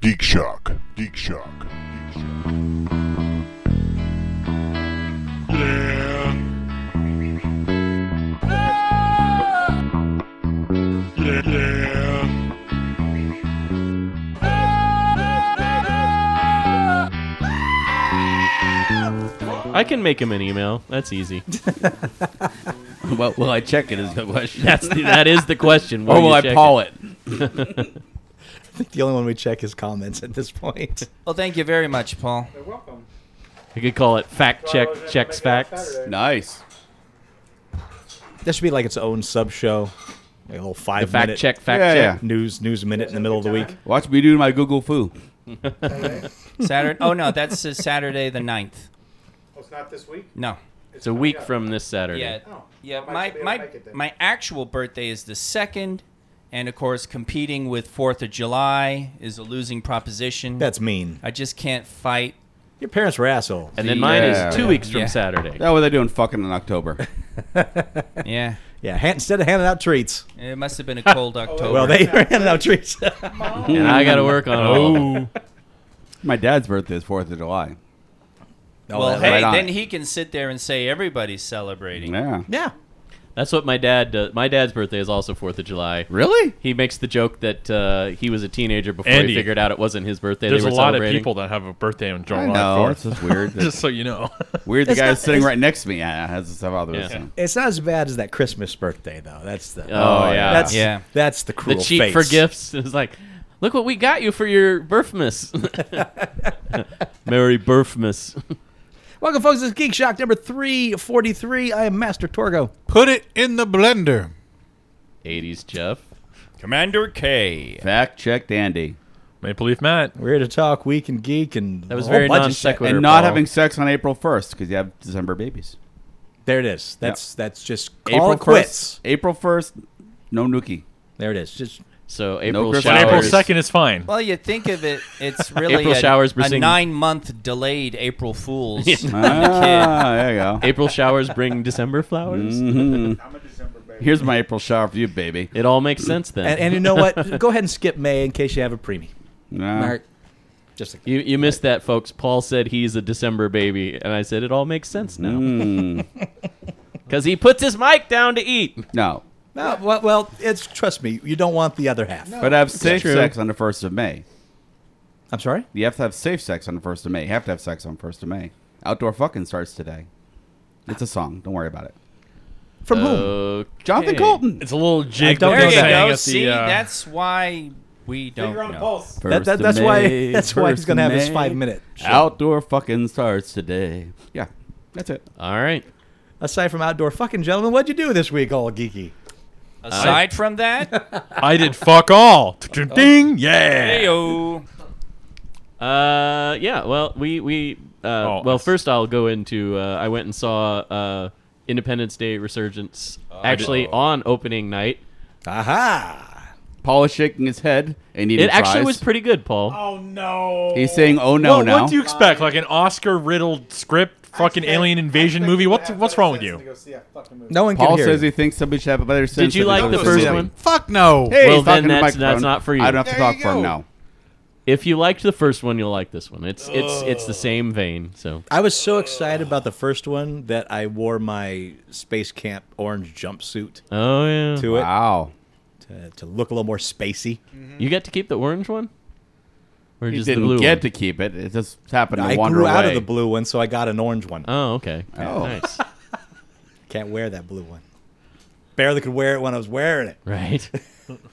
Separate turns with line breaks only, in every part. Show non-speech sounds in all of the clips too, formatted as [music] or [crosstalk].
Geek Shock. Geek Shock. Geek Shock.
I can make him an email. That's easy.
Well, will I check it? Is the question.
That's the, that is the question.
or will
you
Oh, I
check
paul it?
The only one we check is comments at this point.
Well, thank you very much, Paul.
You're welcome.
You could call it fact
Well,
check
I was gonna
checks
make it up
facts.
Saturday.
Nice.
[laughs] That should be like its own sub show, like a little
The
five
fact
minute
check fact
Yeah,
check.
yeah.
news news minute in the middle of the week.
Watch me do my Google foo.
Saturday. Oh no, that's uh, Saturday the 9th.
Oh, it's not this week.
No.
It's a week from this Saturday.
Yeah.
Oh,
Yeah.
I might
My
be able
my
to make it then.
my actual birthday is the second, and of course, competing with Fourth of July is a losing proposition.
That's mean.
I just can't fight.
Your parents were assholes.
And then mine
Yeah.
is two weeks from
Yeah.
Saturday.
That what they're doing fucking in October.
Yeah.
Yeah, hand, instead of handing out treats,
It must have been a cold October.
well, they [laughs] were handing out treats.
[laughs] And I got to work on it all.
my dad's birthday is Fourth of July.
Well,
that's
hey,
right on
then
it.
he can sit there and say everybody's celebrating.
Yeah.
yeah.
That's what my dad does. My dad's birthday is also 4th of July.
Really?
He makes the joke that uh, he was a teenager before
Andy,
he figured out it wasn't his birthday.
There's
they
a
were
lot of
celebrating.
people that have a birthday on July
I know. It's
4th.
just weird. that-
[laughs] Just so you know. [laughs]
weird. The
It's
guy
not-
sitting
it's-
right next to me uh, has this have all those.
Yeah.
It's not as bad as that Christmas birthday though. That's the
Oh,
Oh,
yeah.
that's
Yeah.
that's the
the
cruel
cheat
face.
for gifts. [laughs] It's like, look what we got you for your birthmas. [laughs] Merry birthmas. [laughs]
Welcome, folks. This is Geek Shock number three forty three. I am Master Torgo.
Put it in the blender.
80s Jeff.
Commander K.
Fact checked, Andy,
Maple Leaf Matt.
We're here to talk week and geek and
That was
a whole
very
bunch of
non
shit.
sequitur.
and not
Paul.
having sex on April first because you have December babies.
There it is. That's that's just call
April
it quits.
April first, no nookie.
There it is. Just
So April
Christmas.
But
showers.
April 2nd is fine.
Well, you think of it, it's really
April
a,
showers
a
bring-
nine month delayed April Fool's.
Ah, there you go.
April showers bring December flowers.
I'm a December baby.
Here's my April shower for you, baby.
It all makes sense then.
and, and you know what? [laughs] Go ahead and skip May in case you have a preemie.
Nah.
Just like
you, you missed that, folks. Paul said he's a December baby, and I said it all makes sense now [laughs]
Mm,
because he puts his mic down to eat.
no,
no, well, well, it's trust me, you don't want the other half.
but have safe
true.
sex on the first of May.
I'm sorry.
You have to have safe sex on the first of May. You have to have sex on first of May. Outdoor fucking starts today. It's a song. Don't worry about it.
From whom?
Okay.
Jonathan Colton.
It's a little jig
don't
that
there
they
you
sang
go.
at the,
See,
uh,
that's why we don't
Finger on the
know.
pulse.
That, that,
First of
that's why.
May,
[laughs] That's why he's
first
gonna have his
May.
five minute.
Outdoor fucking starts today. Yeah, that's it.
All right.
Aside from outdoor fucking gentlemen, what'd you do this week, all geeky?
Aside from [laughs] that,
[laughs] I did fuck all. Ding. Yeah.
heyo.
Uh, yeah. Well, we we uh,
Oh,
well
that's-
first I'll go into uh, I went and saw uh, Independence Day Resurgence actually on opening night.
Aha!
Paul is shaking his head and eating
It actually
fries.
was pretty good, Paul.
Oh no.
He's saying, "Oh no,
Well,
now."
What do you expect? Like an Oscar-riddled script, fucking
Expect-
alien invasion
expect
movie?
to
What's
have
what's
better
wrong with
sense than
you?
to go see a fucking movie.
No one can
Paul
hear.
says
you.
he thinks somebody should have a better sense.
you
than
like
to
the
go
first
see that.
one?
Fuck no.
Hey,
Well, then
he's talking to
that's-
the microphone.
that's not for you.
I don't have to
There you
talk for him
go.
now.
If you liked the first one, you'll like this one. It's it's it's the same vein. So
I was so excited about the first one that I wore my space camp orange jumpsuit
oh yeah,
to it uh,
Wow.
to, to look a little more spacey.
you got to keep the orange one, or
He
just the
didn't
blue
get
one?
to keep it. It just happened to
I
wander
grew
away.
out of the blue one, so I got an orange one.
Oh okay.
Oh. [laughs]
nice.
Can't wear that blue one. Barely could wear it when I was wearing it.
Right.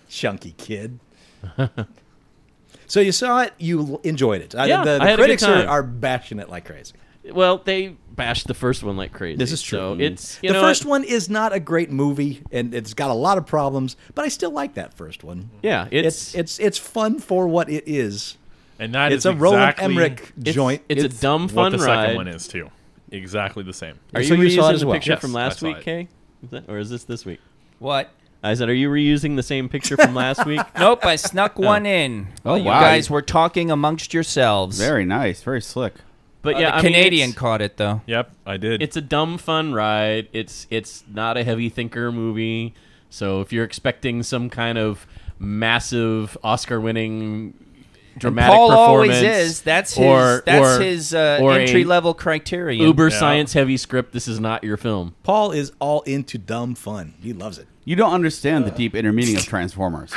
Chunky kid. [laughs] so you saw it, you l- enjoyed it. I,
Yeah,
the the
I had a good
critics are,
time.
are bashing it like crazy.
Well, they bashed the first one like crazy.
This is true. Mm.
So it's you
the
know
first
it-
one is not a great movie, and it's got a lot of problems, but I still like that first one.
Yeah,
It's
it's
it's it's fun for what it is.
And that
It's
is
a Roland
exactly
Emmerich
it's-
joint.
It's, a dumb
what
fun
the
ride.
second one is too. Exactly the same.
Are
So
you
you
reusing
saw it as
the
well?
picture
Yes,
from
I
last
saw
week,
it.
Kay? Is that, or is this this week?
What?
I said, are you reusing the same picture from last week?
Nope, I snuck one in.
Oh,
you
wow.
guys were talking amongst yourselves.
Very nice. Very slick.
But
Uh,
yeah,
the
I mean,
Canadian
it's-
caught it though.
Yep, I did.
it's a dumb fun ride. It's it's not a heavy thinker movie. So if you're expecting some kind of massive Oscar winning dramatic
Paul always
performance.
is. That's his.
or-
that's
or-
his uh,
or a
entry level criterion.
Uber
Yeah.
science heavy script. This is not your film.
Paul is all into dumb fun. He loves it.
You don't understand the deep inner
[laughs]
meaning of Transformers.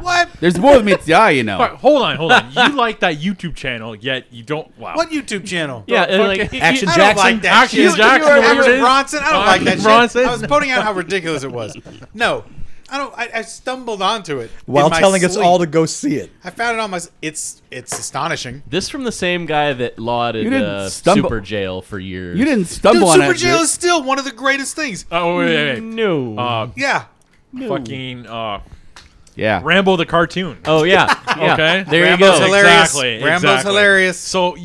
what? There's more than meets the eye, you know.
All right, Uh, hold on, hold on. You [laughs] like that YouTube channel, yet you don't. Wow.
What YouTube channel?
Yeah, and [laughs] like
Action
I don't
Jackson.
like that
Action
shit.
Jackson,
You, you
whatever it
Action
is.
Bronson. I don't like that shit.
Bronson.
I was pointing out how ridiculous it was. No, I don't. I, I stumbled onto it in
While
my
telling us
sleep.
all to go see it.
I found it on my. s- It's it's astonishing.
this from the same guy that lauded
You didn't
uh,
stumble-
Super Jail for years.
You didn't stumble
Dude,
on
Super
it.
Jail
dude.
is still one of the greatest things.
Oh wait, wait, wait.
No.
Uh,
Yeah,
fucking uh,
Yeah.
Rambo the cartoon.
oh yeah. yeah.
[laughs] Okay.
There
Rambo's
you go.
hilarious.
Exactly,
Rambo's
exactly.
hilarious.
So y-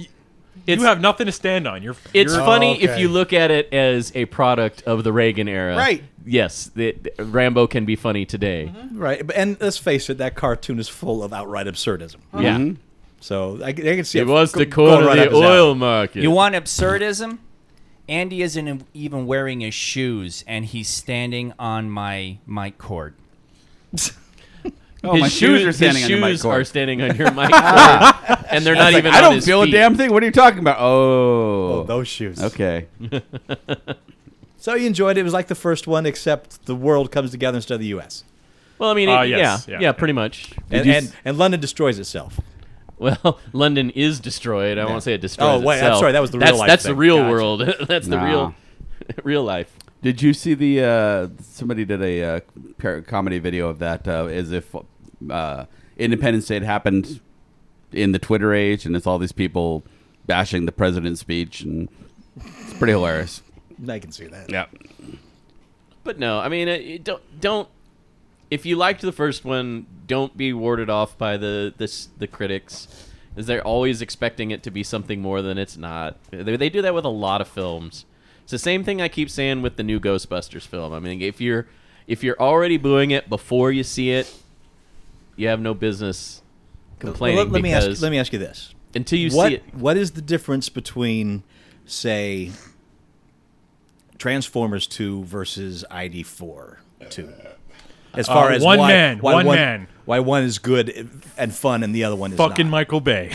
It's-
you have nothing to stand on. You're.
It's
you're,
funny
okay.
if you look at it as a product of the Reagan era.
Right.
Yes, the, the- Rambo can be funny today.
Right. but- And let's face it, that cartoon is full of outright absurdism.
Mm-hmm.
Yeah.
So I, I can see
It
f-
was
go-
the
going
core
right
of
up
the
his
oil
alley.
market.
You want absurdism? Andy isn't e-, even wearing his shoes, and he's standing on my mic cord.
Oh, my shoes are standing
his
on my
shoes are
cord.
standing on your mic, cord, and they're not
Like,
even.
I
on
don't
his
feel
feet.
a damn thing. What are you talking about? Oh.
Those shoes. [laughs]
okay.
So you enjoyed it. It was like the first one, except the world comes together instead of the U.S.
Well, I mean,
Ah,
it-
yes,
yeah,
yeah.
yeah, pretty much.
And,
you s-
and, and London destroys itself.
[laughs] Well, London is destroyed. I won't say it destroys.
Oh, wait, I'm
itself.
sorry, that was the
that's,
real life
That's the
thing.
real
Gotcha.
world. [laughs] that's the
Nah.
real, real life.
Did you see the uh, somebody did a uh, par- comedy video of that uh, as if uh, Independence Day had happened in the Twitter age, and it's all these people bashing the president's speech, and it's pretty hilarious.
I can see that.
Yeah,
But no, I mean, uh, it don't don't. If you liked the first one, don't be warded off by the this the critics, as they're always expecting it to be something more than it's not. They, they do that with a lot of films. It's the same thing I keep saying with the new Ghostbusters film. I mean, if you're if you're already booing it before you see it, you have no business complaining.
Let, let me ask.
because
Let me ask you this:
until you
What
see it.
What is the difference between, say, Transformers Two versus ID Four Two? As far as
one
why-
man,
why
one man.
why one is good and fun, and the other one is
fucking
not.
Michael Bay.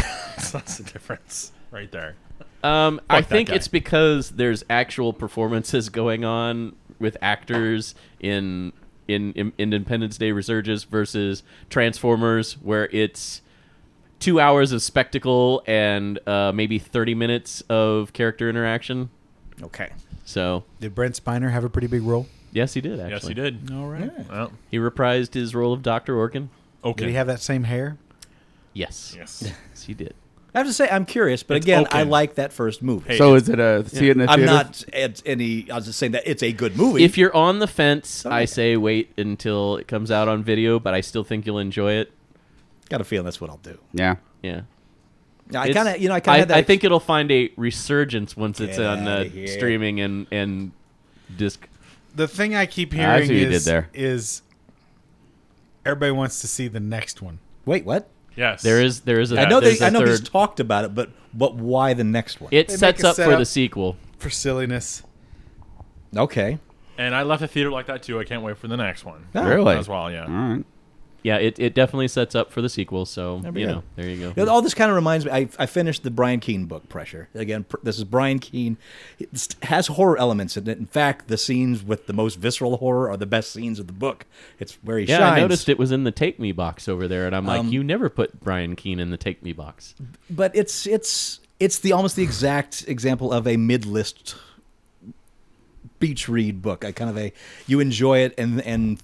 That's the difference right there.
Um, I
that
think
guy.
it's because there's actual performances going on with actors in in, in Independence Day Resurgence versus Transformers, where it's two hours of spectacle and uh, maybe thirty minutes of character interaction.
okay.
So
Did Brent Spiner have a pretty big role?
yes, he did. Actually,
Yes, he did. All right. Well,
He reprised his role of Doctor Orkin.
okay.
Did he have that same hair?
Yes,
yes.
yes, he did.
I have to say, I'm curious, but
It's
again, I
open.
like that first movie.
Hey,
So is it a see it in a
I'm
theater?
not at any. I was just saying that it's a good movie.
If you're on the fence,
yeah.
I say wait until it comes out on video, but I still think you'll enjoy it.
got a feeling that's what I'll do.
Yeah.
Yeah.
Now, I
It's-
kind of, you know, I kind of. had that
I think it'll find a resurgence once it's
Get
on uh,
outta here.
streaming and and disc.
The thing I keep
I
hearing
see what you
is,
did there.
is everybody wants to see the next one.
Wait, what?
Yes.
There is there is a
I know
there's
they,
a
I know he's
third.
talked about it, but but why the next one?
it
They
sets
make a
up for
setup.
the sequel.
For silliness.
okay.
And I left the theater like that too. I can't wait for the next one.
No.
Really?
As well, yeah.
Mm.
All right.
Yeah, it, it definitely sets up for the sequel. So
we
you
go.
know, there you
You
go.
know, all this kind of reminds me. I, I finished the Brian Keene book, Pressure. Again, pr- this is Brian Keene. It has horror elements in it. In fact, the scenes with the most visceral horror are the best scenes of the book. It's where he
Yeah,
shines. Um,
I noticed it was in the Take Me box over there, and I'm like, you never put Brian Keene in the Take Me box.
But it's it's it's the almost the exact example of a mid list beach read book. I kind of a you enjoy it and and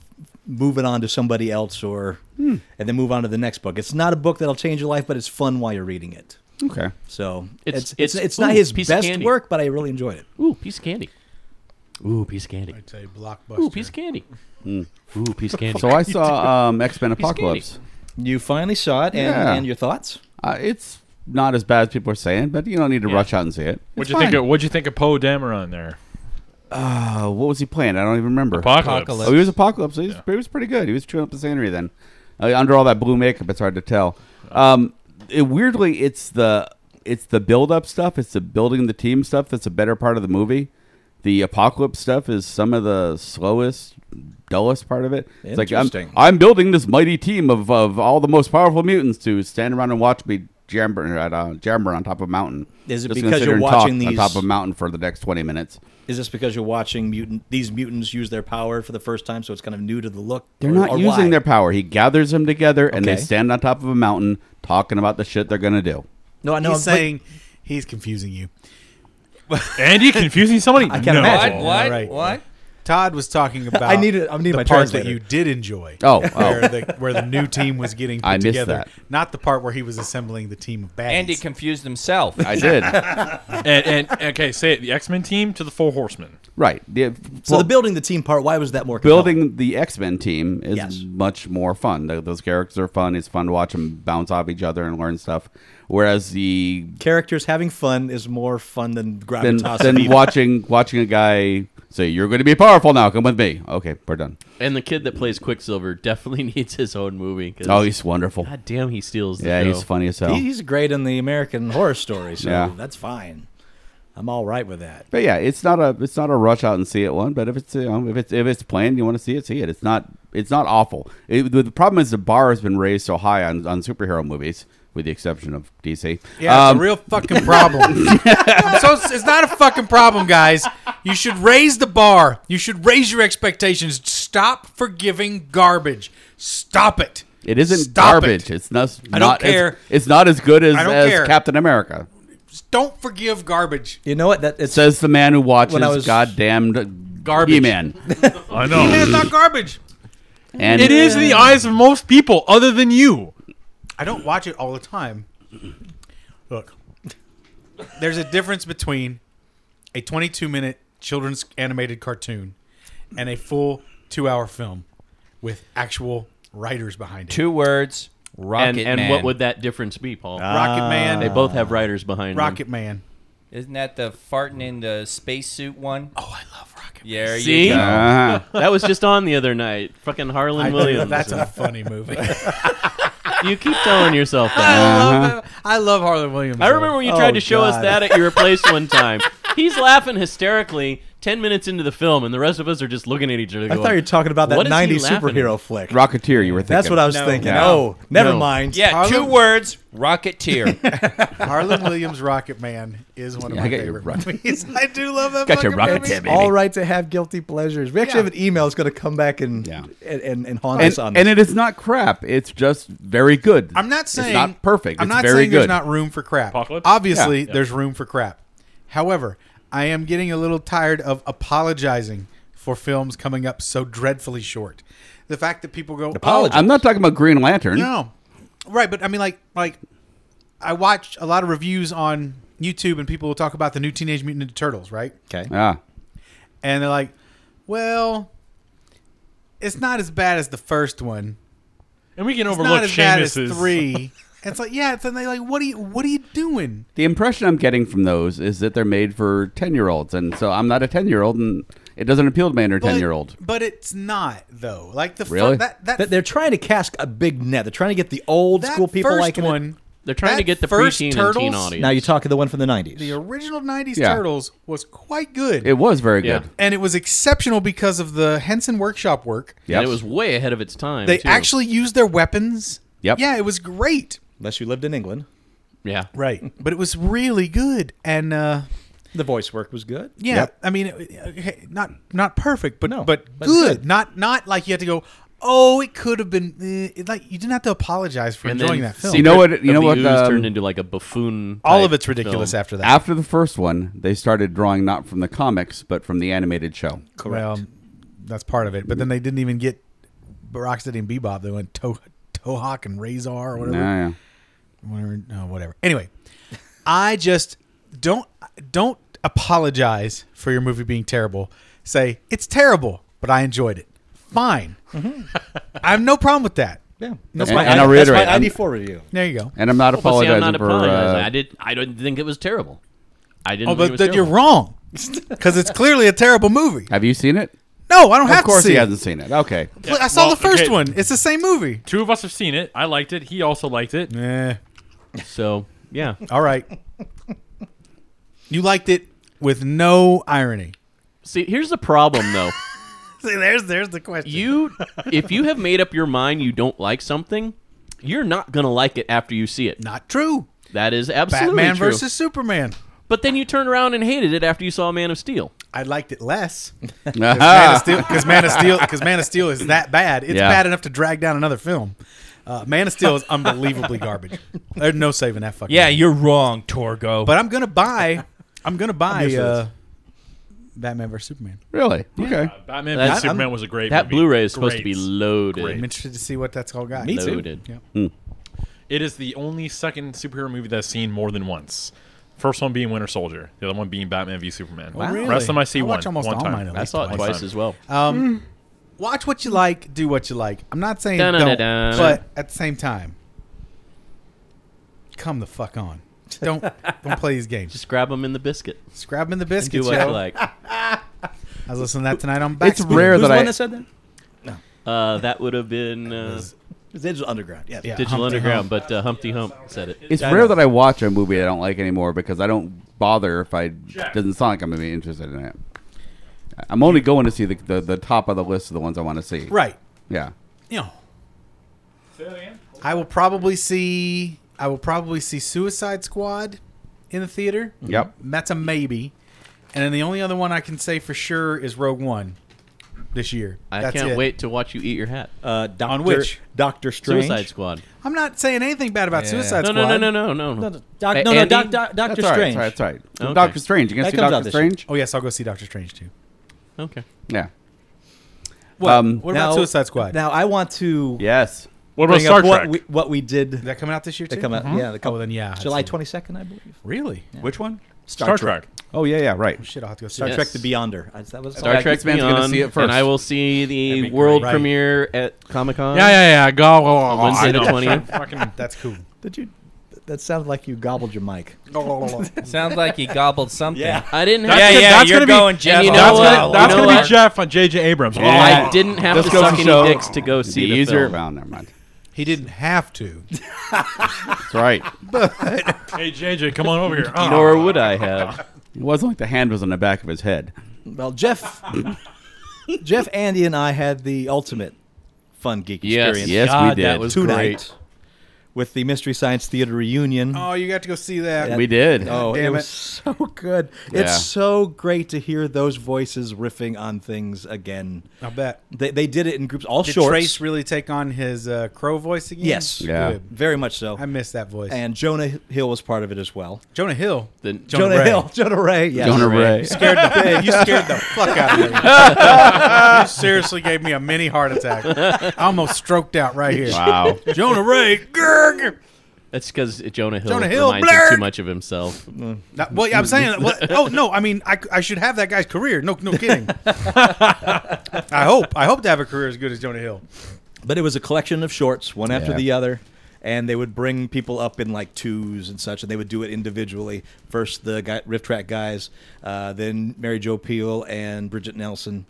move it on to somebody else or and then move on to the next book. It's not a book that'll change your life, but it's fun while you're reading it.
Okay.
So
It's-
it's it's it's,
it's-
not
ooh,
his
piece of
best
candy.
work, but I really enjoyed it.
Ooh, piece of candy. Ooh, piece of candy.
I tell you, blockbuster.
Ooh, piece of candy. Ooh, piece of candy.
So
[laughs]
I saw
[laughs]
um, X Men
He's skinny.
Apocalypse.
You finally saw it, and,
Yeah.
and your thoughts?
Uh, it's not as bad as people are saying, but you don't need to
Yeah.
rush out and see it. It's
What'd you think?
fine.
Of, what'd you think of Poe Dameron there?
Uh, what was he playing? I don't even remember.
Apocalypse.
Oh, he was Apocalypse. He was, he was pretty good. He was chewing up the scenery then. Uh, under all that blue makeup, it's hard to tell. Um, it, weirdly, it's the it's the build up stuff. It's the building the team stuff that's a better part of the movie. the apocalypse stuff is some of the slowest, dullest part of it. It's like I'm,
Interesting.
I'm building this mighty team of, of all the most powerful mutants to stand around and watch me jamber at uh, jamber on top of a mountain.
Is it
Just
because
gonna sit
you're
here and
watching
talk
these-
on top of a mountain for the next twenty minutes?
Is this because you're watching mutant these mutants use their power for the first time, so it's kind of new to the look?
They're
or-
not
or
using
why?
their power. He gathers them together and they
Okay.
stand on top of a mountain talking about the shit they're gonna do.
No, I know.
he's
I'm- but-
saying he's confusing you.
Andy
[laughs]
confusing somebody?
I can't
no.
imagine.
What?
all
What?
right.
What?
Todd was talking
[laughs]
about.
I need it- I need
the
my
part that
translator.
you did enjoy.
Oh,
where,
oh.
the, where the new team was getting
[laughs]
put
I missed
together.
that.
Not the part where he was assembling the team of baddies.
Andy confused himself.
I did.
And, and okay, say it. The X Men team to the Four Horsemen.
[laughs] right. The- uh,
so the building the team part. Why was that more compelling?
building the X Men team is
Yes.
much more fun. Th- Those characters are fun. It's fun to watch them bounce off each other and learn stuff. Whereas the
characters having fun is more fun than gravitas?
then, then
of-
watching watching a guy say you're going to be powerful now, come with me. Okay, we're done.
And the kid that plays Quicksilver
[laughs]
definitely needs his own movie. 'cause-
Oh, he's wonderful.
God damn, he steals. The
yeah,
show.
he's funny as hell.
He- he's great in the American Horror Story, so
Yeah.
that's fine. I'm all right with that.
But yeah, it's not a it's not a rush out and see it one. But if it's you know, if it's if it's planned, you want to see it, see it. It's not it's not awful. It, the, the problem is the bar has been raised so high on, on superhero movies, with the exception of DC.
Yeah,
Um,
it's a real fucking problem. I'm so it's not a fucking problem, guys. You should raise the bar. You should raise your expectations. Stop forgiving garbage. Stop it.
It isn't
Stop
garbage.
It.
It's not.
I don't
not as-
care.
it's not as good as,
I don't
as
care.
Captain America.
Don't forgive garbage.
You know what? That it's
Says the man who watches
When I was-
goddamned
Garbage.
He-Man.
I
Man,
know.
it's not garbage.
And
it is in the eyes of most people, other than you.
I don't watch it all the time. Look, there's a difference between a 22 minute children's animated cartoon and a full two hour film with actual writers behind it.
Two words. Rocket
and, and
Man.
what would that difference be, Paul?
Rocket Man.
they both have writers behind them.
Rocket Man.
Isn't that the farting in the spacesuit one?
Oh, I love Rocket Man.
Yeah,
See?
You go.
Uh-huh.
That was just on the other night. Fucking Harlan
I-
Williams.
That's a funny movie.
you keep telling yourself that.
[laughs] I,
Uh-huh.
love, I love Harlan Williams.
I remember when you tried to
Oh,
show us
God.
that at your place one time. He's laughing hysterically 10 minutes into the film, and the rest of us are just looking at each other.
I
Going,
thought you were talking about that
"What is he
90s
laughing
superhero
at?"
flick.
Rocketeer. You were thinking.
That's what I was
No,
thinking.
no,
oh, never
no.
mind.
Yeah, two
Harlem-
words. Rocketeer. [laughs]
[laughs] Harlan Williams Rocket Man is one of
Yeah, I
my
got your
favorite
Rocket-
movies. [laughs] I do love that.
Got your
fucking
Rocket
movie.
Man.
All right to have guilty pleasures. We actually
Yeah.
have an email that's going to come back and
Yeah.
and, and, and haunt
And,
us on.
and
this.
it is not crap. It's just very good.
I'm not saying
it's not perfect.
I'm
it's
not
very
saying
good.
there's not room for crap.
Apocalypse?
Obviously,
Yeah.
there's room for crap. However, I am getting a little tired of apologizing for films coming up so dreadfully short. The fact that people go, "Oh,
I'm not talking about Green Lantern.
No, right, but I mean, like, like I watch a lot of reviews on YouTube, and people will talk about the new Teenage Mutant Ninja Turtles, right?
okay.
Ah,
And they're like, "Well, it's not as bad as the first one.
And we can
It's
overlook
not as bad as
Seamus's-
three. [laughs] it's like, yeah, it's and they like, what are you, what are you doing?
the impression I'm getting from those is that they're made for ten year olds, and so I'm not a ten year old, and it doesn't appeal to me under
But-
ten year old.
But it's not though. Like the fir-
Really?
that that,
That- They're trying to cast a big net. They're trying to get the old
that
school people
first
like
one.
They're trying to
that
get the
first
preteen
Turtles,
and teen audience.
Now you're talking the one from the 90s.
The original '90s
Yeah.
Turtles was quite good.
It was very
Yeah.
good.
and it was exceptional because of the Henson Workshop work.
Yep.
And it was way ahead of its time.
They
too.
actually used their weapons.
Yep.
Yeah, it was great.
Unless you lived in England,
Yeah.
Right. But it was really good. And uh
the voice work was good.
yeah,
Yep.
I mean it- okay, not not perfect, but
No,
but
but
good.
good.
Not not like you had to go, "Oh, it could have been eh," it, like you didn't have to apologize for
And
enjoying
then
that film.
You know what- you
Secret of
know
the
what,
Ooze
um,
turned into like a buffoon.
All of
type
it's ridiculous
film.
after that.
After the first one, they started drawing not from the comics, but from the animated show.
Correct.
Well, that's part of it. But then they didn't even get Rocksteady and Bebop. They went to- Tohawk and Razor or whatever.
Yeah, yeah.
whatever. No, whatever. Anyway, I just don't don't apologize for your movie being terrible. Say it's terrible, but I enjoyed it. Fine. Mm-hmm. I have no problem with that.
yeah.
That's my- and I'll
that's
reiterate,
my
I'm-
ID4 review.
There you go.
And I'm not
Well, see,
apologizing
I'm not
for.
apologizing.
uh,
I did. I don't think it was terrible. I didn't.
Oh,
think it
but
was
then you're
terrible.
wrong because it's clearly a terrible movie.
have you seen it?
No, I don't have
Of course,
to see.
he
it.
hasn't seen it. Okay. [laughs]
I saw
Well,
the first
okay.
one. It's the same movie.
Two of us have seen it. I liked it. He also liked it.
Yeah.
So yeah.
[laughs] All right. you liked it with no irony.
See, here's the problem
[laughs]
though.
See, there's there's the question.
you if you have made up your mind you don't like something, you're not gonna like it after you see it.
[laughs] not true.
That is absolutely
Batman
true.
versus Superman.
But then you turn around and hated it after you saw Man of Steel.
I liked it less
Ah,
because Man of Steel because Man of Steel is that bad. It's
Yeah.
bad enough to drag down another film. Uh, Man of Steel is unbelievably garbage. There's no saving that fucking.
Yeah,
movie.
you're wrong, Torgo.
but I'm gonna buy. [laughs] I'm gonna buy
for
uh, Batman versus Superman.
really? Okay.
Uh, Batman
That-
vs Superman was a great
That
movie.
Blu-ray is supposed to be
Great.
loaded.
I'm interested to see what that's all got.
Me too.
Loaded.
Yeah.
It is the only second superhero movie that's seen more than once. First one being Winter Soldier, the other one being Batman v Superman.
Wow.
Rest of them I see
Oh, I
one.
watch almost
one
all
time.
mine at
I
least
saw it
One
twice
time.
as well.
Um, watch what you like, do what you like. I'm not saying don't,
Dun-dun-dun-dun.
but at the same time, come the fuck on. Don't don't play these games.
Just grab them in the
[laughs]
biscuit.
Just grab 'em in the
And do
biscuits,
what
yo.
you like.
I was listening to that tonight on Backspin.
It's rare
Who's
that
the
I
one that said that?
Uh, that would have been uh,
It's Digital Underground. Yes.
Yeah.
Digital
Humpty
Underground, but uh, Humpty Hump said it.
it's rare that I watch a movie I don't like anymore because I don't bother if I doesn't sound like I'm gonna be interested in it. I'm only going to see the, the, the top of the list of the ones I want to see.
Right.
Yeah.
You know,
Say that again.
I will probably see I will probably see Suicide Squad in the theater.
Yep.
That's a maybe. And then the only other one I can say for sure is Rogue One this year.
I
That's
can't
it.
wait to watch you eat your hat.
Uh, Doctor,
On which?
Doctor Strange.
Suicide Squad.
I'm not saying anything bad about Suicide
No,
Squad.
no, no, no, no, no,
No,
no.
no, doc,
A-
no, no
Andy?
doc, doc, Doctor
That's all right,
Strange.
that's all right. That's all right.
Okay.
Doctor Strange. You gonna
That
see
comes out
Doctor
this year.
Strange?
Oh yes, I'll go see Doctor Strange too.
Okay.
Yeah.
What,
Um,
what about Suicide Squad?
Now I want to
Yes.
What about
bring
Star
up
Trek?
what we, what we did.
Is that coming out this year too?
that come out. Yeah, the
Oh, then yeah, I'd
July
see it.
twenty second, I believe.
Really?
Which one?
Star Trek.
Oh yeah, yeah, right.
Oh, shit, I'll have to go see
Star
it.
Yes.
Trek: The Beyonder. Is that what it's
Star
Yeah,
called?
Trek
this man's gonna
Beyond,
see it first.
and I will see
That'd
the
be
world
great.
Right.
premiere at Comic Con.
Yeah, yeah, yeah. Go, go, go, go.
Wednesday
I
the
know.
20th.
[laughs] Fucking-
That's
[laughs]
cool.
Did you? That sounds like you gobbled your mic.
Sounds like he gobbled something.
I didn't have
That's
Yeah,
gonna-
to.
yeah,
that's
you're
gonna be-
going Jeff.
and you
on
know
That's
the
what?
gonna,
wall.
that's
You know
gonna
what?
be Jeff on J.J. Abrams.
Yeah.
I didn't have
This
to
goes
suck
to
any
show-
dicks to go see
the
the
easier
film.
around. Never mind.
He didn't have
[laughs]
to.
That's right.
Oh, hey, J.J., come on over here. Oh.
Nor would I have.
[laughs] It wasn't like the hand was on the back of his head.
Well, Jeff, [laughs] Jeff, Andy, and I had the ultimate fun
[laughs]
geek
Yes,
experience
Yes,
God,
we did.
That was
tonight
great.
with the Mystery Science Theater reunion.
oh, you got to go see that.
we did.
Oh,
Damn
it
it.
was so good.
Yeah.
It's so great to hear those voices riffing on things again.
I bet.
They, they did it in groups, all
Did
shorts.
Trace really take on his uh, crow voice again?
Yes.
Yeah.
Good.
very much so.
I miss that voice.
and Jonah Hill was part of it as well.
Jonah Hill.
The-
Jonah Ray.
Hill, Jonah Ray, yes.
Jonah Ray.
Scared the, you scared the fuck out of me. you seriously gave me a mini heart attack. I almost stroked out right here.
Wow.
Jonah Ray. Grr.
That's because Jonah Hill
Jonah Hill,
reminds him too
blurg.
much of himself.
Not- well, I'm saying. Well, oh no, I mean, I, I should have that guy's career. No, no kidding. I hope. I hope to have a career as good as Jonah Hill.
But it was a collection of shorts, one after
Yeah.
the other. And they would bring people up in like twos and such, and they would do it individually. First, the guy, riff track guys, uh, then Mary Jo Peel and Bridget Nelson,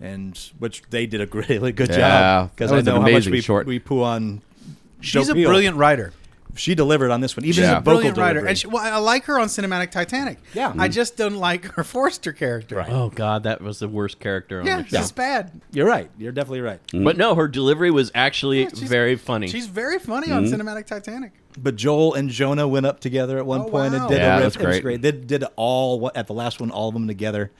and which they did a [laughs] really good
Yeah,
job because
that
I
was an
know how much
amazing
we
short.
we poo on.
She's
Jo
a
Peele.
brilliant writer.
She delivered on this one, even
She's
yeah.
a
the vocal
brilliant writer,
delivery.
and she, well, I like her on Cinematic Titanic.
Yeah.
I just don't like her Forrester character.
Oh God, that was the worst character on
Yeah,
the show.
she's bad.
You're right. You're definitely right.
But no, her delivery was actually
Yeah, she's-
very funny.
She's very funny on Cinematic Titanic.
But Joel and Jonah went up together at one
Oh,
point
wow.
and did
Yeah,
a riff.
that's
It was
great.
great. They did all at the last one, all of them together.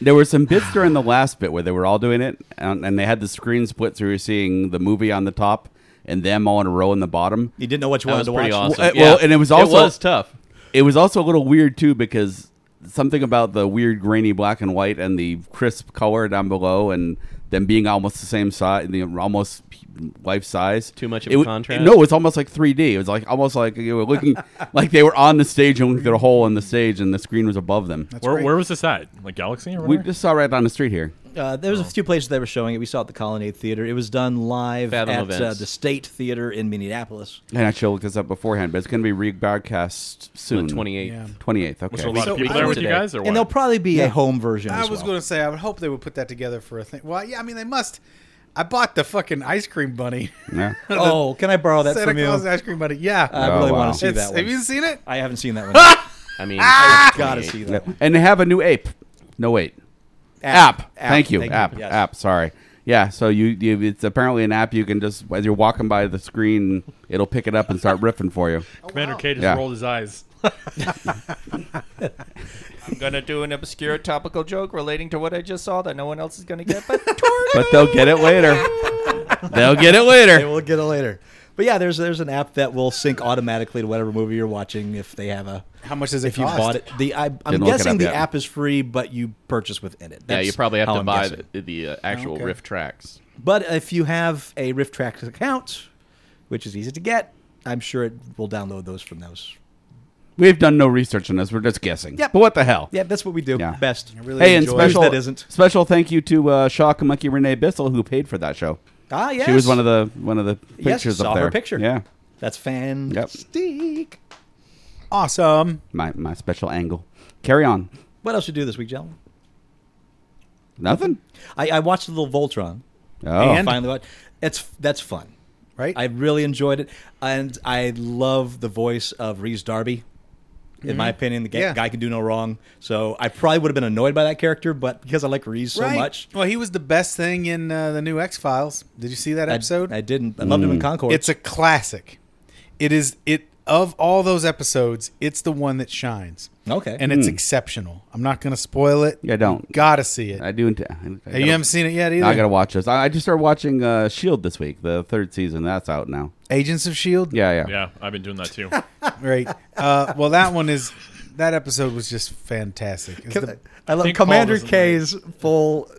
There were some bits during the last bit where they were all doing it, and, and they had the screen split through seeing the movie on the top and them all in a row in the bottom.
You didn't know what you
that was
wanted to
pretty
watch.
awesome.
Well, uh, well,
Yeah.
and it was also-
it was tough.
It was also a little weird too because something about the weird grainy black and white and the crisp color down below and them being almost the same size, the almost life size.
Too much of
It
a
wa-
contrast?
No, it's almost like 3D. It was like almost like you were looking
[laughs]
like they were on the stage and looking through a hole in the stage and the screen was above them.
Where,
great.
where was this at? Like Galaxy or
We
whatever?
just saw right down the street here.
Uh, there was a few places they were showing it. We saw it at the Colonnade Theater. It was done live
Fathom
at uh,
Events.
the State Theater in Minneapolis.
And I should look this up beforehand, but it's going to be rebroadcast soon.
The 28th. Yeah.
28th. Okay.
Was there a lot
So
of people
I
there
would-
with you guys or what?
And there'll probably be a home version.
I
as
was
well.
going to say I would hope they would put that together for a thing. Well, yeah, I mean they must. I bought the fucking ice cream bunny.
Yeah.
[laughs]
[laughs]
Oh, can I borrow that
Santa
from you?
Claus ice cream bunny. Yeah,
I
Oh,
really
wow.
want to see
It's-
that one.
have you seen it?
I
[laughs]
haven't seen that one.
I mean,
Gotta see that.
And they have a new ape. No, wait. app. Thank you, app,
Yes.
app. Sorry. Yeah, so you, you it's apparently an app you can just as you're walking by the screen, it'll pick it up and start riffing for you.
Commander K just
Yeah.
rolled his eyes.
I'm gonna do an obscure topical joke relating to what I just saw that no one else is gonna get. But
But they'll get it later. they'll get it
Hey,
later.
we'll get it later. But yeah, there's there's an app that will sync automatically to whatever movie you're watching if they have a
How much does it
if you
cost?
bought it. The I, I'm
Didn't look it
guessing
up
the
yet.
app is free, but you purchase within it.
yeah,
That's
you probably have
how
to
I'm
buy
guessing.
the, the uh, actual
Okay.
riff tracks.
But if you have a Rift Trax account, which is easy to get, I'm sure it will download those from those.
We've done no research on this. We're just guessing.
Yep.
But what the hell?
Yeah, that's what we do
Yeah.
best.
hey, and
enjoy-
special
that isn't.
special thank you to uh, Shock Monkey Renee Bissell who paid for that show.
Ah, yes.
She was one of the one of the
Yes,
pictures
saw
up there.
her picture.
Yeah,
That's fantastic.
Awesome.
my my special angle. Carry on.
What else you do this week, gentlemen?
Nothing.
I, I watched a little Voltron.
Oh,
And-
Finally, watched. It's that's fun.
Right?
I really enjoyed it, and I love the voice of Reese Darby. In my opinion, the ga-
Mm-hmm. Yeah.
guy can do no wrong. So I probably would have been annoyed by that character, but because I like Reese so much,
Well, he was the best thing in uh, the new X Files. Did you see that
I-
episode?
I, didn't. I loved
Mm.
him in Concord.
it's a classic. It is it of all those episodes, it's the one that shines,
okay,
and it's exceptional. I'm not going to spoil it.
yeah, don't.
Gotta see it.
I do. Int- I, I gotta,
you haven't seen it yet either.
I gotta watch this. I, I just started watching uh, Shield this week, the third season. That's out now.
Agents of Shield.
Yeah, yeah.
Yeah, I've been doing
[laughs]
that too.
Oh, Right. Uh, well, that one is. That episode was just fantastic. It's the-
I love
think
Commander
Paul doesn't like
K's full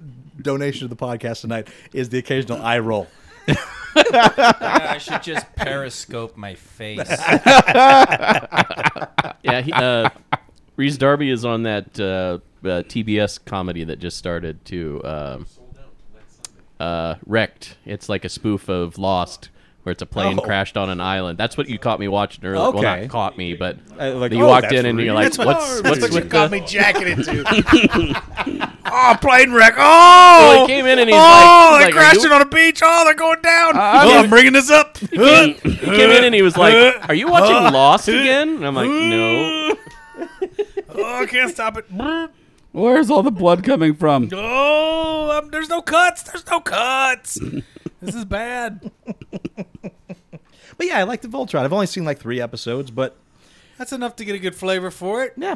donation to the podcast tonight is the occasional eye roll.
I should just periscope my face.
Yeah, he, uh, Reese Darby is on that uh, uh, TBS comedy that just started too. Um uh, Wrecked. It's like a spoof of Lost, where it's a plane
Oh.
crashed on an island. That's what you caught me watching earlier. Well,
Okay.
not caught me, but
I
Uh,
like-
you
oh,
walked
that's
in and
rude.
you're like,
That's what-
"What's
that's
what's
what you
with the?"
you got me jacking into. oh, plane wreck.
[laughs]
Oh,
So he came in and he's
oh,
like- he's
they
like, are
crashed
you-
it on a beach. Oh, they're going down.
I'm
oh,
in-
I'm bringing this up.
he came in and he was like, "Are you watching Lost again?" And I'm like, "No."
oh, I can't stop it.
Where's all the blood coming
[laughs]
from?
Oh, um, there's no cuts. There's no cuts. this is bad.
[laughs] But yeah, I like the Voltron. I've only seen like three episodes, but
That's enough to get a good flavor for it.
yeah,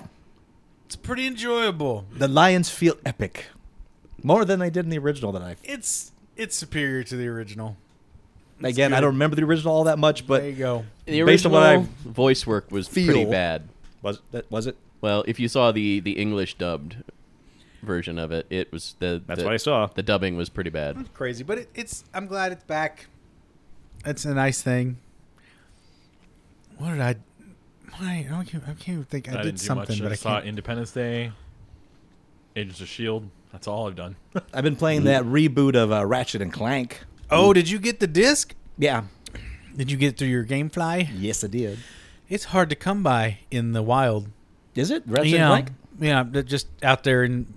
It's pretty enjoyable.
the lions feel epic, more than they did in the original. That I
It's it's superior to the original.
again, I
good.
don't remember the original all that much, but
There you go.
The
Based on what
original voice work was pretty
feel-
bad.
was that was it?
Well, if you saw the the English dubbed version of it, it was the
That's
the,
what I saw.
The dubbing was pretty bad.
Crazy, but it, it's. I'm glad it's back. It's a nice thing. What did I? I don't. I can't even think. I,
I,
did
didn't do much. I
something, but I
just saw
can't.
Independence Day, Agents of Shield. E That's all I've done.
I've been playing that reboot of uh, Ratchet and Clank.
Oh, did you get the disc?
Yeah.
Did you get it through your
Mm.
GameFly?
Yes, I did.
It's hard to come by in the wild.
Is it Ratchet
yeah,
and Clank?
yeah, they're just out there in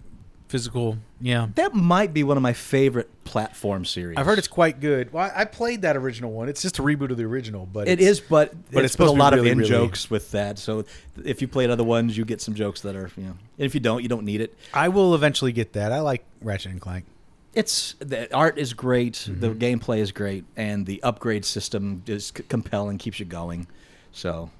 physical. Yeah,
That might be one of my favorite platform series.
I've heard it's quite good. Well, I I played that original one. It's just a reboot of the original, but
It
it's,
is, but,
but
it's,
it's
put a
supposed to be
lot of
really,
in
really-
jokes with that. So if you played other ones, you get some jokes that are, you know. And if you don't, you don't need it.
I will eventually get that. I like Ratchet and Clank.
It's the art is great,
Mm-hmm.
the gameplay is great, and the upgrade system is c- compelling, keeps you going. So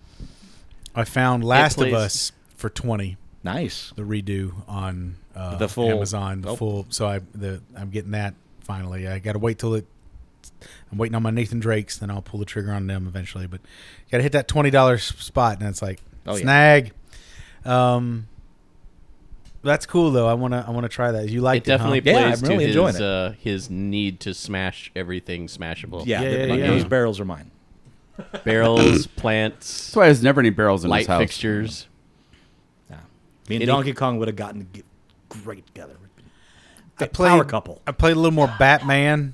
I found Last of
plays-
Us for twenty,
nice.
the redo on uh,
The full-
Amazon, the
Oh.
full. So I the I'm getting that finally. I got to wait till it. I'm waiting on my Nathan Drakes, then I'll pull the trigger on them eventually. But got to hit that twenty dollars spot, and it's like
Oh, yeah.
snag. Um, that's cool though. I wanna I wanna try that. You like
It definitely
huh?
Yeah,
plays
I'm really
to
enjoying
his
it.
uh, his need to smash everything smashable.
Yeah,
Yeah,
th-
yeah,
yeah.
those barrels are mine.
barrels, plants,
That's why there's never any barrels in
light
this house.
fixtures.
Yeah. Me and
It-
Donkey Kong would have gotten g- great together.
I
Power
played
couple.
I played a little more Batman.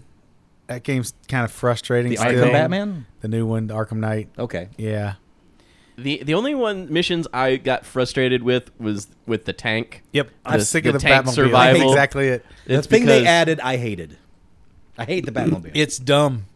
That game's kind of frustrating.
The
still.
Arkham Batman? Oh.
the new one, the Arkham Knight.
Okay.
Yeah.
The the only one missions I got frustrated with was with the tank.
Yep. I'm
The-
sick
the
of the
tank
Batmobile.
survival.
Exactly it.
The
It's
thing they
because-
Mm.
added, I hated. I hate the Batmobile.
It's dumb.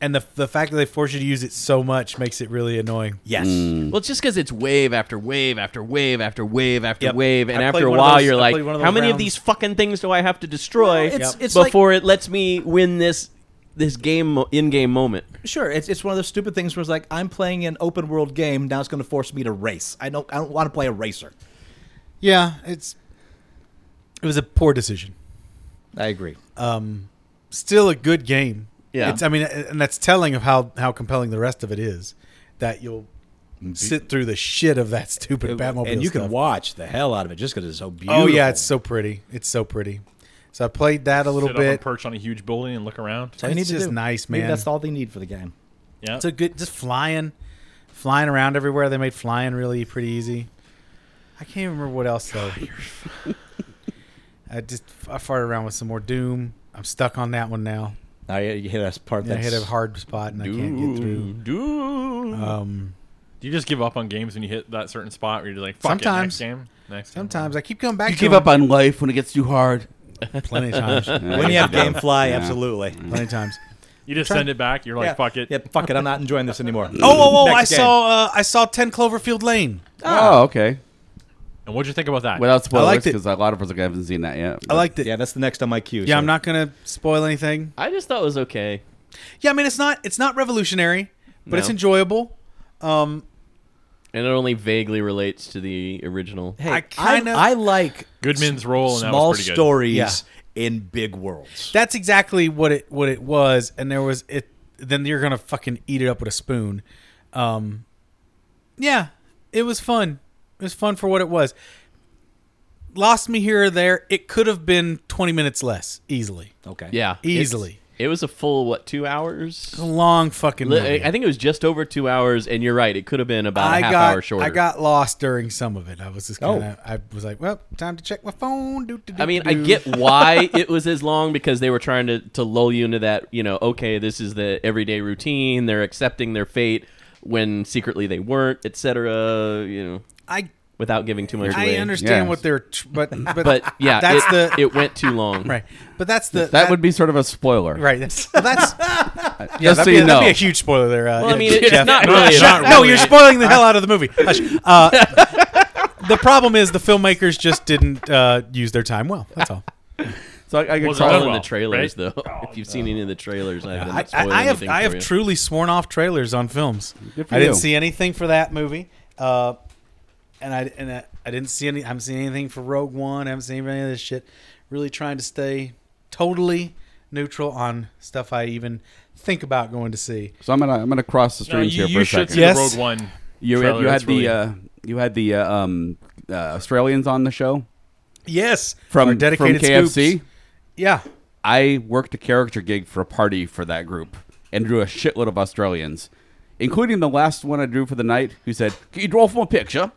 and the the fact that they force you to use it so much makes it really annoying.
Yes.
Well, it's just because it's wave after wave after wave after wave after
Yep.
wave, and
I
after
played
a
one of
while
those-
you're
I
like,
played one of
how
those
many of
rounds."
these fucking things do I have to destroy
Well, it's- Yep. it's
before it lets me win this this game mo- in-game moment?
Sure, it's, it's one of those stupid things where it's like I'm playing an open world game now. It's going to force me to race. I don't I don't want to play a racer.
Yeah, it's it was a poor decision.
I agree.
Still a good game.
Yeah.
it's, I mean, and that's telling of how how compelling the rest of it is. That you'll sit through the shit of that stupid Batmobile,
Mm-hmm. and you
stuff.
can watch the hell out of it just because it's so beautiful.
Oh yeah, it's so pretty. It's so pretty. So I played that a little
Sit up and
bit.
perch on a huge building and look around.
That's all you
it's
need to
just
do.
nice,
Maybe
man.
that's all they need for the game.
Yeah,
It's a good just flying, flying around everywhere. They made flying really pretty easy. I can't remember what else though. I just I farted around with some more Doom. I'm stuck on that one now.
I you hit a part
I
that's
hit
[laughs]
a hard spot and I can't get through. Um,
Do you just give up on games when you hit that certain spot where you're just like, fuck it, next
Sometimes.
game, next game.
sometimes I keep coming back.
You
to
give
them
up on life when it gets too hard.
[laughs] plenty of times.
when you have GameFly,
Yeah.
absolutely.
plenty of times.
You just
Try-
send it back. You're like,
yeah.
fuck it.
Yeah, fuck it. I'm not enjoying this anymore.
[laughs] Oh, oh, oh! I
Next game.
saw uh, I saw Ten Cloverfield Lane. Ah.
Oh, okay.
And what'd you think about that?
Without spoilers,
liked it.
because a lot of us haven't seen that yet.
I liked it.
Yeah, that's the next on my queue.
yeah,
so-
I'm not gonna spoil anything.
I just thought it was okay.
Yeah, I mean it's not it's not revolutionary, but
No.
it's enjoyable. Um,
And it only vaguely relates to the [laughs] original.
Hey,
I
I kind
kinda-
of I like
Goodman's role and that
small
was pretty good.
stories
Yeah.
in big worlds.
that's exactly what it what it was, and there was it. Then you're gonna fucking eat it up with a spoon. Um, yeah, it was fun. It was fun for what it was. Lost me here or there. It could have been 20 minutes less easily.
Okay.
Yeah,
Easily.
It's- it was a full what two hours?
Oh,
A long fucking.
Li-
movie.
I think it was just over two hours. And you're right; it could have been about a
I
half
got
hour shorter.
I got lost during some of it. I was just
Oh.
kind of. I was like, well, time to check my phone. Doo, doo, doo,
I mean,
doo,
I
doo.
get why it was as long because they were trying to, to lull you into that, you know, okay, this is the everyday routine. They're accepting their fate when secretly they weren't, etc. You know,
I
without giving too much
I
away.
understand
Yes.
what they're, tr-
[laughs]
but but,
But yeah,
that's
it,
the
it went too long.
right. But that's the
that would be sort of a spoiler. [laughs]
right. That's well, that's
Just so
that'd, be,
you
that'd
know.
be a huge spoiler there. Uh,
Well, I mean, it's
Jeff.
not really.
Shut- no, you're spoiling the hell out of the movie. Hush.
[laughs]
Uh, the problem is the filmmakers just didn't uh, use their time well. That's all.
So I, I could
It's
Was
call
all
it
it
in
well,
the trailers,
right?
though. [laughs] if you've seen any of the trailers, I
I,
haven't
I,
spoiled
I have
anything
I
for
have
you.
truly sworn off trailers on films.
Good for
I didn't
you.
see anything for that movie, uh, and I and I, I didn't see any. I haven't seen anything for Rogue One. I haven't seen any of this shit. Really trying to stay totally neutral on stuff I even think about going to see.
So I'm gonna I'm gonna cross the
No,
streams
you,
here for
you
a
should
second.
see
Yes.
the Rogue One.
You, had,
trailer.
you had
It's
the
really-
uh, you had the uh, um, uh, Australians on the show
Yes,
from
our dedicated
from KFC.
scoops. Yeah,
I worked a character gig for a party for that group and drew a shitload of Australians, including the last one I drew for the night who said, Can you draw from a picture?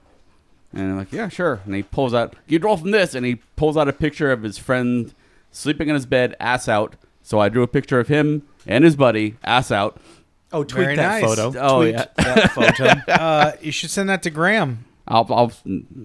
And I'm like, Yeah, sure. And he pulls out, Can you draw from this? And he pulls out a picture of his friend sleeping in his bed, ass out. So I drew a picture of him and his buddy, ass out.
Oh, tweet
Very
that
nice.
photo.
Oh,
Tweet
yeah. [laughs]
that photo. uh, you should send that to Graham.
I'll, I'll,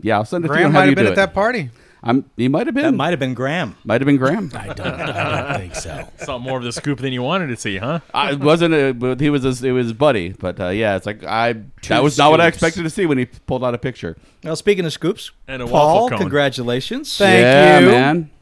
yeah, I'll send it to you.
Graham
and have
might
you
have been
do
at that
it.
party.
I'm, he might have
That
been. Might
might have been Graham.
have been Graham.
[laughs] I don't, I don't think so.
Saw more of the scoop than you wanted to see, huh?
I it wasn't. A, but he was. His, it was his buddy. But uh, yeah, it's like I. that was not what I
scoops.
expected to see when he pulled out a picture.
Well, speaking of scoops,
And a
Paul,
waffle cone.
congratulations.
Thank
yeah,
you.
man.
[laughs]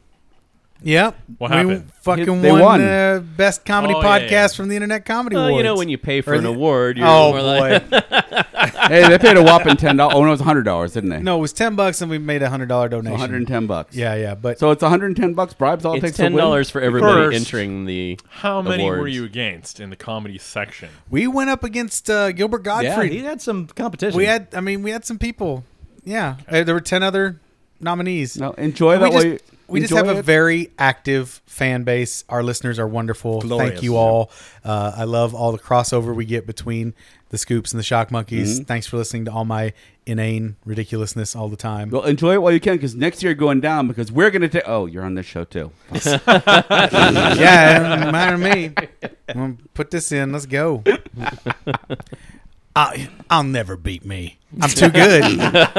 Yep.
What
we
happened?
Fucking
They
won,
won.
the best comedy
Oh, yeah,
podcast
yeah.
from the Internet Comedy
Well,
Awards.
you know, when you pay for
Or
an
the-
award, you're
oh
more
boy,
like, [laughs]
hey, they paid a whopping ten dollars. Oh no, it was hundred dollars, didn't they?
no, it was ten bucks and we made a hundred dollar donation.
one hundred and ten bucks.
Yeah, yeah, but
So it's one hundred and ten bucks. Bribes all it
it's
takes. to win?
ten dollars for everybody
First.
entering the.
[laughs]
How many were
Awards.
you against in the comedy section?
we went up against uh, Gilbert
yeah,
Gottfried.
he had some competition.
we had, I mean, we had some people. Yeah, Uh, there were ten other nominees.
No, enjoy
we
that
just,
way.
we just
enjoy
have a
it.
very active fan base. Our listeners are wonderful.
Glorious.
Thank you all. Uh, I love all the crossover we get between the Scoops and the Shock Monkeys.
Mm-hmm.
Thanks for listening to all my inane ridiculousness all the time.
Well, enjoy it while you can, because next year you're going down. Because we're gonna take. Oh, you're on this show
[laughs]
too.
yeah, it reminded me. I'm gonna put this in. Let's go. [laughs] I, I'll never beat me. I'm too good. [laughs]
you beat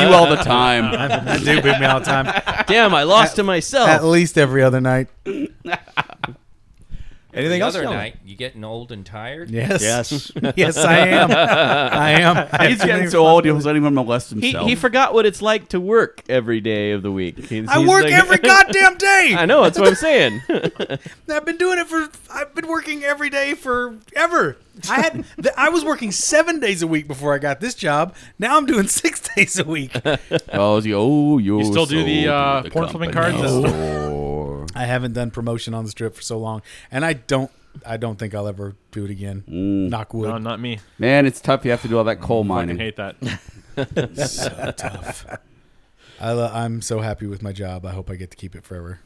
you all the time.
I do beat me all the time.
Damn, I lost to myself.
At least every other night.
Anything
the
else?
other
Sheldon?
night, you getting old and tired?
Yes.
Yes.
[laughs] yes, I am. I am. I
He's getting so old, he doesn't even molest
He,
himself.
he forgot what it's like to work every day of the week. He's-
I
he's
[laughs] work
like-
every goddamn day.
I know
[laughs]
that's what I'm saying. [laughs]
I've been doing it for. I've been working every day forever. I had. [laughs] th- I was working seven days a week before I got this job. Now I'm doing six [laughs] days a week.
oh, you, oh, you
still do the,
sold
uh,
the
porn flipping
company Oh.
cards?
store.
[laughs] I haven't done promotion on the strip for so long, and I don't. I don't think I'll ever do it again.
Mm.
Knock wood.
[laughs] No, not me.
Man, it's tough. You have to do all that
Oh,
coal
I
mining.
[laughs]
hate that.
I, lo- I'm so happy with my job. I hope I get to keep it forever.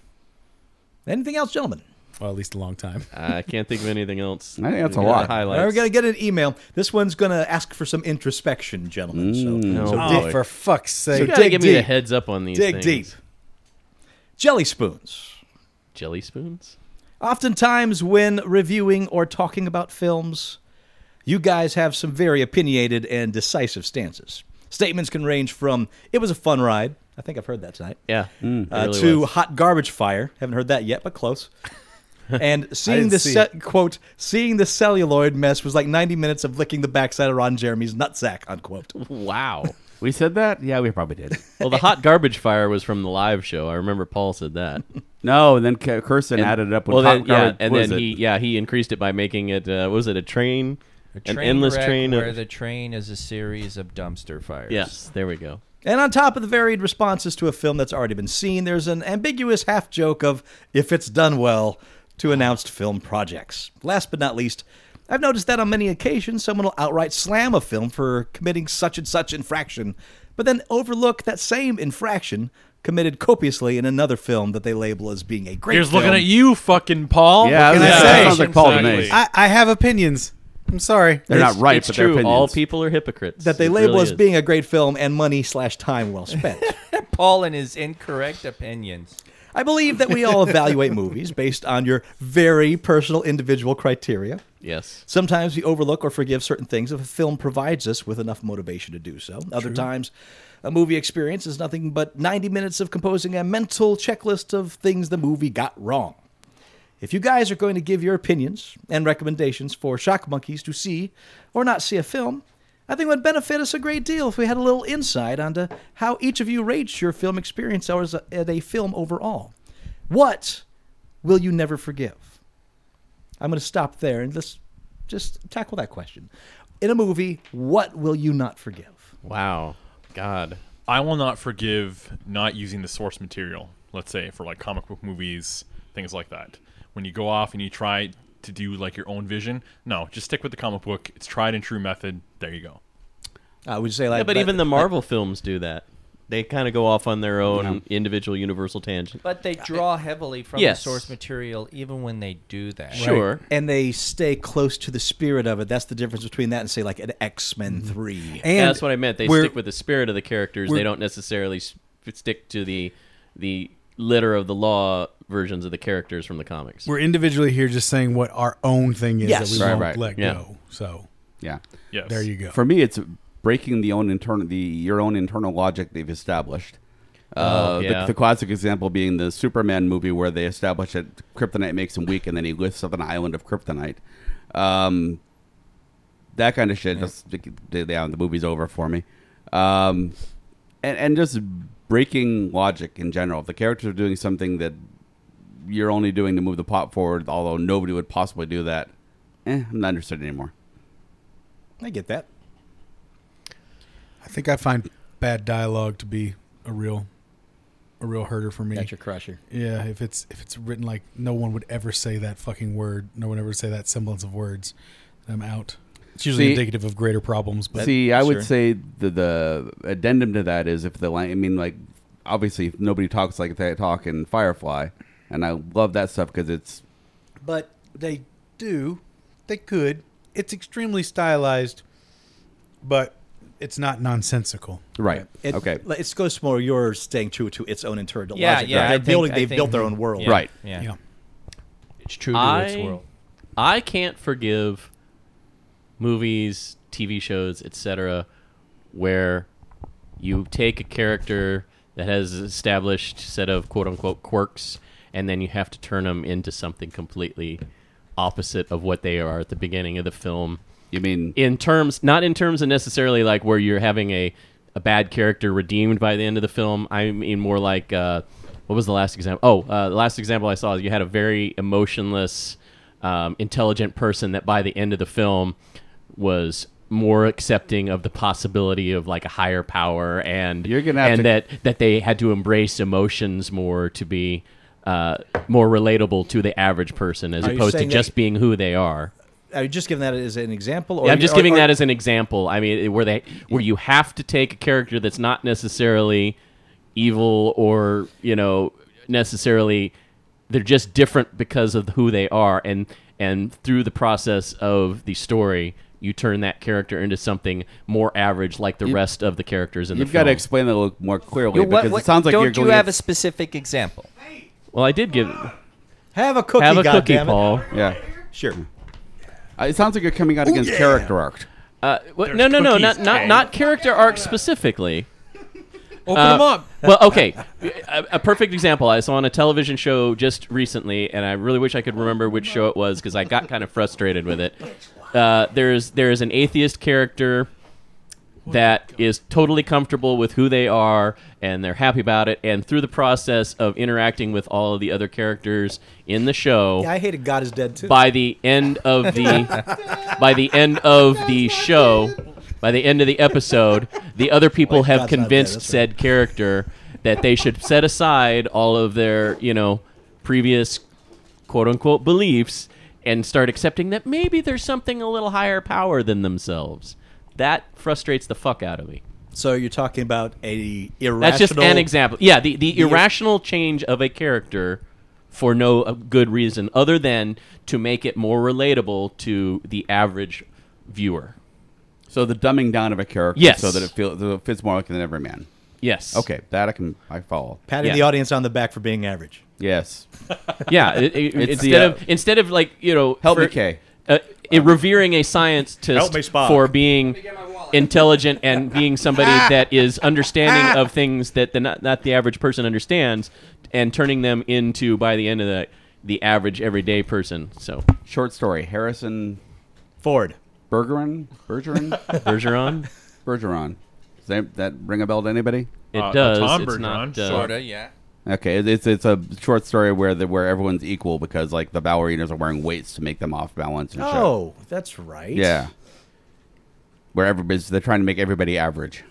Anything else, gentlemen?
Well, at least a long time.
I can't think of anything else.
I think that's a
Yeah,
lot.
Highlights.
All right, we're going to get an email. This one's going to ask for some introspection, gentlemen. So, so
Oh,
dig,
[laughs] for fuck's
You
sake!
gotta
dig
give me the
deep.
heads up on these
dig
things.
deep. Jelly spoons.
Jelly spoons.
Oftentimes, when reviewing or talking about films, you guys have some very opinionated and decisive stances. Statements can range from, it was a fun ride. I think I've heard that tonight.
Yeah.
uh,
Mm, It really
to
was.
hot garbage fire. Haven't heard that yet,
[laughs]
but close. And seeing
didn't
the
see
ce- quote, seeing the celluloid mess was like 90 minutes of licking the backside of Ron Jeremy's nutsack. Unquote.
wow.
We said that? Yeah, we probably did.
Well, the hot garbage fire was from the live show. I remember Paul said
[laughs]
that.
No, and then K- Kirsten added it up with
well,
hot
then, yeah,
garbage-
and
what is
then
it?
he, yeah, he increased it by making it. Uh, what was it a train? An
Train
endless
wreck
train
where
of-
the train is a series of dumpster
[laughs]
fires.
Yes, there we go.
And on top of the varied responses to a film that's already been seen, there's an ambiguous half joke of if it's done well to announced film projects. Last but not least, I've noticed that on many occasions someone will outright slam a film for committing such and such infraction, but then overlook that same infraction committed copiously in another film that they label as being a great
Here's
film.
looking at you, fucking Paul.
Yeah,
I
that
say?
sounds like Paul to me.
Exactly.
I, I have opinions. I'm sorry.
They're not right,
it's
but
true.
they're
All
opinions.
people are hypocrites.
that they
It
label
really
as
is.
being a great film and money slash time well spent. [laughs]
Paul and his incorrect opinions.
I believe that we all evaluate movies based on your very personal individual criteria.
Yes.
Sometimes we overlook or forgive certain things if a film provides us with enough motivation to do so. Other times, a movie experience is nothing but 90 minutes of composing a mental checklist of things the movie got wrong. If you guys are going to give your opinions and recommendations for shock monkeys to see or not see a film, I think it would benefit us a great deal if we had a little insight onto how each of you rates your film experience as a, at a film overall. What will you never forgive? I'm going to stop there and let's just tackle that question. In a movie, what will you not forgive?
Wow. God.
I will not forgive not using the source material, let's say, for like comic book movies, things like that. When you go off and you try to do like your own vision, no, just stick with the comic book. It's tried and true method. There you go.
I Uh, would say like,
Yeah, but even the Marvel films do that. They kind of go off on their own individual universal tangent.
But they draw heavily from
Yes.
the source material, even when they do that.
Sure.
and they stay close to the spirit of it. That's the difference between that and say like an X Men three.
And
Mm-hmm. Yeah, that's what I meant. They
we're-
stick with the spirit of the characters. They
we're-
don't necessarily s- stick to the the letter of the law versions of the characters from the comics.
We're individually here just saying what our own thing is
Yes.
that we
Right,
won't
right.
let
Yeah.
go. So
Yeah.
Yes.
there you go.
For me, it's breaking the own internal, the your own internal logic they've established. Uh,
Oh,
the-
yeah.
the, classic example being the Superman movie where they establish that kryptonite makes him weak, and then he lifts up an island of kryptonite. Um, that kind of shit. Just yeah, the movie's over for me. Um, and and just breaking logic in general. If the characters are doing something that you're only doing to move the plot forward, although nobody would possibly do that, eh, I'm not interested anymore.
I get that.
I think I find bad dialogue to be a real, a real herder for me.
That's your crusher.
Yeah, if it's if it's written like no one would ever say that fucking word, no one ever would say that semblance of words, I'm out. It's usually
See-
indicative of greater problems. But
See, I
sure.
would say the the addendum to that is if the line. I mean, like obviously, if nobody talks like they talk in Firefly, and I love that stuff because it's
but they do, they could. It's extremely stylized, but it's not nonsensical.
right.
It,
okay,
like, It goes more your staying true to its own internal
Yeah,
logic.
yeah,
Like,
I
They're
think-
building.
I
they've
think-
built their own world.
Yeah.
right.
Yeah.
Yeah,
It's true to its
I
world.
I can't forgive movies, TV shows, etc., where you take a character that has an established set of quote unquote quirks, and then you have to turn them into something completely opposite of what they are at the beginning of the film
You mean
in terms not in terms of necessarily like where you're having a a bad character redeemed by the end of the film i mean more like uh what was the last example oh uh, the last example i saw is you had a very emotionless um, intelligent person that by the end of the film was more accepting of the possibility of like a higher power and
You're gonna have
and
to-
that that they had to embrace emotions more to be uh, more relatable to the average person as
Are you
opposed to
saying that-
just being who they are
Are you just giving that as an example? Or
yeah, I'm just
or-
giving
or-
that as an example. I mean, where they where you have to take a character that's not necessarily evil or you know necessarily they're just different because of who they are, and and through the process of the story, you turn that character into something more average, like the rest of the characters in the
you've got to
film.
explain that a little more clearly
What-
because
what-
it sounds like
don't
you're going.
you have a
to-
specific example?
well, I did give
Have a cookie,
have a cookie,
goddammit.
Paul.
yeah.
Sure.
Uh, It sounds like you're coming out against character arc.
Uh, what, no, no, no,
cookies,
not not
Kang.
not character arc specifically.
Open
Uh,
them up.
well, okay. A, a perfect example. I saw on a television show just recently, and I really wish I could remember which show it was because I got kind of frustrated with it. Uh, there's there is an atheist character that is totally comfortable with who they are and they're happy about it and through the process of interacting with all of the other characters in the show
Yeah, I hated God is dead too.
by the end of the by the end of the show by the end of the episode the other people
Wait,
have
that's not bad,
convinced
that's
said character that they should set aside all of their you know previous quote unquote beliefs and start accepting that maybe there's something a little higher power than themselves that frustrates the fuck out of me
So you're talking about a irrational.
that's just an example. Yeah, the, the
ir-
irrational change of a character for no uh, good reason other than to make it more relatable to the average viewer.
So the dumbing down of a character,
Yes.
so that it feels so it fits more like an everyman.
Yes.
Okay, that I can I follow.
Patting
Yeah.
the audience on the back for being average.
Yes,
Yeah. it- it-
[laughs] It's
instead
the, uh,
of instead of like you know
help me,
for-
Kay.
uh, it- revering a scientist
Help me, Spock.
for being intelligent and being somebody that is understanding of things that the not, not the average person understands, and turning them into by the end of the the average everyday person. So
Short story: Harrison
Ford.
Bergeron, Bergeron,
Bergeron.
Bergeron. Does that, that ring a bell to anybody?
It
Uh,
does.
Tom
it's
Bergeron,
not uh,
sorta.
Sorta, yeah.
Okay, it- it's it's a short story where the, where everyone's equal because like the ballerinas are wearing weights to make them off balance and shit.
Oh, that's right.
yeah, where everybody's they're trying to make everybody average.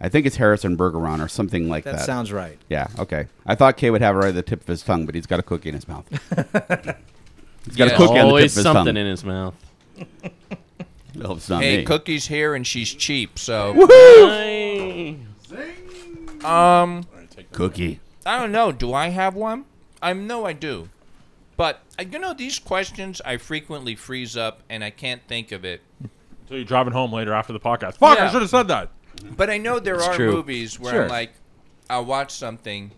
I think it's Harrison Bergeron or something like
That,
that.
sounds right.
Yeah. Okay. I thought Kay would have it right at the tip of his tongue, but he's got a cookie in his
[laughs]
mouth. he's got a cookie on the tip
always
of his
something
tongue.
in his mouth.
Well, it's not
Hey,
me.
Cookie's here and she's cheap, so
Hey.
um
Cookie.
I don't know. Do I have one? I know I do. But uh, you know these questions I frequently freeze up and I can't think of it.
So you're driving home later after the podcast. Fuck!
Yeah.
I should have said that.
But I know there are
true.
movies where I'm like I'll watch something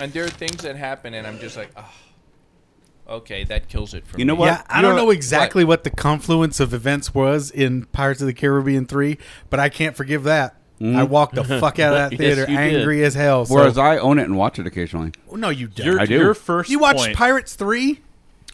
and there are things that happen and I'm just like, oh, okay, that kills it for
You know
me."
what?
Yeah, I
You're-
don't know exactly what? the confluence of events was in Pirates of the Caribbean 3, but I can't forgive that. I walked the fuck out of that
Yes,
theater
you did.
angry as hell. So.
Whereas I own it and watch it occasionally.
no, you don't.
Your,
I do.
Your first
you watched
point,
Pirates 3?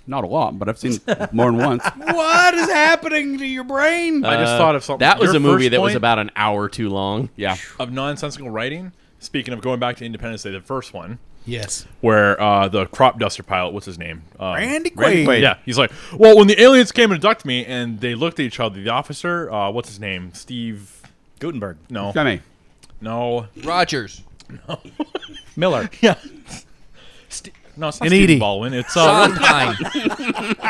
Not a lot, but I've seen more than once.
[laughs] What is happening to your brain?
I just thought of something.
Uh, That was
Your
a movie
first
that was
point
about an hour too long.
Yeah.
of nonsensical writing. Speaking of going back to Independence Day, the first one
yes.
where uh, the crop duster pilot, what's his name? Um,
Randy Quaid.
Yeah, he's like, well, when the aliens came and abducted me, and they looked at each other, the officer, uh, what's his name? Steve?
Gutenberg.
No,
Jimmy.
[laughs]
no,
Rogers.
Miller.
St- no, it's not
And
E
Steve
Edie.
Baldwin. It's uh,
Sondheim.
[laughs]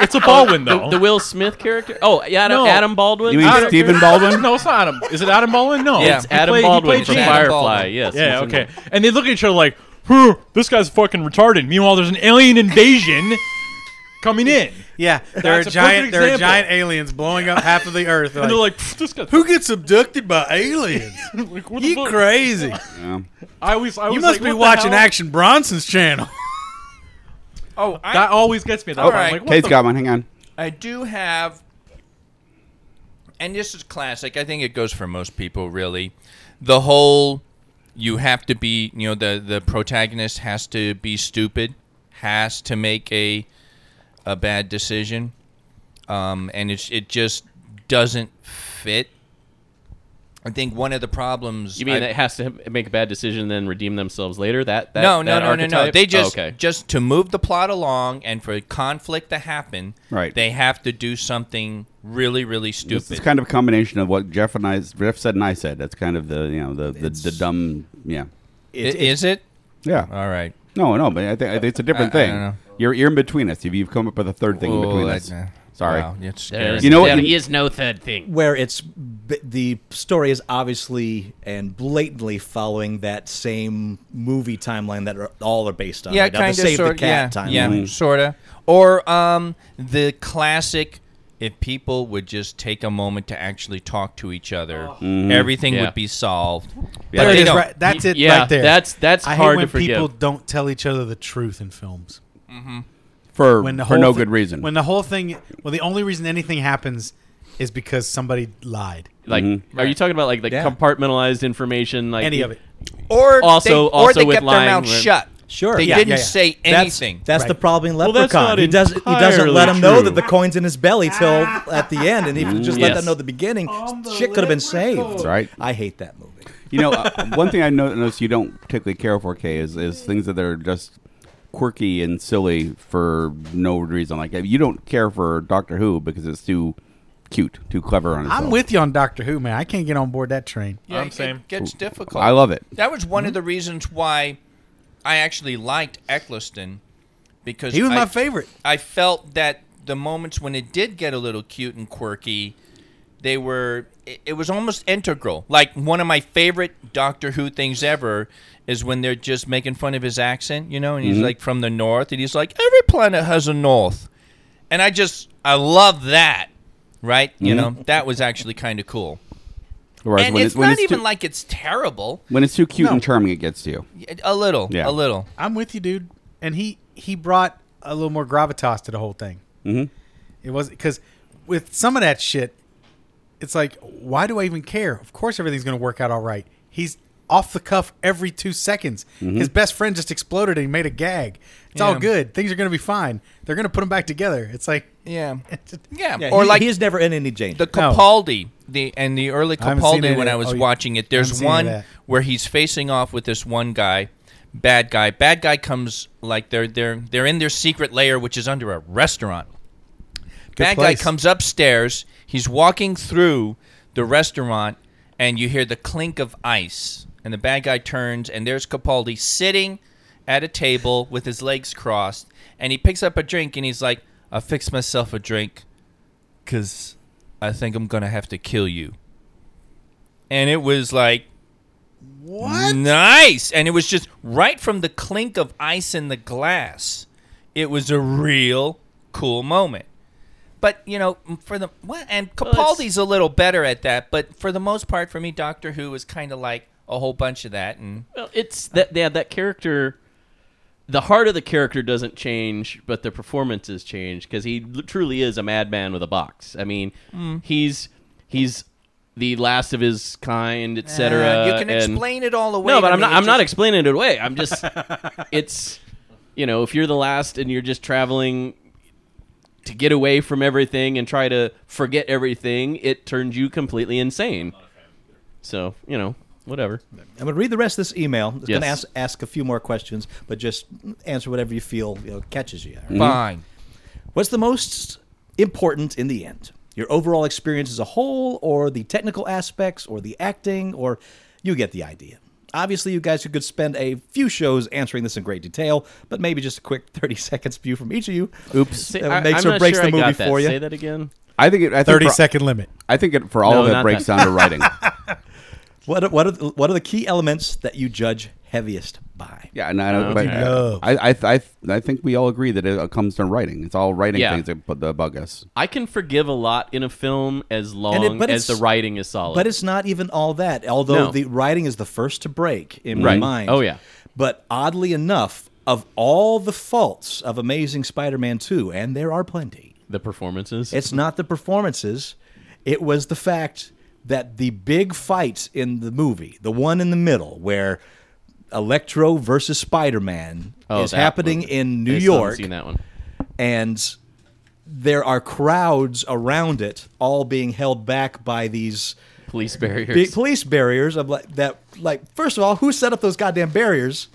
it's a Baldwin though.
The Will Smith character? Oh, yeah, Adam,
No.
Adam Baldwin.
You mean
character?
Stephen Baldwin?
no, it's not Adam. Is it Adam Baldwin? No,
Yeah.
It's
He
Adam
played- he
Baldwin
played
from
Gene.
Gene.
Firefly.
Adam Baldwin.
Yes.
Yeah,
he's in
okay.
that.
And they look at each other like, "Huh, this guy's fucking retarded." Meanwhile, there's an
[laughs]
alien invasion coming in,
Yeah, there are
That's a
giant.
perfect
There are
example.
giant aliens blowing up half of the earth.
and
Like,
they're like, "Pfft, "This guy,
"Who gets abducted by aliens?
[laughs] like, what the
you
fuck?" [laughs]
crazy?
Yeah.
I always, I
You
was
must
like,
be
"What the
watching
hell?"
Action [laughs] Bronson's channel."
Oh, I,
That always gets me. That
All
I'm
right.
like, what
Kay's
the-
got one. Hang on.
I do have, and this is classic. I think it goes for most people, really. The whole you have to be, you know, the the protagonist has to be stupid, has to make a a bad decision, um, and it's it just doesn't fit. I think one of the problems.
You mean
I-
it has to ha- make a bad decision and then redeem themselves later? That, that
no, no,
that
no, no, no.
archetype?
They just
Oh, okay.
just to move the plot along and for conflict to happen.
Right.
They have to do something really, really
It's,
stupid.
it's kind of a combination of what Jeff and I, Jeff said and I said. That's kind of the you know the the, the dumb yeah
I- is it?
yeah.
All right.
no, no, but I think I think it's a different
I- I
thing.
don't know.
You're you're in between us. You've, you've come up with a third thing in
Whoa,
between
that-
us.
uh,
Sorry.
wow, that's
There
scary.
is,
You know what-
there is no third thing.
where it's b- the story is obviously and blatantly following that same movie timeline that are, all are based on.
yeah,
right now, the
kind of,
Save
sort
the Cat
yeah,
timeline.
yeah, sort of. Or um, the classic. If people would just take a moment to actually talk to each other, everything
Oh. Mm-hmm. Yeah.
would be solved.
Yeah.
But
There it
they
is,
don't.
right- That's
Y-
it
yeah,
right there.
that's- that's
I
hard
hate when
to forgive.
people don't tell each other the truth in films.
For
When the
for
whole
no
thi-
good reason.
When the whole thing, well, the only reason anything happens is because somebody lied.
Like, are you talking about like the
Yeah.
compartmentalized information? Like
Any of it.
Or
Also-
they, or
also
they
with
kept their
lying
mouth
where-
shut.
Sure,
they
yeah,
didn't
yeah, yeah.
say
That's,
anything.
that's the
Right.
problem in
Well, that's
Leprechaun.
not
he doesn't he doesn't let
entirely
him know
true.
that the coin's in his belly till at the end, and if you just let
Yes.
them know at the beginning,
On the
shit could have been saved.
Leprechaun. That's
right.
I hate that movie.
you
[laughs]
know, uh, one thing I no- notice you don't particularly care for, Kay, is, is things that are just quirky and silly for no reason. Like you don't care for Doctor Who because it's too cute, too clever on itself.
I'm with you on Doctor Who, man. I can't get on board that train.
Yeah,
I'm
it-
same.
It gets difficult.
I love it.
That was one of the reasons why I actually liked Eccleston because
He was
I,
my favorite.
I felt that the moments when it did get a little cute and quirky, they were. It, it was almost integral. Like one of my favorite Doctor Who things ever is when they're just making fun of his accent, you know, and he's
Mm-hmm.
like from the north, and he's like, every planet has a north, and I just I love that, right? You
Mm-hmm.
know, that was actually kind of cool.
Whereas
and it's, not even
too,
like it's terrible.
when it's too cute
No.
and charming, it gets to you.
A little,
Yeah.
a little.
I'm with you, dude. And he he brought a little more gravitas to the whole thing. Mm-hmm. It was because with some of that shit, it's like, why do I even care? Of course, everything's going to work out all right. He's off the cuff every two seconds. His best friend just exploded and he made a gag. It's all
Yeah.
good. Things are going to be fine. They're going to put them back together. [laughs] It's like,
Yeah, yeah.
Yeah,
or
he,
like
he is never in any danger.
the
No.
Capaldi, the and the early
I haven't seen
Capaldi
any
when
of
I
that.
was
Oh, you-
watching it.
I haven't
There's
seen any
one
of that.
where he's facing off with this one guy, bad guy. Bad guy comes like they're they're they're in their secret lair, which is under a restaurant. bad
place.
guy comes upstairs. He's walking through the restaurant, and you hear the clink of ice. And the bad guy turns, and there's Capaldi sitting at a table with his legs crossed, and he picks up a drink, and he's like, "I fixed myself a drink, cause I think I'm gonna have to kill you." And it was like,
what?
Nice. And it was just right from the clink of ice in the glass. It was a real cool moment. But you know, for the well, and Capaldi's a little better at that. But for the most part, for me, Doctor Who is kind of like a whole bunch of that. And
Well, it's that yeah, that character. The heart of the character doesn't change, but the performances change because he l- truly is a madman with a box. I mean, he's he's the last of his kind, etc.
Uh, you can
and-
explain it all away.
No, but
I
I'm
mean,
not.
it
I'm not
just-
explaining it away. I'm just. it's, you know, if you're the last and you're just traveling to get away from everything and try to forget everything, it turns you completely insane. So you know, whatever.
I'm going to read the rest of this email. It's going to
Yes.
ask, ask a few more questions, but just answer whatever you feel you know, catches you. all right?
fine.
What's the most important in the end? Your overall experience as a whole, or the technical aspects, or the acting, or you get the idea. Obviously, you guys could spend a few shows answering this in great detail, but maybe just a quick [laughs] 30 seconds view from each of you. Oops.
Say-
that
I-
makes
I'm
or
not
breaks
sure I
the movie
got that.
for you.
Say that again.
I think it, I think
Thirty second
for,
limit.
I think it for all
No,
of it
not
breaks
that.
down
[laughs]
to writing.
What, are, what, are, the- what are the key elements that you judge heaviest by?
Yeah, and I don't. But
Okay.
Love.
I, I, I, I think we all agree that it comes from writing. It's all writing
Yeah.
things that, bu- that bug us.
I can forgive a lot in a film as long
it- but
as the
it's-
writing is solid.
But it's not even all that, although
No.
the writing is the first to break in my
Right.
mind.
Oh, yeah.
But oddly enough, of all the faults of Amazing Spider Man 2, and there are plenty,
the performances.
it's not the performances, it was the fact that the big fight in the movie, the one in the middle where Electro versus Spider Man
Oh,
is
that
happening
movie.
in New
I still haven't
York
Seen that one?
and there are crowds around it, all being held back by these
Police barriers.
big police barriers of like that. Like, first of all, who set up those goddamn barriers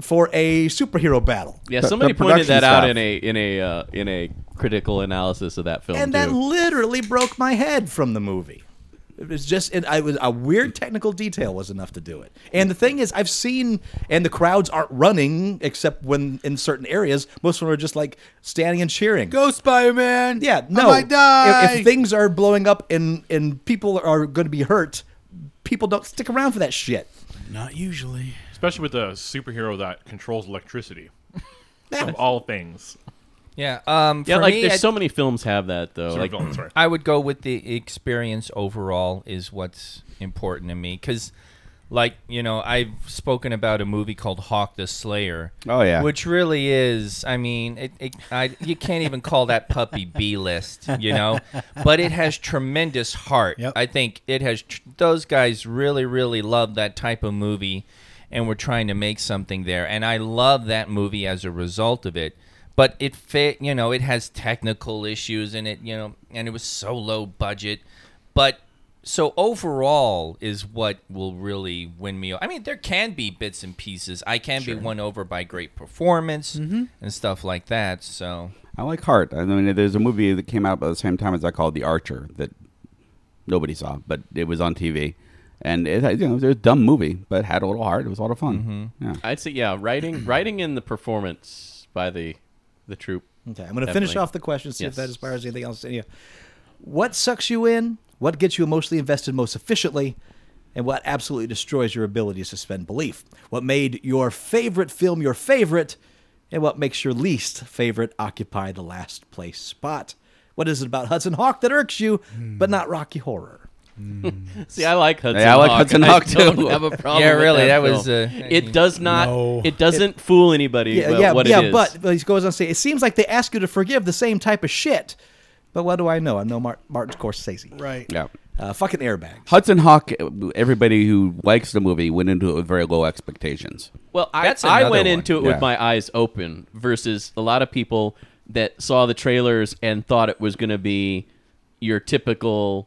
for a superhero battle?
yeah,
the-
somebody
the
pointed
production
that out
staff.
in a in a uh, in a critical analysis of that film.
and that
too.
literally broke my head from the movie. It was just, and I was a weird technical detail was enough to do it. And the thing is, I've seen, and the crowds aren't running except when in certain areas. Most of them are just like standing and cheering.
Go Spider Man.
Yeah, no.
I might die.
If, if things are blowing up and and people are going to be hurt, people don't stick around for that shit.
Not usually.
especially with a superhero that
[laughs]
controls electricity
Yeah.
of all things.
Yeah. Um,
yeah,
for
like
me,
there's
I-
so many films have that though.
Sorry,
Like
[clears throat]
villains, sorry.
I would go with the experience overall is what's important to me because, like you know, I've spoken about a movie called Hawk the Slayer.
Oh, yeah.
which really is. I mean, it, it I, you can't even call that puppy B list, you know, but it has tremendous heart.
Yep.
I think it has. Tr- those guys really, really love that type of movie, and we're trying to make something there. And I love that movie as a result of it but it fit you know it has technical issues in it you know and it was so low budget but so overall is what will really win me o- i mean there can be bits and pieces i can be won over by great performance and stuff like that so
I like Heart. I mean, there's a movie that came out about the same time as that called The Archer that nobody saw, but it was on TV, and it had- you know it was a dumb movie, but it had a little heart. It was a lot of fun. Yeah.
I'd say yeah,
[clears throat]
writing writing in the performance by the the troop.
Okay, I'm going to finish
Definitely.
off the question. See if
Yes.
that inspires anything else in you. What sucks you in? What gets you emotionally invested most efficiently? And what absolutely destroys your ability to suspend belief? What made your favorite film your favorite? And what makes your least favorite occupy the last place spot? What is it about Hudson Hawk that irks you, but not
Hmm.
Rocky Horror?
See, I like Hudson.
I like
Hawk.
Hudson Hawk,
I don't
too.
Have a problem
Yeah,
with
really,
That,
that was,
film.
uh,
it does not.
No.
It doesn't fool anybody.
Yeah,
about
yeah,
what
yeah.
it is.
But, but he goes on to say, it seems like they ask you to forgive the same type of shit. But what do I know? I'm no Mar- Martin Scorsese.
Right.
yeah.
Uh, fucking airbag.
Hudson Hawk. Everybody who likes the movie went into it with very low expectations.
Well, I,
That's
I
another
went
one.
into it
Yeah.
with my eyes open versus a lot of people that saw the trailers and thought it was going to be your typical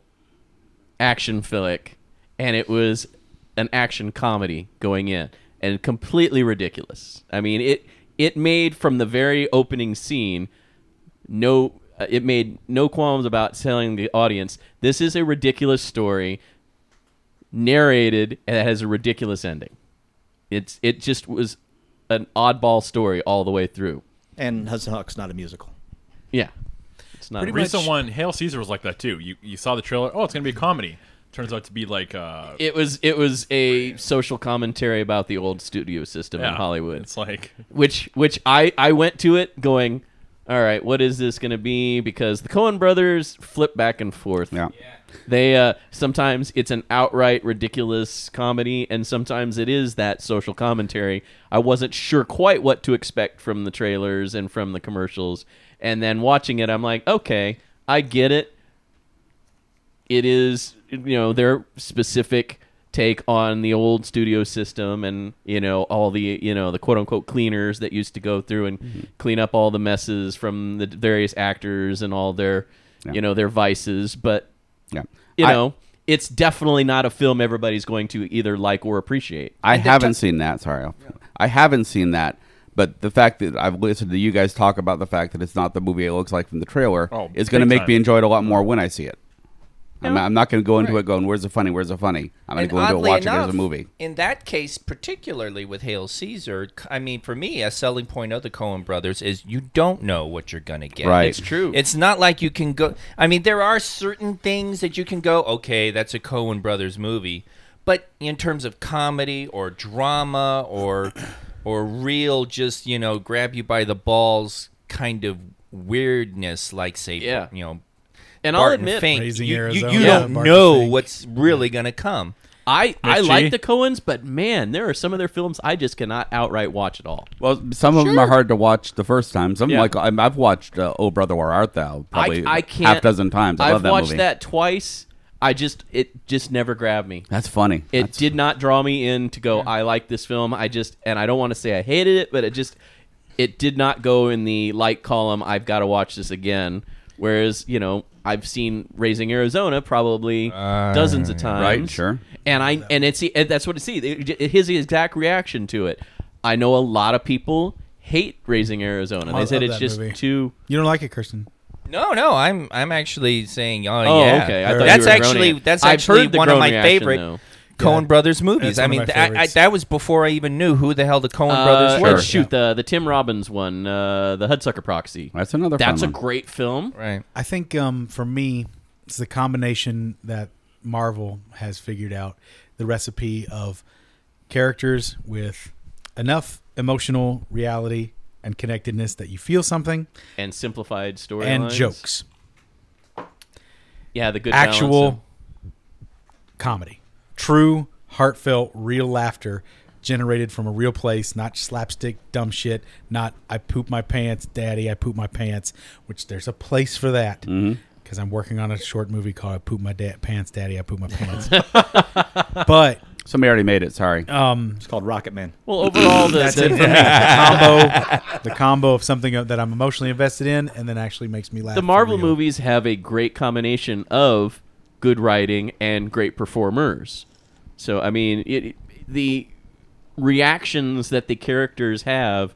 action flick, and it was an action comedy going in and completely ridiculous. I mean, it it made from the very opening scene no uh, it made no qualms about telling the audience this is a ridiculous story narrated and it has a ridiculous ending. It's it just was an oddball story all the way through.
And Hudson Hawk's not a musical.
Yeah, it's not.
The recent one, Hail Caesar, was like that too. You you saw the trailer. Oh, it's gonna be a comedy. Turns out to be like uh,
It was it was a social commentary about the old studio system in
yeah,
Hollywood,
It's like
which which I I went to it going, all right, what is this going to be? Because the Coen Brothers flip back and forth.
Yeah.
They uh, sometimes it's an outright ridiculous comedy, and sometimes it is that social commentary. I wasn't sure quite what to expect from the trailers and from the commercials, and then watching it, I'm like, okay, I get it. It is you know their specific take on the old studio system and you know all the you know the quote unquote cleaners that used to go through and
Mm-hmm.
clean up all the messes from the various actors and all their you know their vices but
Yeah.
you
I-
know, it's definitely not a film everybody's going to either like or appreciate.
I haven't seen that. Sorry, I'll- I haven't seen that. But the fact that I've listened to you guys talk about the fact that it's not the movie it looks like from the trailer
Oh,
is going to
big
make
time.
me enjoy it a lot more when I see it. I'm, I'm not going to go into it going, "Where's the funny? Where's the funny?" I'm going
and
to go into it
oddly
watching it
enough,
as a movie.
in that case particularly with hail caesar c- i mean for me a selling point of the cohen brothers is you don't know what you're gonna get
Right.
It's
It's
true.
It's not like you can go. I mean, there are certain things that you can go. Okay, that's a Cohen Brothers movie, but in terms of comedy or drama or [clears throat] or real, just you know, grab you by the balls kind of weirdness, like say,
Yeah.
you know,
And I'll
Barton
admit,
Fink.
Raising
you, you,
Arizona,
you
Yeah.
don't
Barton
know
Fink.
what's really gonna come.
I I
Mitch
like
G?
the Coens, but man, there are some of their films I just cannot outright watch at all.
Well, some of them are hard to watch the first time. Some
Yeah.
like I'm, I've watched uh, "Oh Brother, Where Art Thou" probably
I, I can't
half dozen times. I
have
love that
watched
movie.
that twice. I just it just never grabbed me.
That's funny.
It
That's-
did not draw me in to go. I like this film. I just and I don't want to say I hated it, but it just it did not go in the like column. I've got to watch this again. Whereas you know I've seen Raising Arizona probably dozens of times.
Right, sure.
And I and it's and that's what it see it, it- his exact reaction to it. I know a lot of people hate Raising Arizona.
I
They said
love
it's
that
just
movie.
too.
You don't like it, Kirsten?
No, no, I'm I'm actually saying, oh,
Oh,
yeah.
okay. I thought you
that's
were groaning.
actually that's
I've
actually
heard the
one of
groan
my
reaction,
favorite
though.
Cohen Brothers movies.
That's
I
one of
mean,
my
th- I, I,
favorites.
that was before I even knew who the hell the Cohen
Uh,
Brothers were.
what- shoot the the Tim Robbins one, uh, the Hudsucker Proxy.
That's another.
That's a
fun one.
great film.
Right.
I think um, for me, it's the combination that Marvel has figured out the recipe of characters with enough emotional reality and connectedness that you feel something,
and simplified story
and jokes,
Yeah, the good balance of-
actual comedy, true, heartfelt, real laughter generated from a real place, not slapstick dumb shit, not I poop my pants, daddy, I poop my pants, which there's a place for that. Because I'm working on a short movie called "I Poop My da- Pants, Daddy." I poop my pants, [laughs] but
Somebody already made it. Sorry.
Uh,
It's called Rocket Man.
well,
[clears throat]
overall, the,
that's
the-
it for me. The combo, the combo of something that I'm emotionally invested in, and then actually makes me laugh.
the
for
Marvel
real.
movies have a great combination of good writing and great performers. So I mean, it, the reactions that the characters have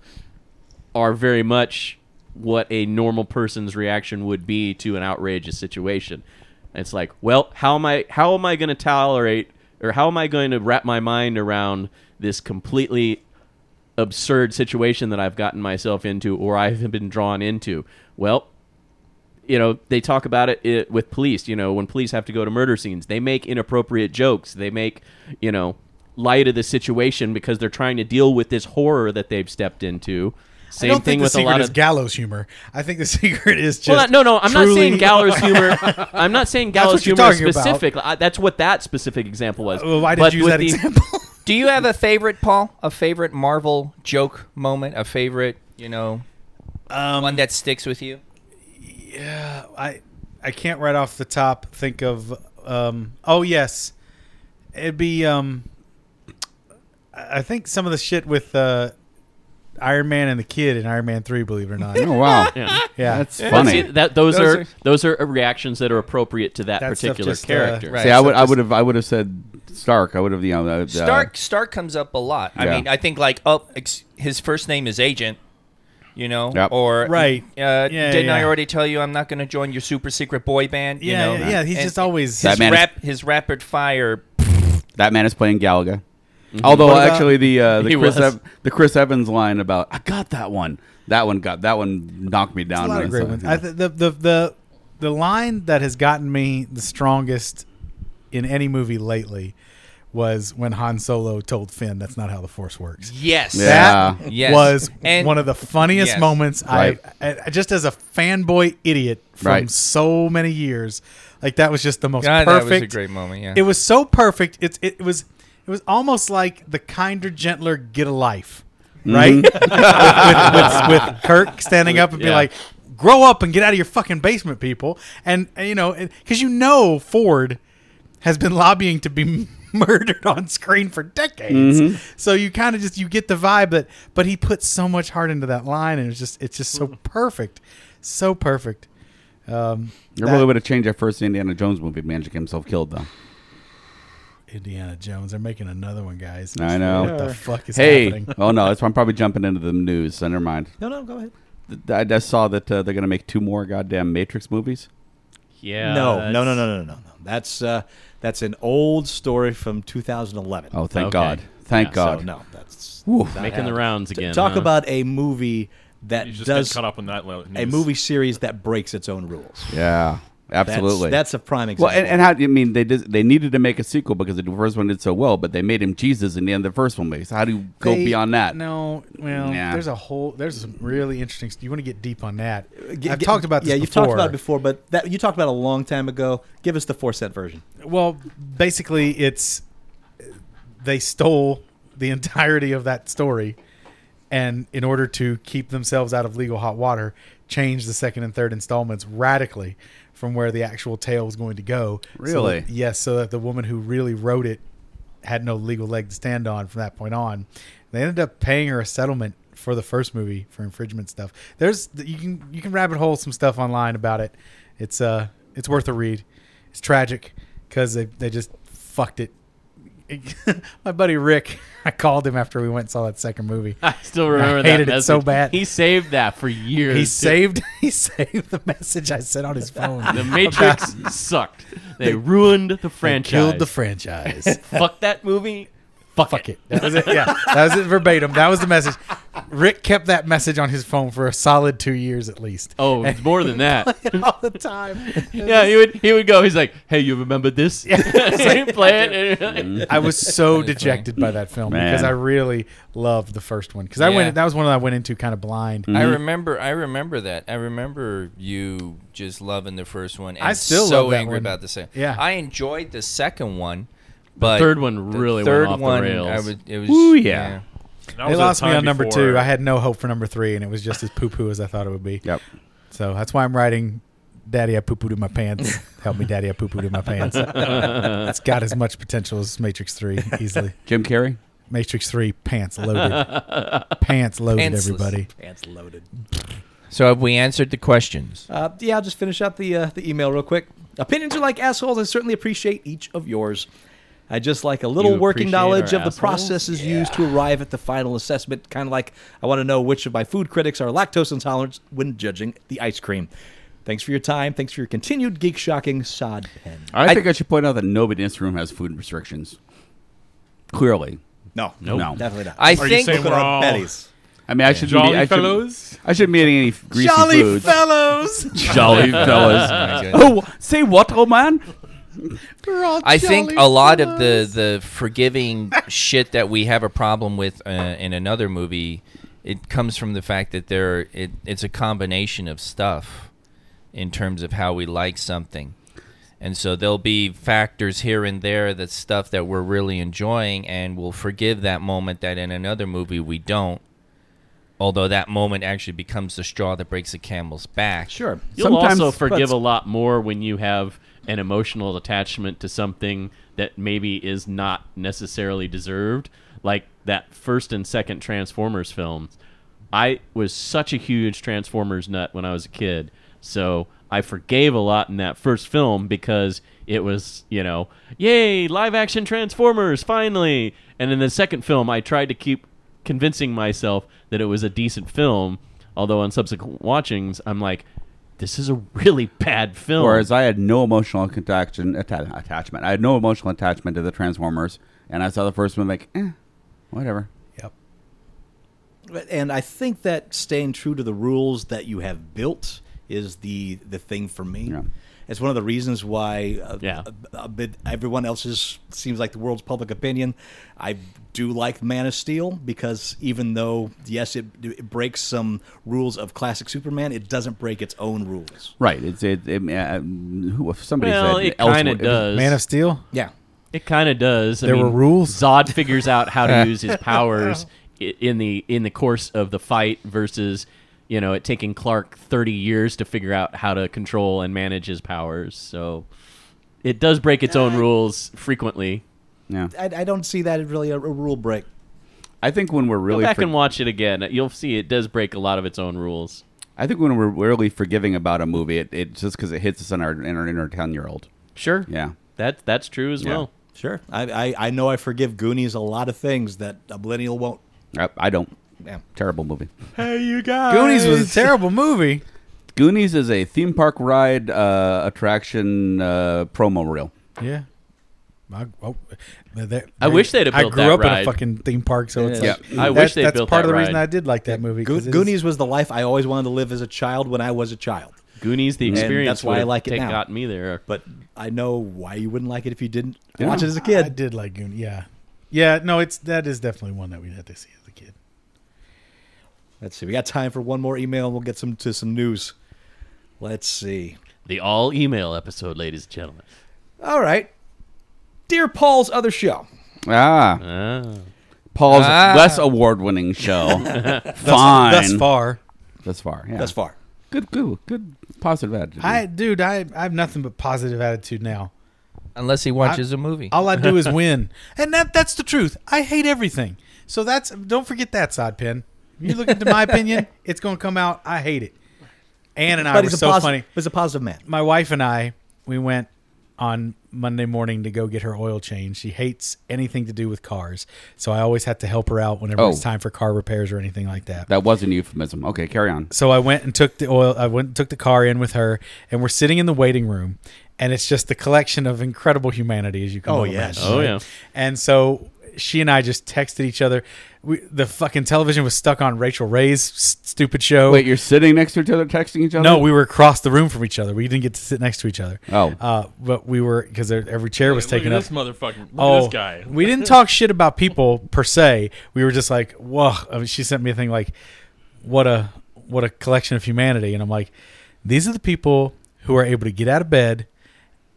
are very much what a normal person's reaction would be to an outrageous situation. And it's like, well, how am I how am I going to tolerate or how am I going to wrap my mind around this completely absurd situation that I've gotten myself into or I've been drawn into? Well, you know they talk about it, it with police you know when police have to go to murder scenes they make inappropriate jokes they make you know light of the situation because they're trying to deal with this horror that they've stepped into
I
same
don't
thing
think the
with a
secret
lot
is
of
gallows humor. I think the [laughs] secret is just
well, no, no, I'm not
truly- [laughs]
saying gallows humor. I'm not saying gallows
what you're
humor
talking about.
specific. I, that's what that specific example was.
Well, why did
But
you use
with
that
the-
example? [laughs]
Do you have a favorite, Paul? A favorite Marvel joke moment? A favorite, you know,
Um,
one that sticks with you?
I I can't right off the top think of um oh yes. It'd be um I I think some of the shit with uh Iron Man and the kid in Iron Man 3 believe it or
[laughs]
not.
oh wow,
Yeah.
yeah.
that's
But
funny.
see, that those,
Those
are,
are-
those are reactions that are appropriate to that,
That stuff
particular
just, uh,
character.
right.
See, I would,
so
I
just-
would have, I would have said Stark. I would have, you know, uh,
Stark Stark comes up a lot. I
Yeah.
mean, I think like oh, ex- his first name is Agent. You know,
Yep.
or
Right.
Uh,
Yeah,
didn't I
yeah.
already tell you I'm not going to join your super secret boy band? You
yeah,
know?
yeah, yeah, he's
And
just always
his
Batman is-
rap, his rapid fire.
That man is playing Galaga. Although
about-
actually the uh,
Mm-hmm. [laughs]
the
He
Chris
was.
Ev- the Chris Evans line about I got that one that one got that one knocked me
a
down.
lot
when
of
I
great
saw it.
ones. I th- the, the the the line that has gotten me the strongest in any movie lately was when Han Solo told Finn that's not how the Force works.
Yes.
Yeah.
That
Yes.
was
And-
one of the funniest
Yes.
moments
Right.
I, I just as a fanboy idiot from
Right.
so many years. Like that was just the most
God,
perfect.
Ah, That was a great moment. Yeah.
It was so perfect. It's it was it was almost like the kinder, gentler get a life,
Mm-hmm. [laughs]
right? [laughs] with, with, with Kirk standing up and be
Yeah.
like, "Grow up and get out of your fucking basement, people." And and, you know, because you know Ford has been lobbying to be [laughs] murdered on screen for decades.
Mm-hmm.
So you kind of just you get the vibe that, but he put so much heart into that line, and it's just it's just
Mm.
so perfect, so perfect. Um,
You
that-
really would have changed our first Indiana Jones movie. Man, to get himself killed though.
Indiana Jones. They're making another one, guys.
I know.
What the fuck is
Hey,
happening?
oh no, it's, I'm probably jumping into the news. So never mind.
No, no, go ahead.
Th- I just saw that uh, they're gonna make two more goddamn Matrix movies.
Yeah.
no, no,
that's-
no, no, no, no, no. That's uh, that's an old story from 2011.
Oh, thank
Okay.
God, thank
Yeah, so
God.
So no, that's
Whew.
not
Making the
happening.
rounds again.
Talk
huh?
about a movie that
You just
does
got caught up on that. lo-
a
news.
movie series that breaks its own rules.
Yeah,
That's,
absolutely.
that's a prime example.
Well, and, and how I mean they did, they needed to make a sequel because the first one did so well, but they made him Jesus in the end of the first one. So how do you go
They-
beyond that?
No, well,
Nah.
there's a whole, there's some really interesting. You want to get deep on that?
G-
I've
g-
talked about this.
yeah,
before.
you've talked about it before, but that you talked about it a long time ago. Give us the four cent version.
Well, basically, it's they stole the entirety of that story, and in order to keep themselves out of legal hot water, changed the second and third installments radically from where the actual tale was going to go. So
Really?
that- yes, so that the woman who really wrote it had no legal leg to stand on from that point on. They ended up paying her a settlement for the first movie for infringement stuff. There's you can you can rabbit hole some stuff online about it. It's uh it's worth a read. It's tragic because they they just fucked it. [laughs] My buddy Rick, [laughs] I called him after we went and saw that second movie.
I still remember
I
that
hated it so
message.
bad.
He saved that for years.
He
dude.
saved [laughs] he saved the message I sent
[laughs]
on his phone.
[laughs]
The Matrix sucked. They, ruined the franchise.
Killed the franchise.
Fuck that movie. Fuck,
Fuck it. That was it. Yeah, that was it verbatim. That was the message. Rick kept that message on his phone for a solid two years at least.
Oh, it's more than that.
[laughs] all the time.
yeah, he would he would go. He's like, "Hey, you remember this?" [laughs] Yeah, play it. [laughs] and-
I was so dejected by that film
Man.
because I really loved the first one because I
Yeah.
went that was one that I went into kind of blind.
I remember. I remember that. I remember you just loving the first one. And
I still
so
love that
angry
one.
about the second.
Yeah.
I enjoyed the second one, but
third one really
the third
went off
one,
the rails.
I would, it was.
Ooh, yeah.
And that
They
was at a
lost me
time
on number
before-
two. I had no hope for number three, and it was just as poo poo as I thought it would be.
Yep.
So that's why I'm writing. Daddy, I poo pooed in my pants.
[laughs]
Help me, Daddy, I poo pooed in my pants. it's got as much potential as Matrix 3
[laughs]
easily.
Jim Carrey.
Matrix 3, pants loaded. Pants loaded,
Pantsless.
everybody.
Pants loaded.
So have we answered the questions?
Uh, yeah, I'll just finish out the uh, the email real quick. Opinions are like assholes. I certainly appreciate each of yours. I just like a little
You
working
appreciate
knowledge
our
of the
assholes?
processes used to arrive at the final assessment. Kind of like I want to know which of my food critics are lactose intolerant when judging the ice cream. Thanks for your time. Thanks for your continued geek shocking sod pen.
I, think I should point out that nobody in this room has food restrictions. Clearly,
No,
Nope. No.
definitely not.
I
Are you
think
saying
Look at
we're
our
all
Betty's.
I mean, I should
jolly
be, I
fellows?
Should, I shouldn't be eating any f- greasy
Jolly
foods.
fellows!
jolly
[laughs]
fellas.
Okay.
oh, say what, old man?
We're all
I think
jolly
a lot of
fellows.
the the
[laughs]
forgiving shit that we have a problem with uh, in another movie, it comes from the fact that there it, it's a combination of stuff in terms of how we like something. And so there'll be factors here and there that's stuff that we're really enjoying and we'll forgive that moment that in another movie we don't. Although that moment actually becomes the straw that breaks the camel's back.
Sure.
You'll
Sometimes-
also forgive
but-
a lot more when you have an emotional attachment to something that maybe is not necessarily deserved, like that first and second Transformers films. I was such a huge Transformers nut when I was a kid, so I forgave a lot in that first film because it was, you know, yay, live action Transformers, finally. And in the second film, I tried to keep convincing myself that it was a decent film, although on subsequent watchings, I'm like, this is a really bad film.
Whereas I had no emotional contaction, atta- attachment. I had no emotional attachment to the Transformers, and I saw the first one like, eh, whatever.
Yep.
and I think that staying true to the rules that you have built is the the thing for me.
Yeah.
It's one of the reasons why uh,
Yeah.
a, a bit everyone else's seems like the world's public opinion. I do like Man of Steel because even though yes, it, it breaks some rules of classic Superman, it doesn't break its own rules.
Right. It's it. it uh, who- if somebody
well,
said
it
elsewhere-
kind of
was-
does.
Man of Steel?
Yeah,
it kind of does. I
There
mean,
were rules?
Zod figures out how
[laughs]
to use his powers i- in the in the course of the fight versus you know it taking Clark thirty years to figure out how to control and manage his powers. So it does break its own rules frequently.
Yeah.
I, I don't see that as really a, a rule break.
I think when we're
Go
really
back
for-
and watch it again. You'll see it does break a lot of its own rules.
I think when we're really forgiving about a movie, it, it just because it hits us in our in our inner ten year old.
Sure.
Yeah.
That that's true as
Yeah.
well.
Sure, I, I I know I forgive Goonies a lot of things that a millennial won't.
I, I don't.
Yeah.
Terrible movie.
Hey, you guys. Goonies was a terrible movie.
Goonies is a theme park ride uh, attraction uh, promo reel.
Yeah. I, oh, that-
I wish they'd have
I
built
grew
that
up in a
ride.
fucking theme park, so it's
Yeah.
like
I
that's-
wish they
that's
built
part
that
of the reason
ride.
I did like that movie.
Go-
'cause it is-
Goonies was the life I always wanted to live as a child when I was a child.
Goonies, the
that's
experience.
why I
would've
like it
ta-
now.
Got me there.
but I know why you wouldn't like it if you didn't
Yeah.
watch it as a
I
kid.
did like Goonies. Yeah. Yeah. No, it's that is definitely one that we had to see as a kid.
Let's see. We got time for one more email. and We'll get some to some news. Let's see.
The all email episode, ladies and gentlemen.
All right. Dear Paul's other show.
Ah,
Ah.
Paul's
Ah.
less award winning show. Fine.
Thus far,
Thus far. Yeah.
Thus far.
Good. Good. Good. Positive attitude.
I dude, I I have nothing but positive attitude now.
Unless he watches a movie.
All I do
[laughs]
is win, and that that's the truth. I hate everything. So that's don't forget that side pin. You look
[laughs]
into my opinion, it's going to come out. I hate it. Ann and I
but
were
he's a
so
positive,
funny.
He's a positive man.
My wife and I, we went on Monday morning to go get her oil change. She hates anything to do with cars, so I always had to help her out whenever it's
Oh.
time for car repairs or anything like that.
That was a euphemism. Okay, carry on.
So I went and took the oil. I went and took the car in with her, and we're sitting in the waiting room, and it's just the collection of incredible humanity as you can.
Oh,
well
yes.
imagine,
Oh,
right?
yeah.
And so she and I just texted each other. We, the fucking television was stuck on Rachel Ray's s- stupid show.
Wait, you're sitting next to each other, texting each other?
Oh. no, we were across the room from each other. We didn't get to sit next to each other.
Oh.
uh, but we were because every chair was
Look
taken
at
up.
this motherfucker. Look
Oh,
at this guy. [laughs]
we didn't talk shit about people per se. We were just like, whoa. I mean, she sent me a thing like, what a what a collection of humanity. And I'm like, these are the people who are able to get out of bed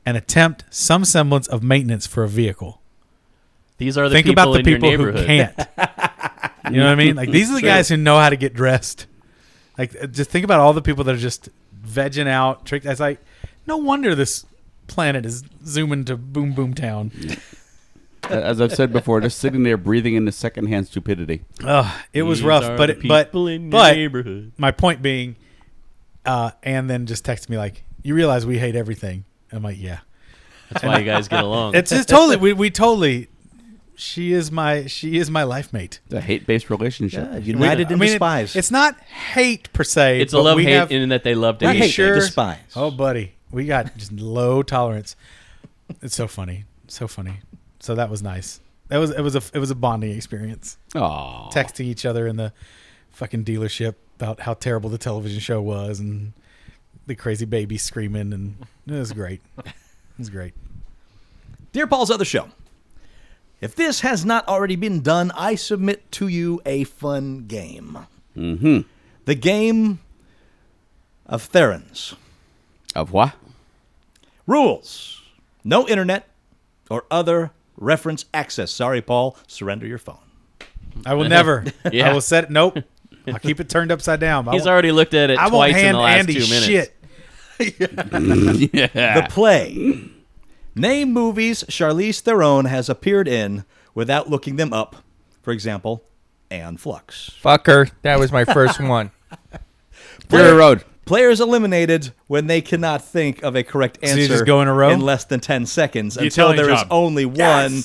and attempt some semblance of maintenance for a vehicle.
These are the
Think
people
about the
in
people
your
who
neighborhood.
can't.
[laughs]
you know what I mean? Like these are the
Sure.
guys who know how to get dressed. Like uh, just think about all the people that are just vegging out, tricked. It's like, no wonder this planet is zooming to boom boom town.
Uh, As I've said before, just sitting there breathing into secondhand stupidity.
Ugh, it was
These
rough,
are
but
the
it, but
people in your
but
neighborhood.
my point being, uh, and then just text me like, you realize we hate everything. I'm like, yeah,
That's why you guys
[laughs]
get along.
it's just totally we we totally. She is my she is my life mate.
It's a hate based relationship.
Yeah, united
I
in
mean, it-
despise.
it's not hate per se.
It's a
but
love
we
hate
have-
in that they love to
we
Not
hate.
hate,
sure-
despise.
[laughs] Oh, buddy, we got just low tolerance. It's so funny, so funny. So that was nice. That was it was a it was a bonding experience.
Aw.
texting each other in the fucking dealership about how terrible the television show was and the crazy baby screaming and it was great. It was great.
Dear Paul's Other Show, if this has not already been done, I submit to you a fun game. Mm-hmm. The game of Therons.
Of what?
Rules no internet or other reference access. Sorry, Paul, surrender your phone.
I will never.
[laughs] Yeah.
I will set it. Nope. I'll keep it turned upside down. I
He's
won't-
already looked at it
I won't
twice in
hand
the last
Andy
two minutes.
shit.
Ah.
The play. Name movies Charlize Theron has appeared in without looking them up. For example, Anne Flux.
Fucker. That was
[laughs]
my first one.
Fury Road.
Players eliminated when they cannot think of a correct answer
you just go in a row?
less than 10 seconds until
Italian
there is
job.
only one.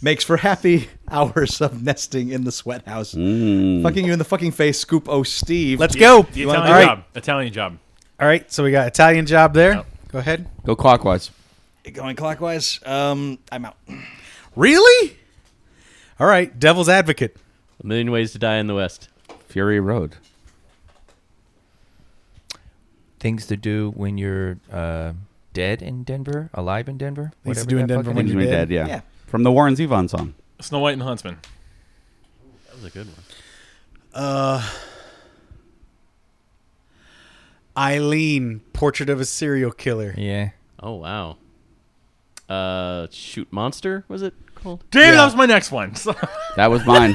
Makes for happy [laughs] hours of nesting in the sweat house.
Mm.
Fucking you in the fucking face, Scoop O Steve.
Let's go.
The
wanna-
Italian
all right.
job. Italian job.
All right. So we got Italian job there.
Yep.
Go ahead.
Go clockwise.
Going clockwise. Um, I'm out.
Really? All right. Devil's advocate.
A million ways to die in the West.
Fury Road.
Things to do when you're uh, dead in Denver, alive in Denver.
Things to
whatever
do in
that
Denver
fucking
when
is.
Things
you're
We
dead?
Dead, yeah.
Yeah.
From the Warren Zevon song.
Snow White and the Huntsman.
That was a good one.
Eileen, portrait of a serial killer.
Yeah.
Oh wow. Uh, shoot, monster was it
[laughs]
called?
Damn, that was my next one. [laughs]
That was mine.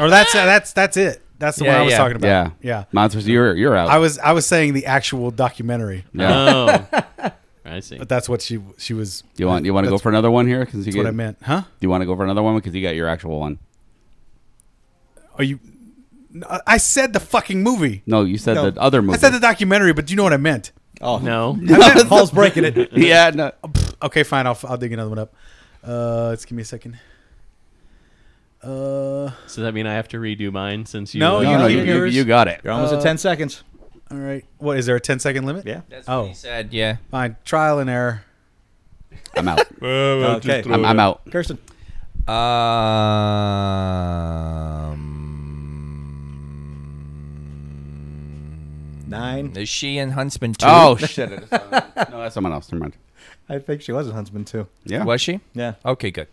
or that's uh, that's that's it. That's the
Yeah,
one I was
yeah.
talking about.
yeah.
Yeah.
Monsters, you're, you're out.
I was Uh, I was saying the actual documentary,
yeah.
Oh, I see.
but that's what she she was.
you want you want to go for another one here? Because you
That's what
get-
I meant, huh?
Do you want to go for another one? Because you got your actual
[laughs]
one.
Are you? No, I said the fucking movie.
No, you said
No.
the other movie.
I said the documentary, but you know what I meant.
Oh,
[laughs]
No,
Paul's breaking
[laughs]
it.
yeah, no.
Okay, fine. I'll I'll dig another one up. Uh, let's give me a second. Uh,
so that mean I have to redo mine since you.
No,
No,
you
no,
keep
you, you,
yours.
you got it.
You're almost at 10 seconds.
all right. What is there a 10 second limit?
Yeah.
That's
Oh.
what he said. Yeah.
Fine. Trial and error.
I'm out.
Okay.
I'm, I'm out.
Kirsten.
Um,
Nine. [laughs]
is she in Huntsman too?
Oh shit! I just thought of it. no, that's someone else. Never mind.
I think she was a huntsman too.
Yeah,
[laughs] was she?
Yeah.
Okay, good.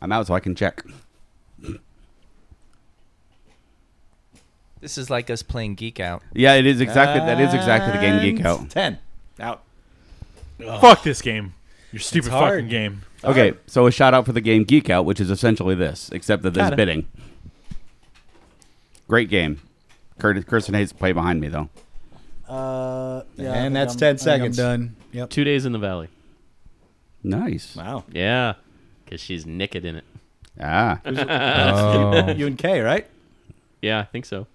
I'm out, so I can check.
This is like us playing Geek Out.
Yeah, it is exactly that is exactly the game geek
And
out.
Ten. Out.
Fuck this game. Your stupid
hard.
fucking game.
Okay, so a shout out for the game geek out, which is essentially this, except that there's
Kinda.
bidding. Great game. Curtis Kirsten hates to play behind me though.
Uh,
yeah, I And think that's I'm- 10 I think I'm seconds.
done. Yep.
Two days in the valley.
Nice.
Wow.
Yeah, [laughs] because she's naked in it.
Ah,
[laughs] You and Kay, right?
Yeah, I think so.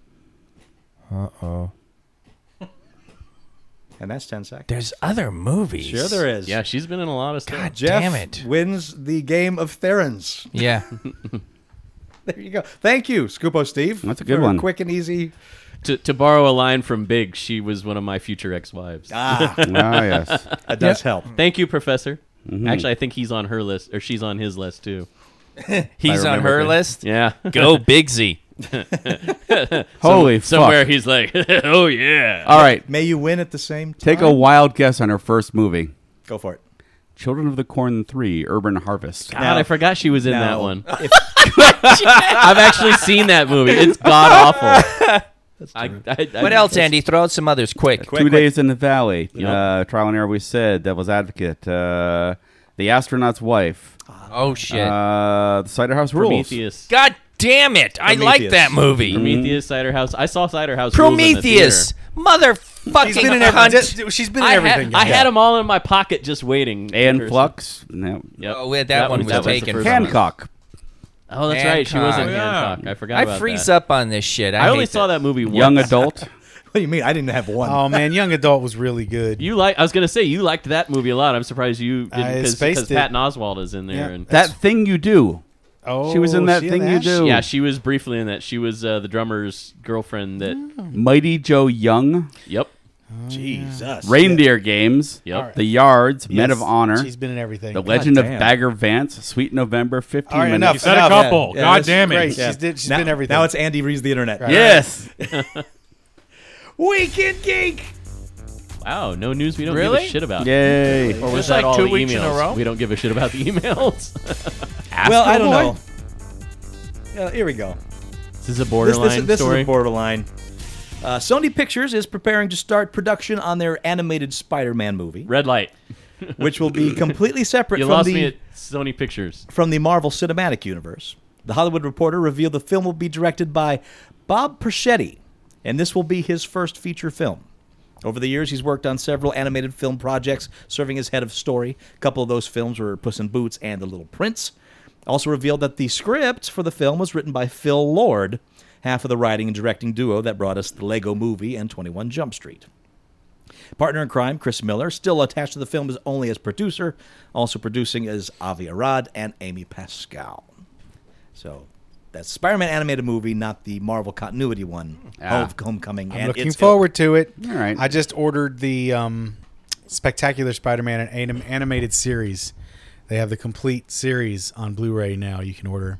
And that's 10 seconds.
There's other movies.
Sure, there is.
Yeah, she's been in a lot of stuff.
God
Jeff
damn it.
wins the game of Therons.
Yeah.
[laughs] There you go. Thank you, Scoopo Steve.
That's a good
for
one.
Quick and easy.
To, to borrow a line from Big, she was one of my future ex-wives.
Ah,
Ah, yes.
it does help.
Thank you, Professor.
Mm-hmm.
Actually, I think he's on her list, or she's on his list too.
He's on
remember
her
correctly.
[laughs]
list.
Yeah,
Go Oh, Big Z.
Holy fuck.
somewhere he's like, [laughs] oh yeah.
All right.
May you win at the same time.
Take a wild guess on her first movie.
Go for it.
Children of the Corn 3, Urban Harvest.
God, I forgot she was in that
No.
[laughs]
one.
If-
[laughs] I've actually seen that movie. It's god awful.
What else, Andy? Throw out some others quick.
Two Days in the Valley.
Yep.
Uh, Trial and Error, we said. Devil's Advocate. Uh, the Astronaut's Wife.
Oh shit.
Uh, the Cider House Rules.
Eh. Prometheus.
God damn it. I like
Prometheus.
that movie.
Prometheus Cider House. I saw Cider House. Rules in the
Prometheus.
theater.
Motherfucking
She's been in
cunt.
everything. She's been in
I
everything.
had, I had them all in my pocket, just waiting.
And
for-
Flux. No.
Yep.
Oh, yeah, that one was
the
taken.
first one.
Hancock.
Oh, that's right. She was in
Hancock.
Oh, yeah.
Hancock. I forgot.
I
about
freeze
that.
up on this shit. I,
I only
hate
saw
this.
that movie once. [laughs]
Young Adult.
what do you mean? I didn't have one.
Oh man, Young Adult was really good.
You like? I was gonna say you liked that movie a lot. I'm surprised you
I
didn't
spaced
because
it.
Patton Oswald is in there.
Yeah.
And
that Thing You Do.
oh,
She was in that
she
thing you do.
yeah, she was briefly in that. She was uh, the drummer's girlfriend. That
Oh. Mighty Joe Young.
yep,
Jesus.
Reindeer Games.
Yep. All right.
The Yards.
Yes,
Men of Honor.
She's been in everything.
The Legend of
damn.
Bagger Vance. Sweet November. 15
All right,
Minutes.
enough.
You said a
enough.
couple.
Yeah,
God
this is
damn it.
great.
Yeah.
She's, did, she's
now,
been everything.
Now it's Andy reads the internet.
Right.
[laughs] Yes.
Weekend Geek.
wow, no news we don't give
Really?
a shit about.
[laughs]
Yay.
Or was
Just
that
like
all
two
the
weeks in a
emails?
row?
We don't give a shit about the [laughs] emails.
well, I don't know. Uh, here we go.
this is a
This,
borderline
this, this is
story.
a borderline. Uh, Sony Pictures is preparing to start production on their animated Spider-Man movie,
Red light. [laughs]
which will be completely separate
You
from
lost
the
me at Sony Pictures.
from the Marvel Cinematic Universe. The Hollywood Reporter revealed the film will be directed by Bob Perchetti, and this will be his first feature film. Over the years, he's worked on several animated film projects, serving as head of story. A couple of those films were Puss in Boots and The Little Prince. Also revealed that the script for the film was written by Phil Lord, half of the writing and directing duo that brought us The Lego Movie and 21 Jump Street. Partner in crime, Chris Miller, still attached to the film as only as producer, also producing is Avi Arad and Amy Pascal. So that's Spider-Man animated movie, not the Marvel continuity one.
Ah.
Home- Homecoming.
I'm
and
looking
It's
forward to it.
All right.
I just ordered the um, Spectacular Spider-Man an anim- animated series. They have the complete series on Blu-ray now. You can order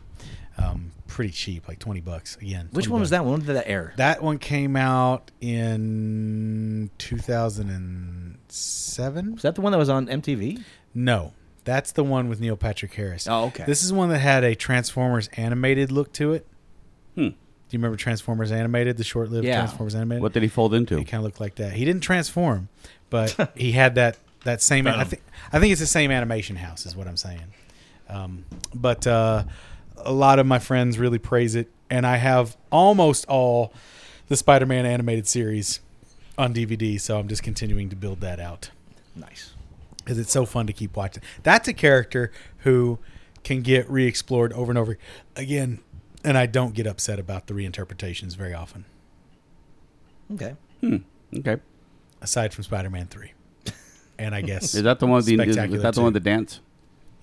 um, pretty cheap, like twenty bucks. Again,
Ill. Which
20
one was
bucks.
that one? When did that air?
That one came out in two thousand and seven.
Was that the one that was on MTV?
No, that's the one with Neil Patrick Harris.
Oh, okay.
This is one that had a Transformers animated look to it. Do you remember Transformers animated? The short-lived
Hmm. Yeah.
Transformers animated.
What did he fold into?
He kind of looked like that. He didn't transform, but he had that that same. I
Venom.
think I think it's the same animation house, is what I'm saying. Um, but uh, a lot of my friends really praise it, and I have almost all the Spider-Man animated series on DVD, so I'm just continuing to build that out
Nice.
because it's so fun to keep watching. That's a character who can get re-explored over and over again, and I don't get upset about the reinterpretations very often,
Okay.
Okay.
aside from Spider-Man Three. And I
[laughs]
guess
Is that the one? With the, is,
Spectacular
that the one
too.
with the dance?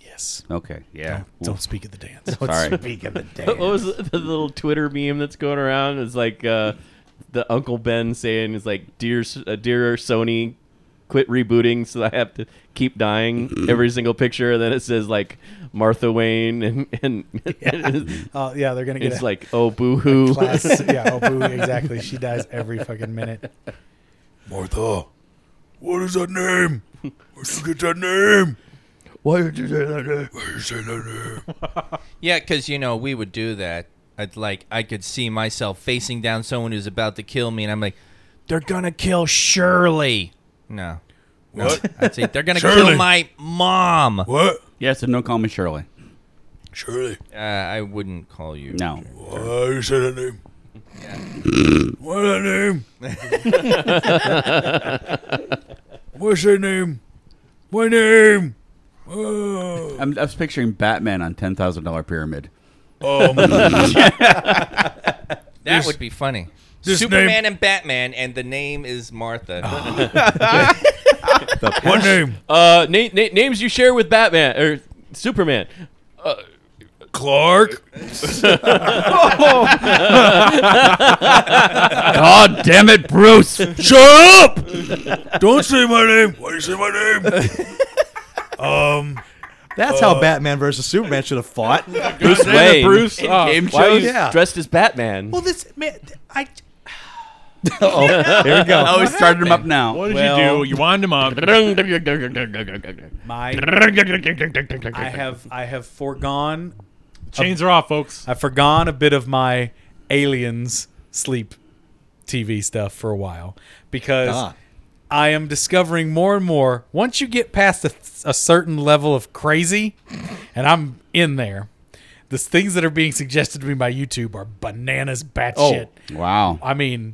Yes.
Okay. Yeah.
Don't, don't speak at the dance.
Ooh, Sorry.
Speak of
[laughs]
the day.
What was the, the little Twitter meme that's going around? It's like uh, the Uncle Ben saying, "Is like dear, S- uh, dear Sony, quit rebooting, so I have to keep dying
Mm-hmm.
every single picture." And then it says like Martha Wayne, and
[laughs]
and
Oh yeah, they're gonna get
it's
a
like, "Oh boo hoo."
class.
[laughs]
yeah, oh, boo, exactly. She dies every fucking [laughs] minute.
Martha, what is that name? Where'd you get that name? Why did you say that name? Why did you say that name?
Yeah, because you know we would do that. I'd like I could see myself facing down someone who's about to kill me, and I'm like, they're gonna kill Shirley. No,
What?
I'd say they're gonna
Shirley.
kill my mom. Uh,
What?
Yes, and don't call me Shirley.
Shirley,
I wouldn't call you.
No.
why did you say that name? Why that name? What's that name? My name. Oh,
I'm, I was picturing Batman on ten thousand dollar pyramid.
oh,
That would be funny.
this
Superman
name-
and Batman, and the name is Martha.
What name?
Uh, na- na- names you share with Batman or Superman.
Clark?
God damn it, Bruce!
Shut up! Don't say my name. Why do you say my name? um,
That's how Batman versus Superman should have
[laughs]
fought.
Bruce
Damn it,
Wayne.
Bruce. Oh,
Why are you
Yeah.
dressed as Batman?
Well, this man, I
[laughs] Here we [laughs] go.
Oh, we started him up now.
what did
Well-
you do? You wound him up. [laughs]
my I have I have foregone
Chains are off, folks.
I forgone a bit of my aliens sleep TV stuff for a while because
Ah.
I am discovering more and more. Once you get past a, a certain level of crazy, and I'm in there, the things that are being suggested to me by YouTube are bananas batshit.
Oh, Wow.
I mean,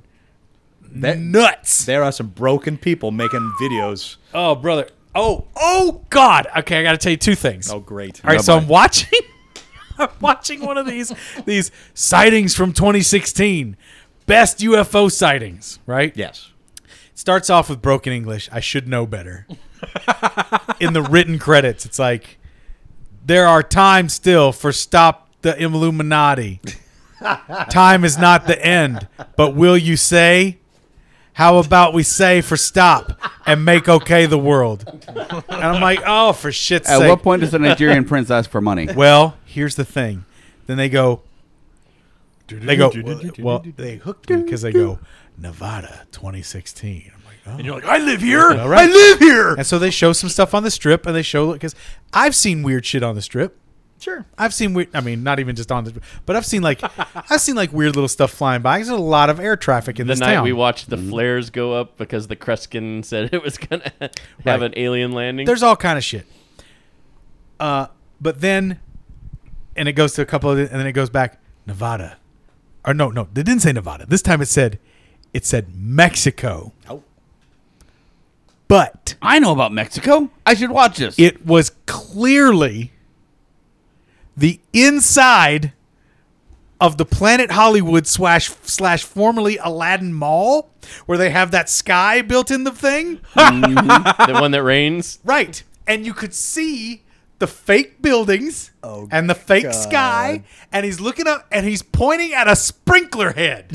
That-
nuts.
There are some broken people making videos.
oh, brother. Oh, oh, God. Okay, I got to tell you two things.
Oh, great.
All right, so
Bye-bye.
I'm watching. [laughs] I'm watching one of these these sightings from 2016, best UFO sightings. Right?
Yes.
Starts off with broken English. I should know better. In the written credits, it's like there are times still for stop the Illuminati. Time is not the end, but will you say? How about we say for stop and make okay the world? And I'm like, oh, for shit's
At
sake.
what point does a Nigerian prince ask for
[laughs]
money?
Well, here's the thing. Then they go. They go. Well, well, they hooked me because they go Nevada 2016. I'm like, oh.
And you're like, I live here.
All right. I live here. And so they show some stuff on the strip, and they show because I've seen weird shit on the strip. Sure, I've seen weird. I mean, not even just on the, but I've seen like, [laughs] I've seen like weird little stuff flying by. There's a lot of air traffic in
the
this
night
town. Mm-hmm.
we watched the flares go up because the Kreskin said it was gonna [laughs] have
Right.
an alien landing.
There's all kind of shit. Uh, but then, and it goes to a couple of, and then it goes back Nevada, or no, no, they didn't say Nevada. This time it said, it said Mexico.
Oh.
But
I know about Mexico. I should watch this.
it was clearly the inside of the Planet Hollywood slash slash formerly Aladdin Mall, where they have that sky built in the thing.
the one that
[laughs]
rains.
Right. And you could see the fake buildings
Oh,
and the fake
God.
sky. And he's looking up and he's pointing at a sprinkler head.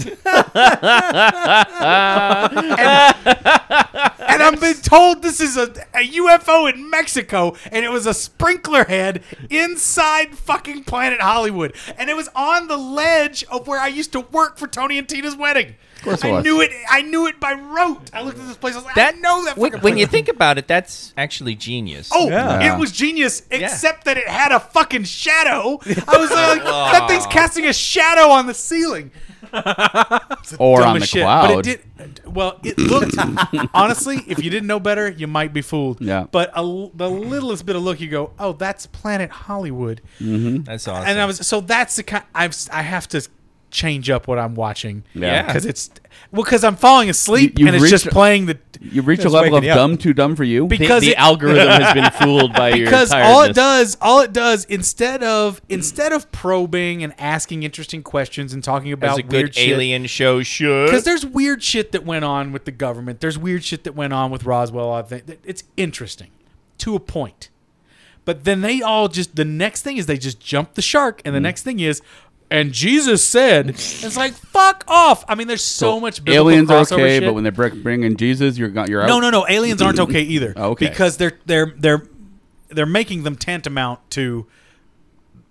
and, and I've been told this is a, a UFO in Mexico. And it was a sprinkler head inside fucking Planet Hollywood. And it was on the ledge of where I used to work for Tony and Tina's wedding. Of
course it
I
was.
knew it. I knew it by rote. I looked at this place. I was like, I know that.
when,
fucking
when
place.
you think about it, that's actually genius.
Oh,
Yeah.
it was genius, except that it had a fucking
[laughs]
shadow. I was like, that thing's casting a shadow on the ceiling.
or
Dumb
on
as
the
shit.
cloud.
But it did. Well, it looked [laughs] honestly. If you didn't know better, you might be fooled.
Yeah.
But a l the littlest bit of look, you go, "Oh, that's Planet Hollywood,"
that's awesome.
um,
and I was so that's the kind. I've s- I have to change up what I'm watching.
Yeah.
Because it's well, because I'm falling asleep
You- you
and it's just
reached-
playing the
you reach a
It's
level of
waking you up.
dumb too dumb for you.
The,
because
the
it-
algorithm has been fooled
[laughs]
by your
because all
tiredness.
it does all it does instead of instead of probing and asking interesting questions and talking
As
about
a good
weird shit
alien show should.
because there's weird shit that went on with the government there's weird shit that went on with roswell I think that- it's interesting to a point but then they all just the next thing is they just jump the shark and the next thing is and jesus said it's like fuck off i mean there's so, much biblical
aliens are
crossover
okay,
shit.
but when they bring, bring in Jesus, you're go- you're out.
No, no, no. Aliens aren't okay either.
Oh,
Okay.
Because they're they're they're they're making them tantamount to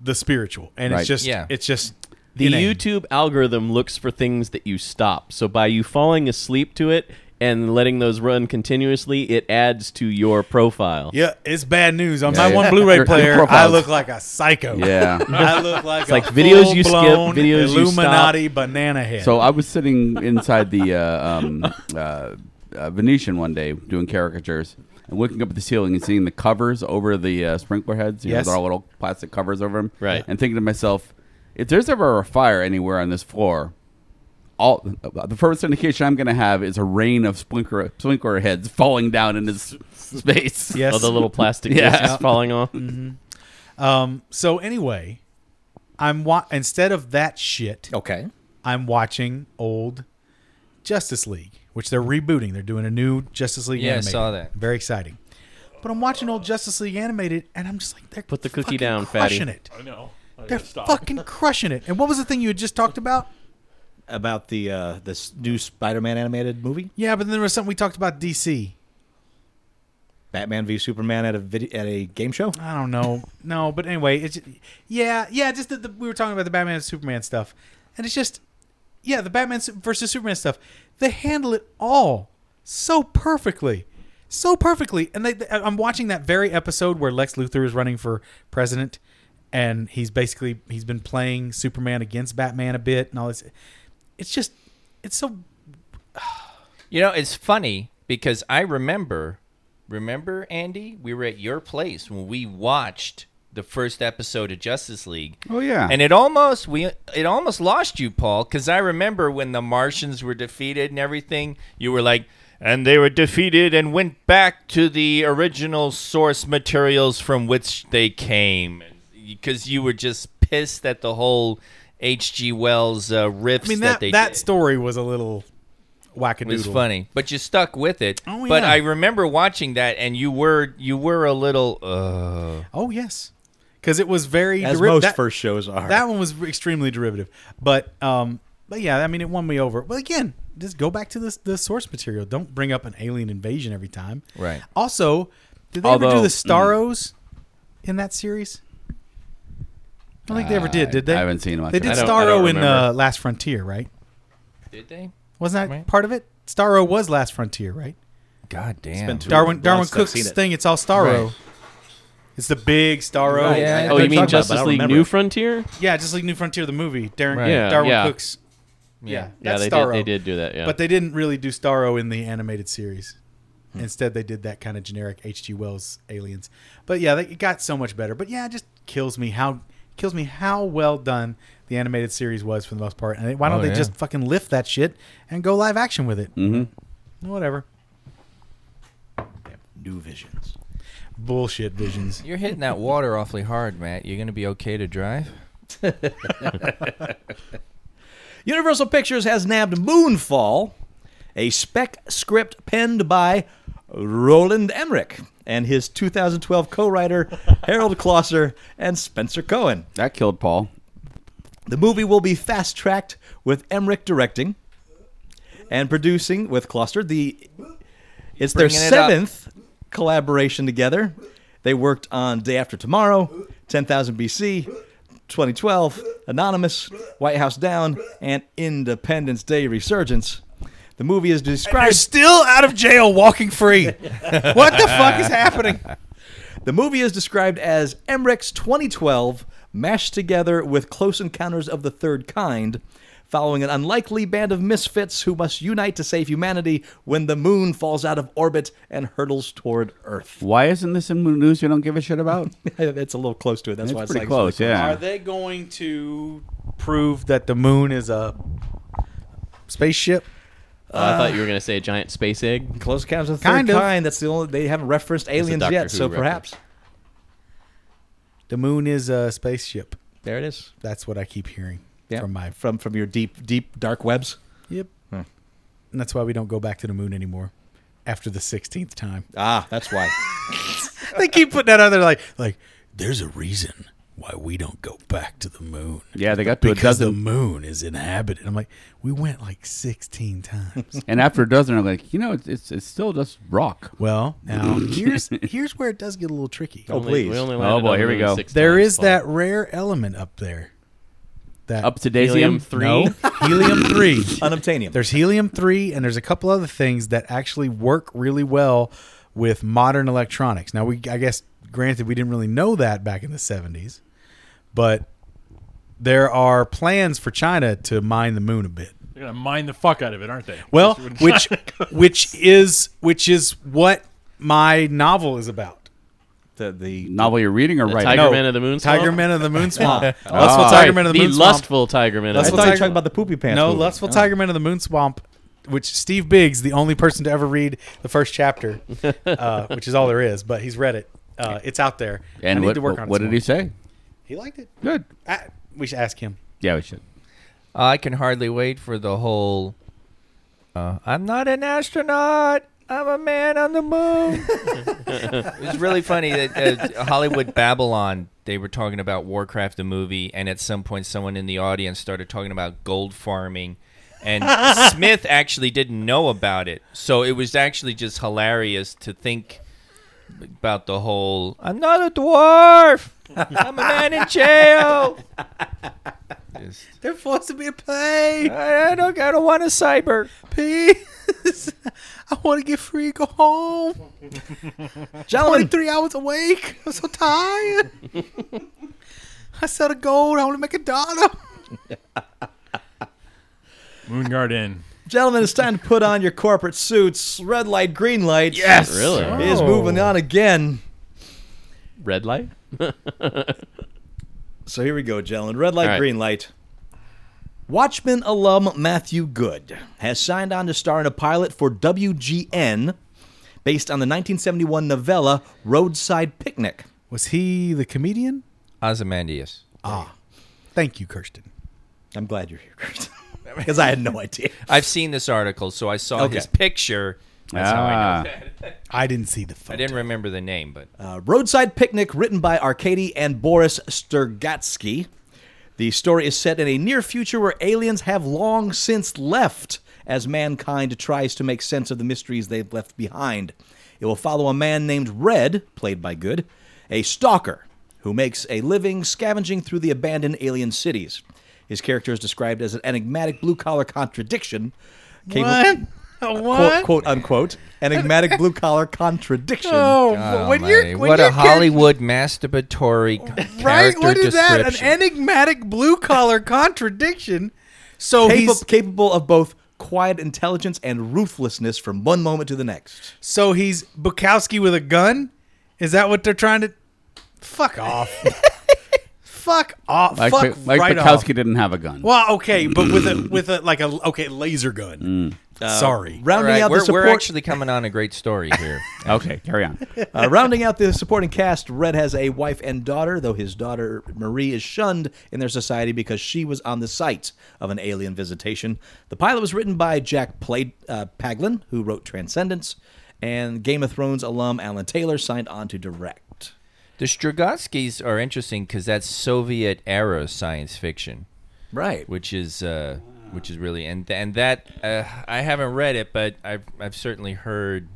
the spiritual, and
Right.
it's just
Yeah.
it's just
The
inane.
YouTube algorithm looks for things that you stop. So by you falling asleep to it and letting those run continuously, it adds to your profile.
Yeah, it's bad news. On
Yeah,
my
yeah.
one Blu-ray
Your- your
player, I
profiles.
look like a psycho.
Yeah.
[laughs] I look like a
like videos you skip,
full-blown
videos you stop.
Illuminati banana head.
so I was sitting inside the uh, um, uh, uh, Venetian one day doing caricatures and looking up at the ceiling and seeing the covers over the uh, sprinkler heads. You
Yes.
know, they're all little plastic covers over them.
Right.
And thinking to myself, if there's ever a fire anywhere on this floor, all the first indication I'm going to have is a rain of sprinkler sprinkler heads falling down into s- space.
yes.
All Oh, the little plastic
Yeah.
discs falling off. Oh,
um. So anyway, I'm wa- instead of that shit,
Okay.
I'm watching old Justice League, which they're rebooting. They're doing a new Justice League.
Yeah, I
animated.
saw that.
Very exciting. But I'm watching old Justice League animated, and I'm just like, they're
Put the cookie
fucking
down, fatty.
crushing it.
I know. I
They're
gotta stop.
fucking crushing it. And what was the thing you had just talked about?
about the uh, this new Spider-Man animated movie.
Yeah, but then there was something we talked about DC.
Batman v Superman at a video, at a game show.
I don't know. No, but anyway, it's yeah, yeah. Just the, the, we were talking about the Batman and Superman stuff, and it's just yeah, the Batman su- versus Superman stuff. They handle it all so perfectly, so perfectly. And they, they- I'm watching that very episode where Lex Luthor is running for president, and he's basically he's been playing Superman against Batman a bit and all this. It's just it's so
You know, it's funny because I remember, remember Andy, we were at your place when we watched the first episode of Justice League.
Oh, yeah.
and it almost we it almost lost you, Paul, because I remember when the Martians were defeated and everything. You were like, and they were defeated and went back to the original source materials from which they came, because you were just pissed at the whole H.G. Wells uh, riffs
I mean
that,
that
they
that,
did.
story was a little wackadoodle.
It was funny, but you stuck with it.
Oh,
But
yeah.
I remember watching that, and you were you were a little. Uh,
Oh yes, because it was very
As
deriv-
most
that-
first shows are.
That one was extremely derivative, but um, but yeah, I mean, it won me over. But again, just go back to this the source material. Don't bring up an alien invasion every time.
Right.
Also, did they ever do
Although-
the Starros in that series? I don't think they ever did. Did they?
I haven't seen much
They
of
did
it. I
don't- I don't
Starro in uh,
remember.
Last Frontier, right?
did they?
Wasn't that
Right.
part of it? Starro was Last Frontier, right?
God damn.
been too-
Darwin
Lots
Darwin
I've
Cook's
seen it.
thing. It's all Starro.
Right.
It's the big Starro.
Right. I
Oh,
know
you
what
mean
you're talking about, but I
Justice
don't
League
remember
New
it.
Frontier?
Yeah, just like New Frontier, the movie. Darren,
Right.
Yeah,
Darwin
yeah.
Cooks. Yeah,
Yeah,
that's
they
Starro.
did, they did do that. Yeah,
But they didn't really do Starro in the animated series.
Hmm.
Instead, they did that kind of generic H.G. Wells aliens. But yeah, they, it got so much better. But yeah, it just kills me how kills me how well done the animated series was for the most part. And they- why don't
Oh,
they
yeah.
just fucking lift that shit and go live action with it? Mm-hmm. Whatever.
New visions.
Bullshit visions.
You're hitting that water awfully hard, Matt. You're gonna be okay to drive.
Universal Pictures has nabbed Moonfall, a spec script penned by Roland Emmerich and his 2012 co-writer Harold Klosser and Spencer Cohen.
That killed Paul.
The movie will be fast tracked with Emmerich directing and producing with Cluster. The it's their
Bringing it up.
seventh collaboration together. They worked on Day After Tomorrow, 10,000 BC, 2012, Anonymous, White House Down, and Independence Day Resurgence. The movie is described
still out of jail, walking free. what the fuck is happening?
The movie is described as Emmerich's 2012 mashed together with Close Encounters of the Third Kind, following an unlikely band of misfits who must unite to save humanity when the moon falls out of orbit and hurtles toward Earth. [laughs]
Why isn't this in news you don't give a shit about?
That's a little close to it. That's
It's
why it's
pretty
like-
close,
Are
yeah.
they going to prove that the moon is a spaceship?
Oh, I thought you were gonna say a giant space egg.
Close Encounters of the Third
Kind of.
Kind. That's the only they haven't referenced aliens
Doctor
yet,
Who
so
reference.
perhaps
The moon is a spaceship.
there it is.
That's what I keep hearing
Yeah,
from my.
from from your deep deep dark webs.
Yep. And that's why we don't go back to the moon anymore. After the sixteenth time,
Ah, that's why.
they keep putting that out there like, like
There's a reason why we don't go back to the moon.
Yeah, they got to a
Because the
dozen.
moon is inhabited.
I'm like, we went like sixteen times.
And after a dozen, I'm like, you know, it's, it's, it's still just rock.
well, now here's here's where it does get a little tricky.
Oh,
Only-
please.
we only
Oh,
landed
boy,
on the
here we
moon
go.
six
There
times,
is
Paul.
that rare element up there. That
Up to
helium
Daisium.
three.
No, helium three.
Unobtainium.
There's helium three, and there's a couple other things that actually work really well with modern electronics. Now, we I guess granted we didn't really know that back in the '70s, but there are plans for China to mine the moon a bit.
They're gonna mine the fuck out of it, aren't they?
Well,
That's
which [laughs]
what- [laughs]
which is which is what my novel is about.
the the
Novel you're reading or
The
writing?
Tiger
No,
Man of the Moon. Swamp?
Tiger Man of the
[laughs]
Moon Swamp.
Ah.
Lustful Tiger Man of the
the
Moon Swamp.
lustful Tiger Man.
I
Of the
thought
Moon.
you
Tiger-
were talking about the poopy pants.
No,
movie. Ah.
Lustful Tiger Man of the Moon Swamp, which Steve Biggs, the only person to ever read the
[laughs]
first chapter, uh, which is all there is, but he's read it. Uh, it's out there. I
and
need
what,
to work
what,
on it
what
some
did he
more.
say?
He liked it.
Good.
I, we should ask him.
Yeah, we should.
I can hardly wait for the whole. Uh, I'm not an astronaut. I'm a man on the moon. [laughs] it's really funny that uh, Hollywood Babylon. They were talking about Warcraft the movie, and at some point, someone in the audience started talking about gold farming, and Smith actually didn't know about it. So it was actually just hilarious to think about the whole. I'm not a dwarf. I'm a man in jail. Just-
They're forcing me to play.
I, I don't. I don't want a cyber.
Peace. [laughs] I want to get free. Go home.
Gentlemen,
Three hours awake. I'm so tired. [laughs] I set a goal. I want to make a dollar.
Moon Guard Inn.
gentlemen, it's time to put on your corporate suits. Red light, green light.
Yes.
Really? Oh.
Is moving on again.
Red light?
[laughs] So here we go, gentlemen. Red light,
All right.
green light. Watchmen alum Matthew Good has signed on to star in a pilot for WGN based on the 1971 novella Roadside Picnic.
Was he the comedian?
Ozymandias.
Thank you, Kirsten.
I'm glad you're here, [laughs] Kirsten. Because I had no idea.
I've seen this article, so I saw
Okay.
his picture. That's how I know.
Ah.
I didn't see the
I
photo.
didn't remember the name, but
Uh, Roadside Picnic, written by Arkady and Boris Sturgatsky. The story is set in a near future where aliens have long since left as mankind tries to make sense of the mysteries they've left behind. It will follow a man named Red, played by Good, a stalker who makes a living scavenging through the abandoned alien cities. His character is described as an enigmatic blue collar contradiction. What?
[laughs]
Quote, quote unquote, enigmatic blue collar contradiction.
Oh, when
my,
you're when
what
you're
a Hollywood
[laughs]
masturbatory c- character
right? What is that? An
description.
enigmatic blue collar contradiction. So
Capa-
he's
capable of both quiet intelligence and ruthlessness from one moment to the next.
so he's Bukowski with a gun. Is that what they're trying to? Fuck off. Fuck off.
Like,
Fuck
Mike
right
Bukowski
off.
didn't have a gun.
Well, okay, but with a with a like a okay laser gun. Sorry.
All
Rounding
right,
out
we're,
the
we're
support,
actually coming on a great story
[laughs]
here.
okay,
[laughs]
carry on.
uh, rounding out the supporting cast, Red has a wife and daughter, though his daughter Marie is shunned in their society because she was on the site of an alien visitation. The pilot was written by Jack Play- uh, Paglin, who wrote Transcendence, and Game of Thrones alum Alan Taylor signed on to direct.
the Strugatskys are interesting because that's Soviet era science fiction.
Right.
which is uh, which is really and and that uh, I haven't read it, but I've I've certainly heard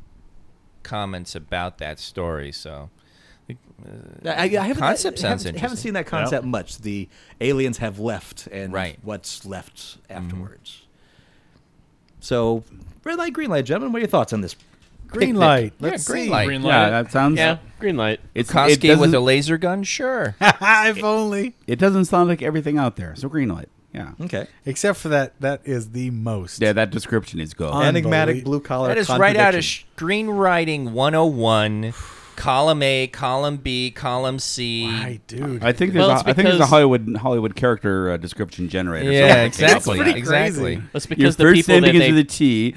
comments about that story. So
I, I haven't,
Concept
I haven't,
sounds
haven't
interesting.
seen that concept much. The aliens have left, and
Right. Mm-hmm.
what's left afterwards. So, red light, green light, gentlemen. What are your thoughts on this?
Green
picnic?
light.
yeah,
Let's
green [laughs]
see.
light.
Green
yeah,
light.
that sounds.
yeah, green light.
It's, it,
Koski with a
doesn't,
laser gun, sure.
if only.
it doesn't sound like everything out there. So green light. Yeah.
Okay.
Except for that, that is the most.
Yeah, that description is good.
Uh,
Enigmatic
Unbelievable.
blue collar.
that is right out of
contradiction.
screenwriting 101, column A, column B, column C.
I dude.
I think there's
Well,
a,
it's
I think there's a
because-
Hollywood Hollywood character uh, description generator.
Yeah,
Something came up
exactly.
with that.
Exactly.
crazy.
That's
Your
because the
first
people that
ending
they
is the T.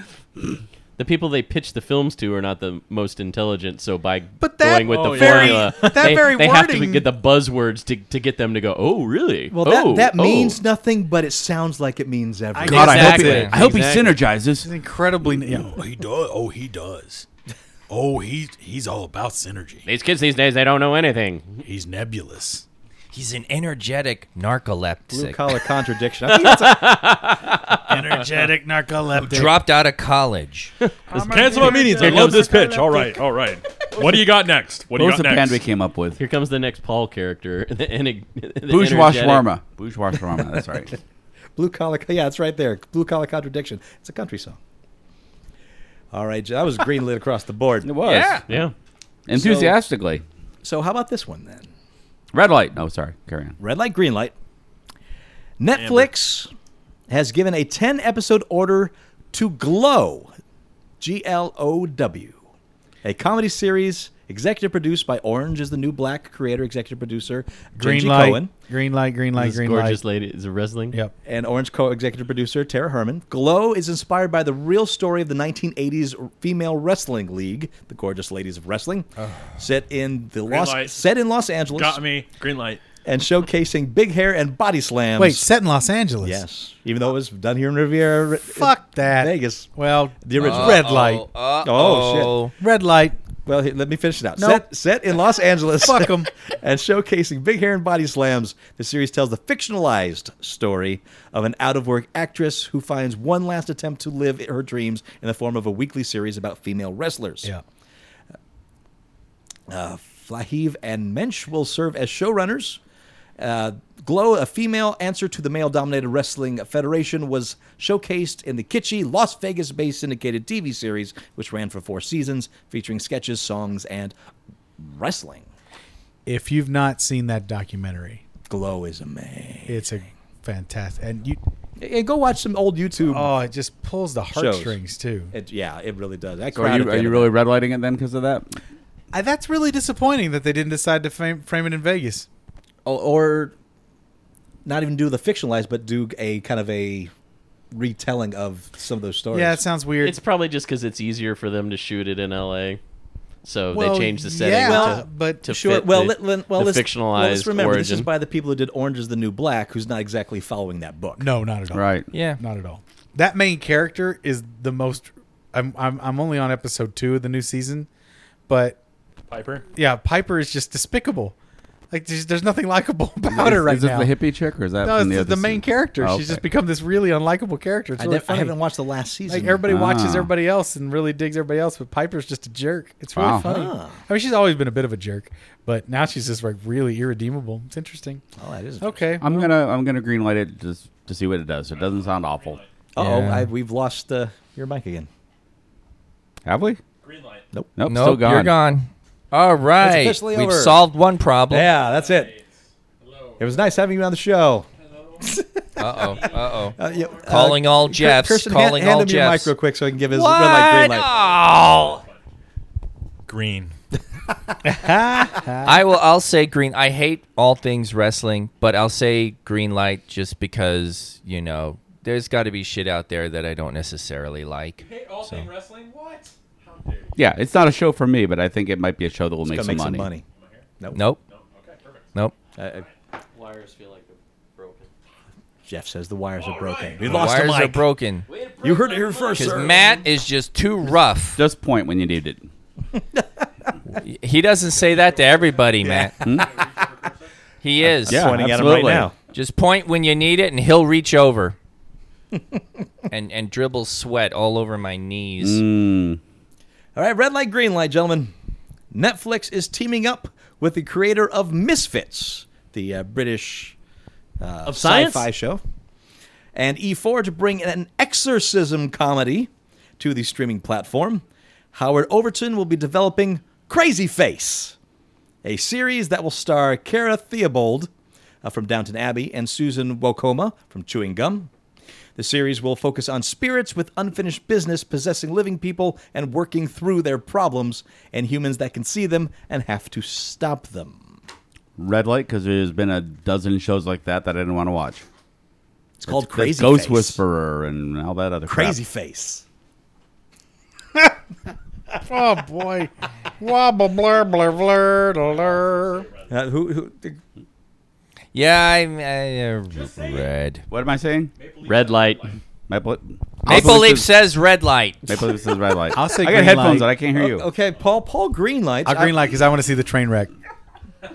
the people they pitch the films to are not the most intelligent. So by
But that
going with the
Oh, yeah.
very-
formula,
that
they,
very
they have to
wording-
get the buzzwords to, to get them to go. Oh, really?
Well, that,
oh,
that
oh."
means nothing, but it sounds like it means everything.
God, I hope, he,
Exactly.
I hope
Exactly.
he synergizes.
It's incredibly. Yeah.
Oh, he does. Oh, he does. Oh, he he's all about synergy.
These kids these days they don't know anything.
He's nebulous.
He's an energetic narcoleptic.
Blue
[laughs]
collar contradiction. I think that's a,
[laughs] Energetic narcoleptic.
dropped out
[laughs]
of college.
Cancel my meetings. I love this pitch. All right, all right. What do you got next? What do
What
you
was
got
the band we
next?
came up with?
Here comes the next Paul character. [laughs] The, enig- the
Bourgeois
energetic-
shawarma. Bourgeois shawarma. That's right.
blue collar. [laughs] Yeah, it's right there. Blue collar contradiction. It's a country song. All right, that was green lit across the board.
It was. Yeah.
Yeah.
Enthusiastically.
So, how about this one then?
Red light. No, sorry. Carry on.
Red light, green light. Netflix has given a 10 episode order to Glow, G L O W, a comedy series executive produced by Orange is the New Black creator, executive producer
Green
Jenji
light.
Cohen,
Green light. Green light.
This
green
gorgeous
light.
lady is it wrestling.
Yep.
and Orange co executive producer Tara Herman. Glow is inspired by the real story of the 1980s female wrestling league, the
[sighs]
Gorgeous Ladies of Wrestling, set in the Los
light.
set in Los Angeles.
Got me. Green light.
and showcasing big hair and body slams.
Wait, set in Los Angeles.
yes, even though it was done here in Riviera,
Fuck that.
Vegas.
Well,
The original.
red light.
Uh-oh.
Oh,
Red light.
Well, here, let me finish it out.
Nope.
Set, set in Los Angeles.
Fuck 'em.
[laughs] and showcasing big hair and body slams, the series tells the fictionalized story of an out of work actress who finds one last attempt to live her dreams in the form of a weekly series about female wrestlers.
Yeah.
Flahiv and Mensch will serve as showrunners. Uh, Glow, a female answer to the male dominated wrestling federation, was showcased in the kitschy Las Vegas based syndicated TV series, which ran for four seasons, featuring sketches, songs, and wrestling.
If you've not seen that documentary,
Glow is a man.
it's a fantastic. And you,
Yeah, go watch some old YouTube.
oh, it just pulls the heartstrings too.
It- yeah, it really does. That
So are
crowd
you
at
are
the
you
end
really
of
red lighting it then because of that?
I, that's really disappointing that they didn't decide to frame, frame it in Vegas.
it- or, or not even do the fictionalized, but do a kind of a retelling of some of those stories?
Yeah, it sounds weird.
It's probably just because it's easier for them to shoot it in L.A. So
Well,
they changed the setting.
yeah,
to,
but
to
Sure.
fit
Well,
the,
let, let- well,
the
let's,
fictionalized
well, let's remember
origin.
this is by the people who did Orange Is the New Black, who's not exactly following that book.
no, not at all.
Right.
Yeah.
Not at all. That main character is the most. I'm I'm I'm only on episode two of the new season, but
Piper.
yeah, Piper is just despicable. Like there's, there's nothing likable [laughs] about
Is,
her right
is this
now.
the hippie chick or is that
no,
from
it's the,
other
the
season?
main character.
Oh,
She's
okay.
just become this really unlikable character. It's
I,
really
def- I
funny.
haven't watched the last season.
like everybody watches
Ah.
everybody else and really digs everybody else, but Piper's just a jerk. It's really
Wow.
funny.
Ah.
I mean, she's always been a bit of a jerk, but now she's just like really irredeemable. It's interesting.
oh, that is.
Okay.
I'm gonna I'm gonna green light it just to see what it does. It doesn't sound awful.
Uh oh,
Yeah.
I we've lost uh, your mic again.
Have we?
Green light.
Nope.
Nope,
still gone.
you're gone. All right.
officially
We've
over.
solved one problem.
Yeah, that's it. It was nice having you on the show.
Uh-oh. Uh-oh.
[laughs] Uh, yeah, uh,
Calling all
Kir-
Jeffs.
Kirsten,
Calling
hand,
all
hand him your mic
Jeffs.
real quick so he can give his
What?
red light, green light.
Oh.
Green.
I will. I'll say green. I hate all things wrestling, but I'll say green light just because you know there's got to be shit out there that I don't necessarily like.
Hey, all thing wrestling. What? How dare you?
Yeah, it's not a show for me, but I think it might be a show that will make
Gotta
some,
make
money.
Nope.
Okay, perfect.
Nope.
Uh, uh,
wires feel like they're broken.
Jeff says the wires are broken.
right.
We
The
lost the
wires are
mic.
broken
you heard it here first,
because
sir.
Matt is just too rough.
Just point when you need it.
He doesn't say that to everybody, Matt. he is.
Hmm? Yeah.
pointing at him
absolutely.
right now.
Just point when you need it, and he'll reach over. [laughs] and and dribble sweat all over my knees.
Mm.
All right, red light, green light, gentlemen. Netflix is teaming up with the creator of Misfits, the uh, British uh,
Of science?
sci-fi show, and E4 to bring an exorcism comedy to the streaming platform. Howard Overton will be developing Crazy Face, a series that will star Kara Theobald uh, from Downton Abbey and Susan Wokoma from Chewing Gum. The series will focus on spirits with unfinished business possessing living people and working through their problems, and humans that can see them and have to stop them.
Red light because there's been a dozen shows like that that I didn't want to watch.
It's called Crazy
Ghost
Face.
Whisperer and all that other
Crazy
Crap.
Face.
Oh boy. Wobble blur blur blur blur.
Uh, who, who, the-
Yeah, I, I uh, red.
What am I saying?
Red light.
Maple,
Maple Leaf
Says,
says red light.
Maple Leaf says red light.
I'll say
I
green
got headphones
light.
on. I can't hear you.
okay, Paul. Paul Greenlight.
I'll green light because I want to see the train wreck.
I,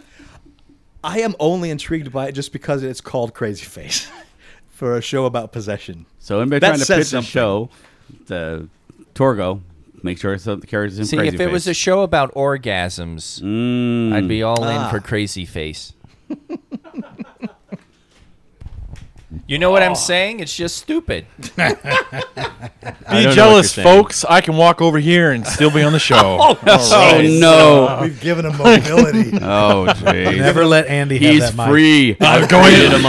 I am only intrigued by it just because it's called Crazy Face [laughs] for a show about possession.
So anybody
That
trying to
says
pitch
something.
a show, to Torgo, make sure it's something carries in
See,
crazy
if it was a
face.
show about orgasms,
Mm.
I'd be all
Ah.
in for Crazy Face. you know what I'm saying? It's just stupid.
Be
don't know what
jealous,
you're saying.
folks. I can walk over here and still be on the [laughs] show.
Oh no!
We've given him mobility.
Oh jeez.
[laughs] Never let Andy have
He's
that mic.
free.
I'm going into [laughs]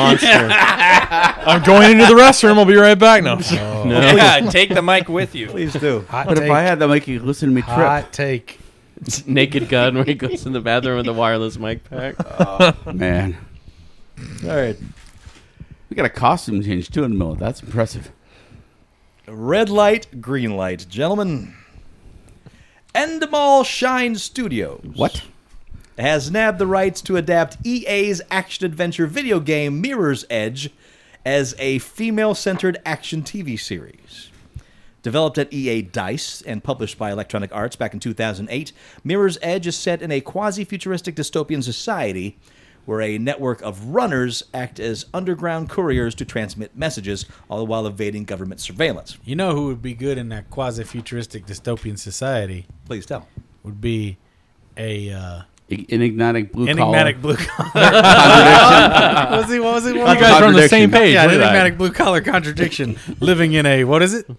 I'm going into the restroom. I'll be right back now.
Oh.
Oh,
yeah, take the mic with you.
Please do.
Hot
But
take.
if I had that mic, you listen to me trip.
hot take.
Naked Gun where he goes in the bathroom with a wireless mic pack.
Man,
All right.
we got a costume change too in the middle. That's impressive.
Red light, green light, gentlemen. Endemol Shine Studios.
What?
has nabbed the rights to adapt EA's action adventure video game Mirror's Edge as a female centered action TV series. Developed at EA Dice and published by Electronic Arts back in 2008, Mirror's Edge is set in a quasi futuristic dystopian society where a network of runners act as underground couriers to transmit messages, all while evading government surveillance.
You know who would be good in that quasi futuristic dystopian society?
Please tell.
Would be a uh,
E-, Enigmatic blue
enigmatic
collar.
blue
[laughs]
collar. [laughs] what was he? What was he? What
You guys are on the
Contradiction.
same page.
yeah, an
look at that.
enigmatic blue collar contradiction. Living in a what is it?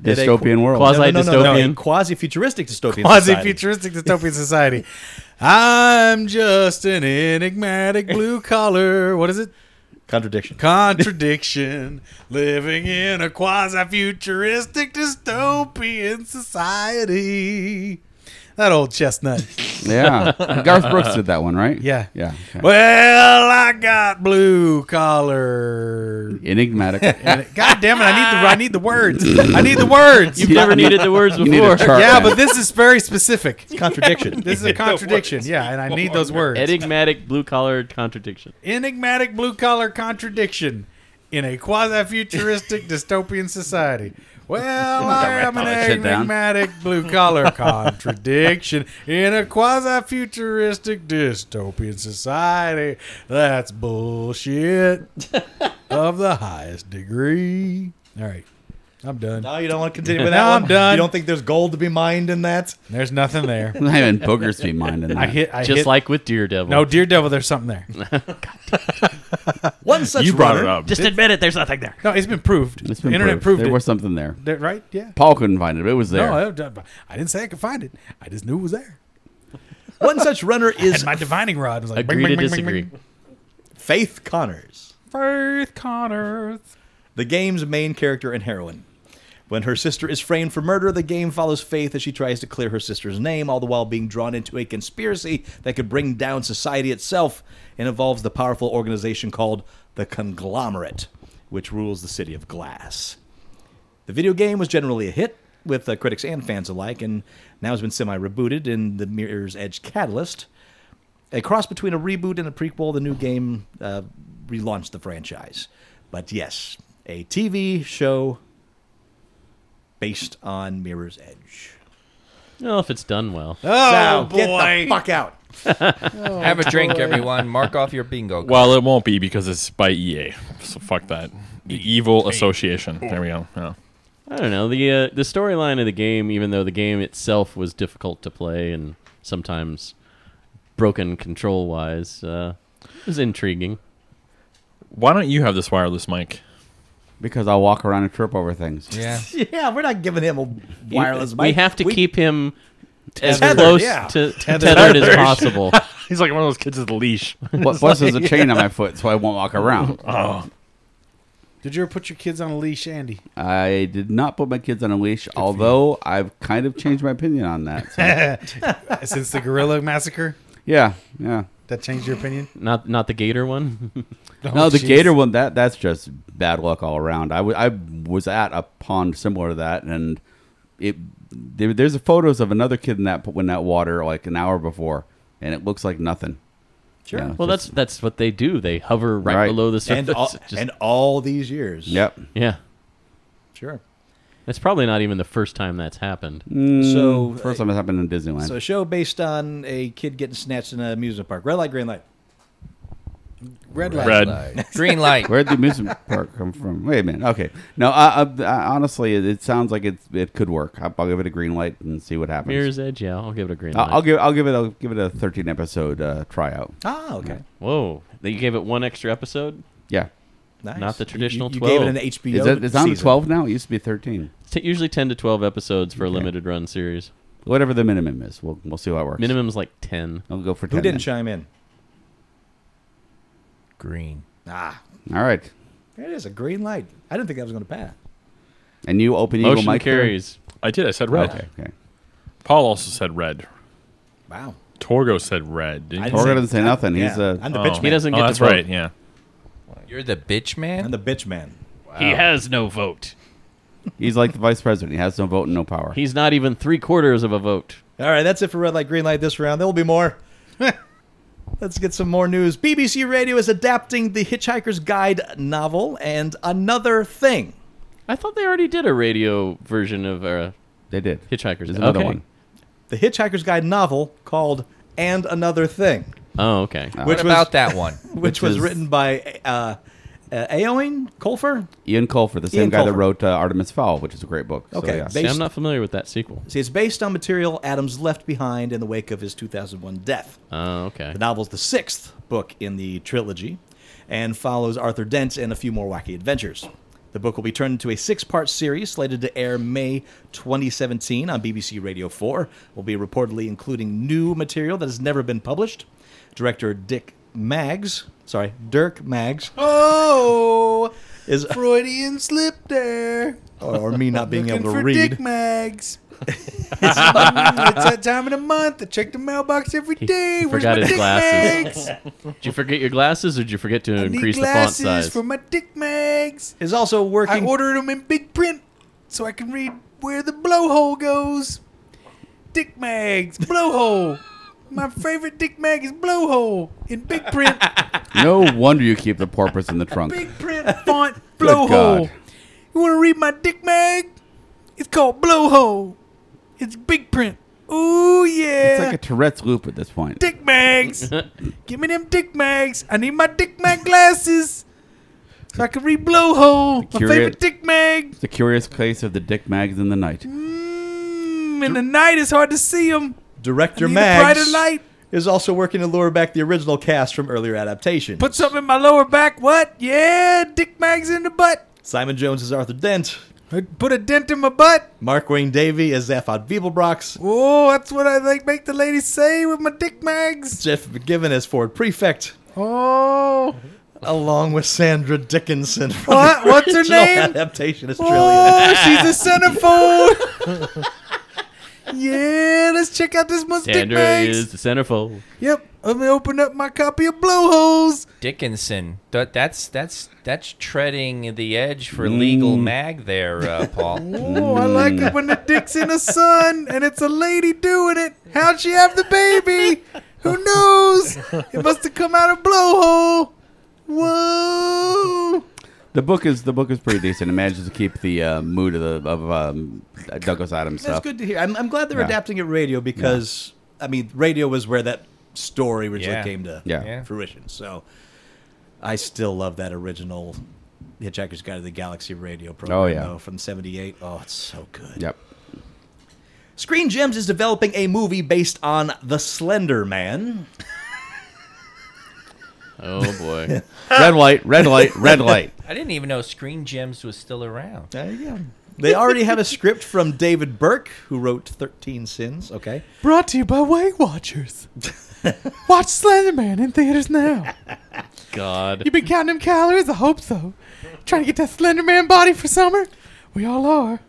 dystopian world.
Quasi- Quasi-dystopian.
quasi futuristic dystopian.
Quasi
society.
futuristic dystopian society. I'm just an enigmatic blue collar. What is it?
Contradiction.
Contradiction. Living in a quasi futuristic dystopian society. That old chestnut.
yeah, Garth Brooks did that one, right?
Yeah.
yeah. okay.
Well, I got blue collar.
Enigmatic.
And it- God damn it! I need the I need the words. I need the words.
You've never needed the words
You need
before.
a chart.
yeah, but this is very specific.
Contradiction.
This is a contradiction. Yeah, and I need those words.
Enigmatic blue collar contradiction.
Enigmatic blue collar contradiction in a quasi
[laughs]
futuristic dystopian society. Well, I am
that shit
an
down.
enigmatic
[laughs]
blue collar contradiction in a quasi futuristic dystopian society.
[laughs]
That's bullshit of the highest degree. All right. I'm done.
No, you don't want to continue with that
No,
one.
I'm done.
You don't think there's gold to be mined in that?
There's
[laughs]
nothing there.
Not even boogers be minding that.
I hit. I
Just
hit,
like with Daredevil.
no, dear devil. There's
[laughs]
something there.
One such
You brought it
runner-
up.
just admit it. There's nothing there.
No, it's been proved.
It's been
Internet
proved.
proved,
there
it.
was something there.
There- right? Yeah.
Paul couldn't find it, but it was there.
No, I, don't- I didn't say I could find it. I just knew it was there.
One such
[laughs]
runner is
And my divining rod was like,
Agree to
bing, bing, bing, bing,
disagree.
bing.
Faith Connors,
Faith Connors.
the game's main character and heroine. When her sister is framed for murder, the game follows Faith as she tries to clear her sister's name, all the while being drawn into a conspiracy that could bring down society itself and involves the powerful organization called the Conglomerate, which rules the city of Glass. The video game was generally a hit with uh, critics and fans alike, and now has been semi rebooted in the Mirror's Edge Catalyst. a cross between a reboot and a prequel. The new game uh, relaunched the franchise, but yes, a TV show based on Mirror's Edge.
No, if it's done well.
Oh get the fuck out! [laughs]
Have a drink, everyone. Mark off your bingo. card.
Well, it won't be because it's by EA. So fuck that. The Evil Association. There we go. Yeah.
I don't know the uh, the storyline of the game. Even though the game itself was difficult to play and sometimes broken control wise, uh, it was intriguing.
Why don't you have this wireless mic?
Because I'll walk around and trip over things.
yeah.
Yeah, we're not giving him a wireless mic.
We have to keep him as
Tethered,
close
yeah.
to tethered as possible.
He's like one of those kids with a leash.
Plus, plus there's
[laughs]
a chain on my foot, so I won't walk around.
Uh-huh. Did you ever put your kids on a leash, Andy?
I did not put my kids on a leash, although I've kind of changed my opinion on that.
[laughs]
so-
Since the gorilla massacre,
yeah, yeah.
that changed your opinion?
Not not the gator one.
no, the
Oh, jeez.
gator one that that's just bad luck all around. I wa- I was at a pond similar to that, and it there, there's photos of another kid in that in that water like an hour before, and it looks like nothing. Sure.
well, that's that's what they do. They hover right,
Right.
below the surface.
[laughs] and all,
[laughs] Just-
and all these years.
yep.
yeah,
sure.
that's probably not even the first time that's happened.
So- uh,
first time it's happened in Disneyland.
So a show based on a kid getting snatched in an amusement park. Red light, green light.
Red light.
Red.
[laughs]
Green light.
Where'd the
[laughs]
amusement park come from? Wait a minute. Okay. No, I, I, I, honestly, it, it sounds like it it could work. I'll, I'll give it a green light and see what happens.
Mirror's Edge. Yeah, I'll give it a green
I'll,
light.
I'll give I'll give it I'll give it a 13 episode uh, tryout.
Ah, okay.
Whoa, you gave it one extra episode.
Yeah.
Nice.
Not the
You-
traditional
you,
12.
gave it an HBO.
Is it it's on to
season.
12 now? It used to be 13.
It's t- usually ten to twelve episodes for a limited run series.
Whatever the minimum is, we'll we'll see how it works.
Minimum's like ten.
I'll go for 10.
Who didn't
then.
chime in?
Green.
Ah,
All right.
there it is. A green light. I didn't think that was going to pass.
And you open Eagle
Motion
Mike there?
carries.
I did. I said red.
Okay. Okay.
Paul also said red.
Wow.
Torgo said red. Didn't
I
he?
didn't
Torgo doesn't say nothing. He's uh,
Yeah.
a
I'm the
Oh.
bitch man.
He doesn't
Oh,
get
that's
to vote.
right. Yeah.
You're the bitch
I'm
man.
the bitch man.
He has no vote.
he's like the vice president. He has no vote and no power.
He's not even three quarters of a vote.
[laughs]
All right, that's it for red light, green light this round. There will be more. Let's get some more news. BBC Radio is adapting the Hitchhiker's Guide novel and another thing.
I thought they already did a radio version of uh,
They did.
Hitchhiker's
There's another
okay.
one.
The Hitchhiker's Guide novel called And Another Thing,
Oh, okay.
What
was-
about that one?
which,
Which
was
is-
written by uh, uh, Aoin Colfer.
Ian Colfer, the same
Ian
guy that
Colfer.
wrote uh, Artemis Fowl, which is a great book.
Okay,
So, yeah.
they-
See, I'm not familiar with that sequel.
See, it's based on material Adams left behind in the wake of his 2001 death.
Oh, okay.
The novel's the sixth book in the trilogy and follows Arthur Dent and a few more wacky adventures. The book will be turned into a six part series slated to air May 2017 on BBC Radio 4. Will be reportedly including new material that has never been published. Director Dick Maggs, sorry, Dirk Maggs,
Oh,
is,
Freudian slip there.
or, or me not being
Looking
able to
for
read.
dick mags. it's, mm, it's that time of the month. I check the mailbox every day. Where's
forgot
my
his
dick
glasses.
mags?
Did you forget your glasses, or did you forget to
I need
increase the font
glasses
size?
for my dick mags.
Is also
I
working.
ordered them in big print so I can read where the blowhole goes. Dick mags, blowhole. My favorite dick mag is blowhole in big print.
[laughs]
no wonder you keep the porpoise in the trunk.
Big
[laughs]
print font
Good
blowhole.
God.
You want to read my dick mag? It's called blowhole. It's big print. Ooh yeah.
It's like a Tourette's loop at this point.
dick mags. Give me them dick mags. I need my dick mag glasses so I can read blowhole. My
Curious-
favorite dick mag.
It's a curious case of the dick mags in the night.
Mm, in the night it's hard to see them.
Director
Need a brighter
Maggs
light.
is also working to lure back the original cast from earlier adaptations.
Put something in my lower back. What? Yeah, dick mags in the butt.
Simon Jones is Arthur Dent.
I Put a dent in my butt.
Mark Wayne Davey as Zaphod Beeblebrox.
Oh, that's what I like. Make the ladies say with my dick mags.
Jeff McGivern as Ford Prefect,
Oh,
along with Sandra Dickinson from
what? What's her
the
name?
adaptation Australia.
Oh,
[laughs]
she's a centerfold. yeah, let's check out this month's dick
Sandra
mags.
is the centerfold.
Yep, let me open up my copy of Blowholes.
Dickinson. That, that's that's that's treading the edge for legal mag there, uh, Paul.
Oh, I like it when the dick's in the sun and it's a lady doing it. How'd she have the baby? Who knows? It must have come out of Blowhole. Whoa.
The book is the book is pretty decent. It manages to keep the uh, mood of the of um, Douglas Adams
That's
stuff.
good to hear. I'm, I'm glad they're
Yeah.
adapting it radio because, I mean, radio was where that story originally
Yeah.
came to
Yeah.
Yeah.
fruition. So I still love that original Hitchhiker's Guide to the Galaxy radio program
Oh, yeah.
though, from 78. Oh, it's so good.
Yep.
Screen Gems is developing a movie based on The Slender Man.
Oh boy.
Red light, red light, red
[laughs]
light.
I didn't even know Screen Gems was still around.
There you go. They already have a script from David Burke, who wrote 13 Sins. Okay.
Brought to you by Weight
[laughs]
Watchers. Watch Slenderman in theaters now.
God.
You been counting them calories? I hope so. Trying to get that Slenderman body for summer? We all are.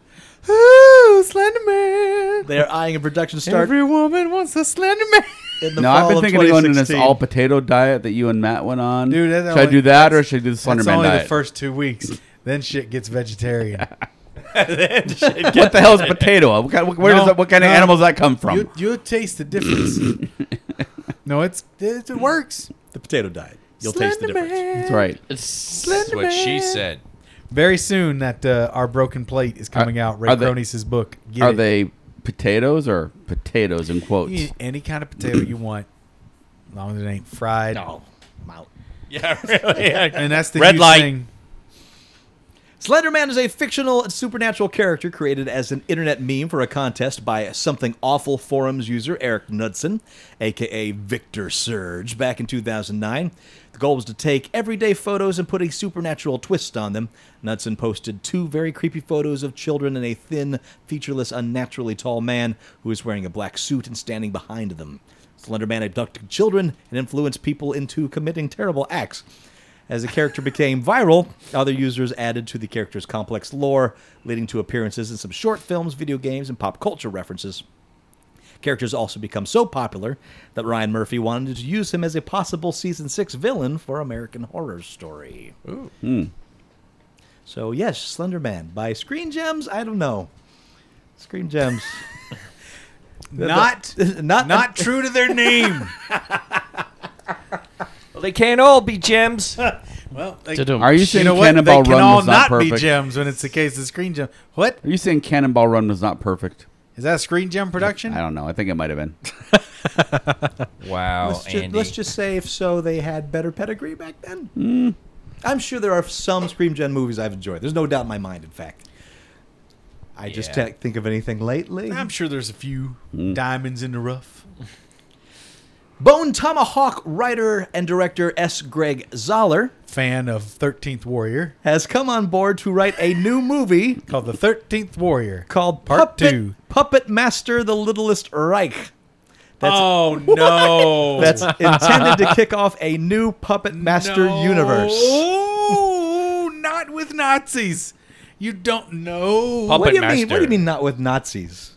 Ooh, Slenderman.
They are eyeing a production start
Every woman wants a Slenderman.
in the
No,
fall
I've been
of
thinking of going on this
2016.
all potato diet that you and Matt went on.
Dude, that's
should I
only-
do that or should I do the Slender
That's
Man
only
diet?
the first two weeks. Then shit gets vegetarian.
what the hell is
[laughs]
potato? What kind, where
No,
does that, what kind of
no.
animals that come from?
You, you'll taste
[laughs]
the difference. no, it's it, it works.
the potato diet. You'll taste the difference.
That's right.
That's what she said.
Very soon, that uh, our broken plate is coming out. Ray
are they-
Cronies' book. Get
Are
it.
they potatoes or potatoes in quotes?
You can eat any kind of potato you want, as long as it ain't fried.
No, I'm out.
Yeah, really.
And that's the
Red
huge
light.
thing.
Slenderman is a fictional supernatural character created as an internet meme for a contest by Something Awful forums user Eric Knudsen, aka Victor Surge, back in 2009. The goal was to take everyday photos and put a supernatural twist on them. Knudsen posted two very creepy photos of children and a thin, featureless, unnaturally tall man who is wearing a black suit and standing behind them. Slenderman abducted children and influenced people into committing terrible acts. As the character became viral, other users added to the character's complex lore, leading to appearances in some short films, video games, and pop culture references. Characters also become so popular that Ryan Murphy wanted to use him as a possible season six villain for American Horror Story. Ooh. So yes, Slender Man by Screen Gems. I don't know, Screen Gems.
Not,
[laughs] Not-
not, not true to their name.
Well, they can't all
[laughs]
be gems.
well, they,
Da-dum.
Are you
you
saying
know what?
Cannonball
they can
Run
all
was not,
not, be
perfect?
gems when it's the case of Screen Gem. What
Are you saying Cannonball Run was not perfect?
is that? A screen Gem production?
I don't know. I think it might have been.
Wow,
let's, just,
Andy.
let's just say, if so, they had better pedigree back then. I'm sure there are some Scream Gen movies I've enjoyed. There's no doubt in my mind, in fact. I just
Yeah.
can't think of anything lately.
I'm sure there's a few
Mm.
diamonds in the rough.
Bone Tomahawk writer and director S. Greg Zoller
Fan of Thirteenth Warrior
has come on board to write a new movie
called the Thirteenth Warrior.
called
Part
Puppet,
two.
Puppet Master the Littlest Reich. That's, [laughs]
oh no!
that's intended to kick off a new Puppet Master universe.
Oh, not with Nazis. You don't know.
Puppet
what do you
Master.
mean? What do you mean not with Nazis?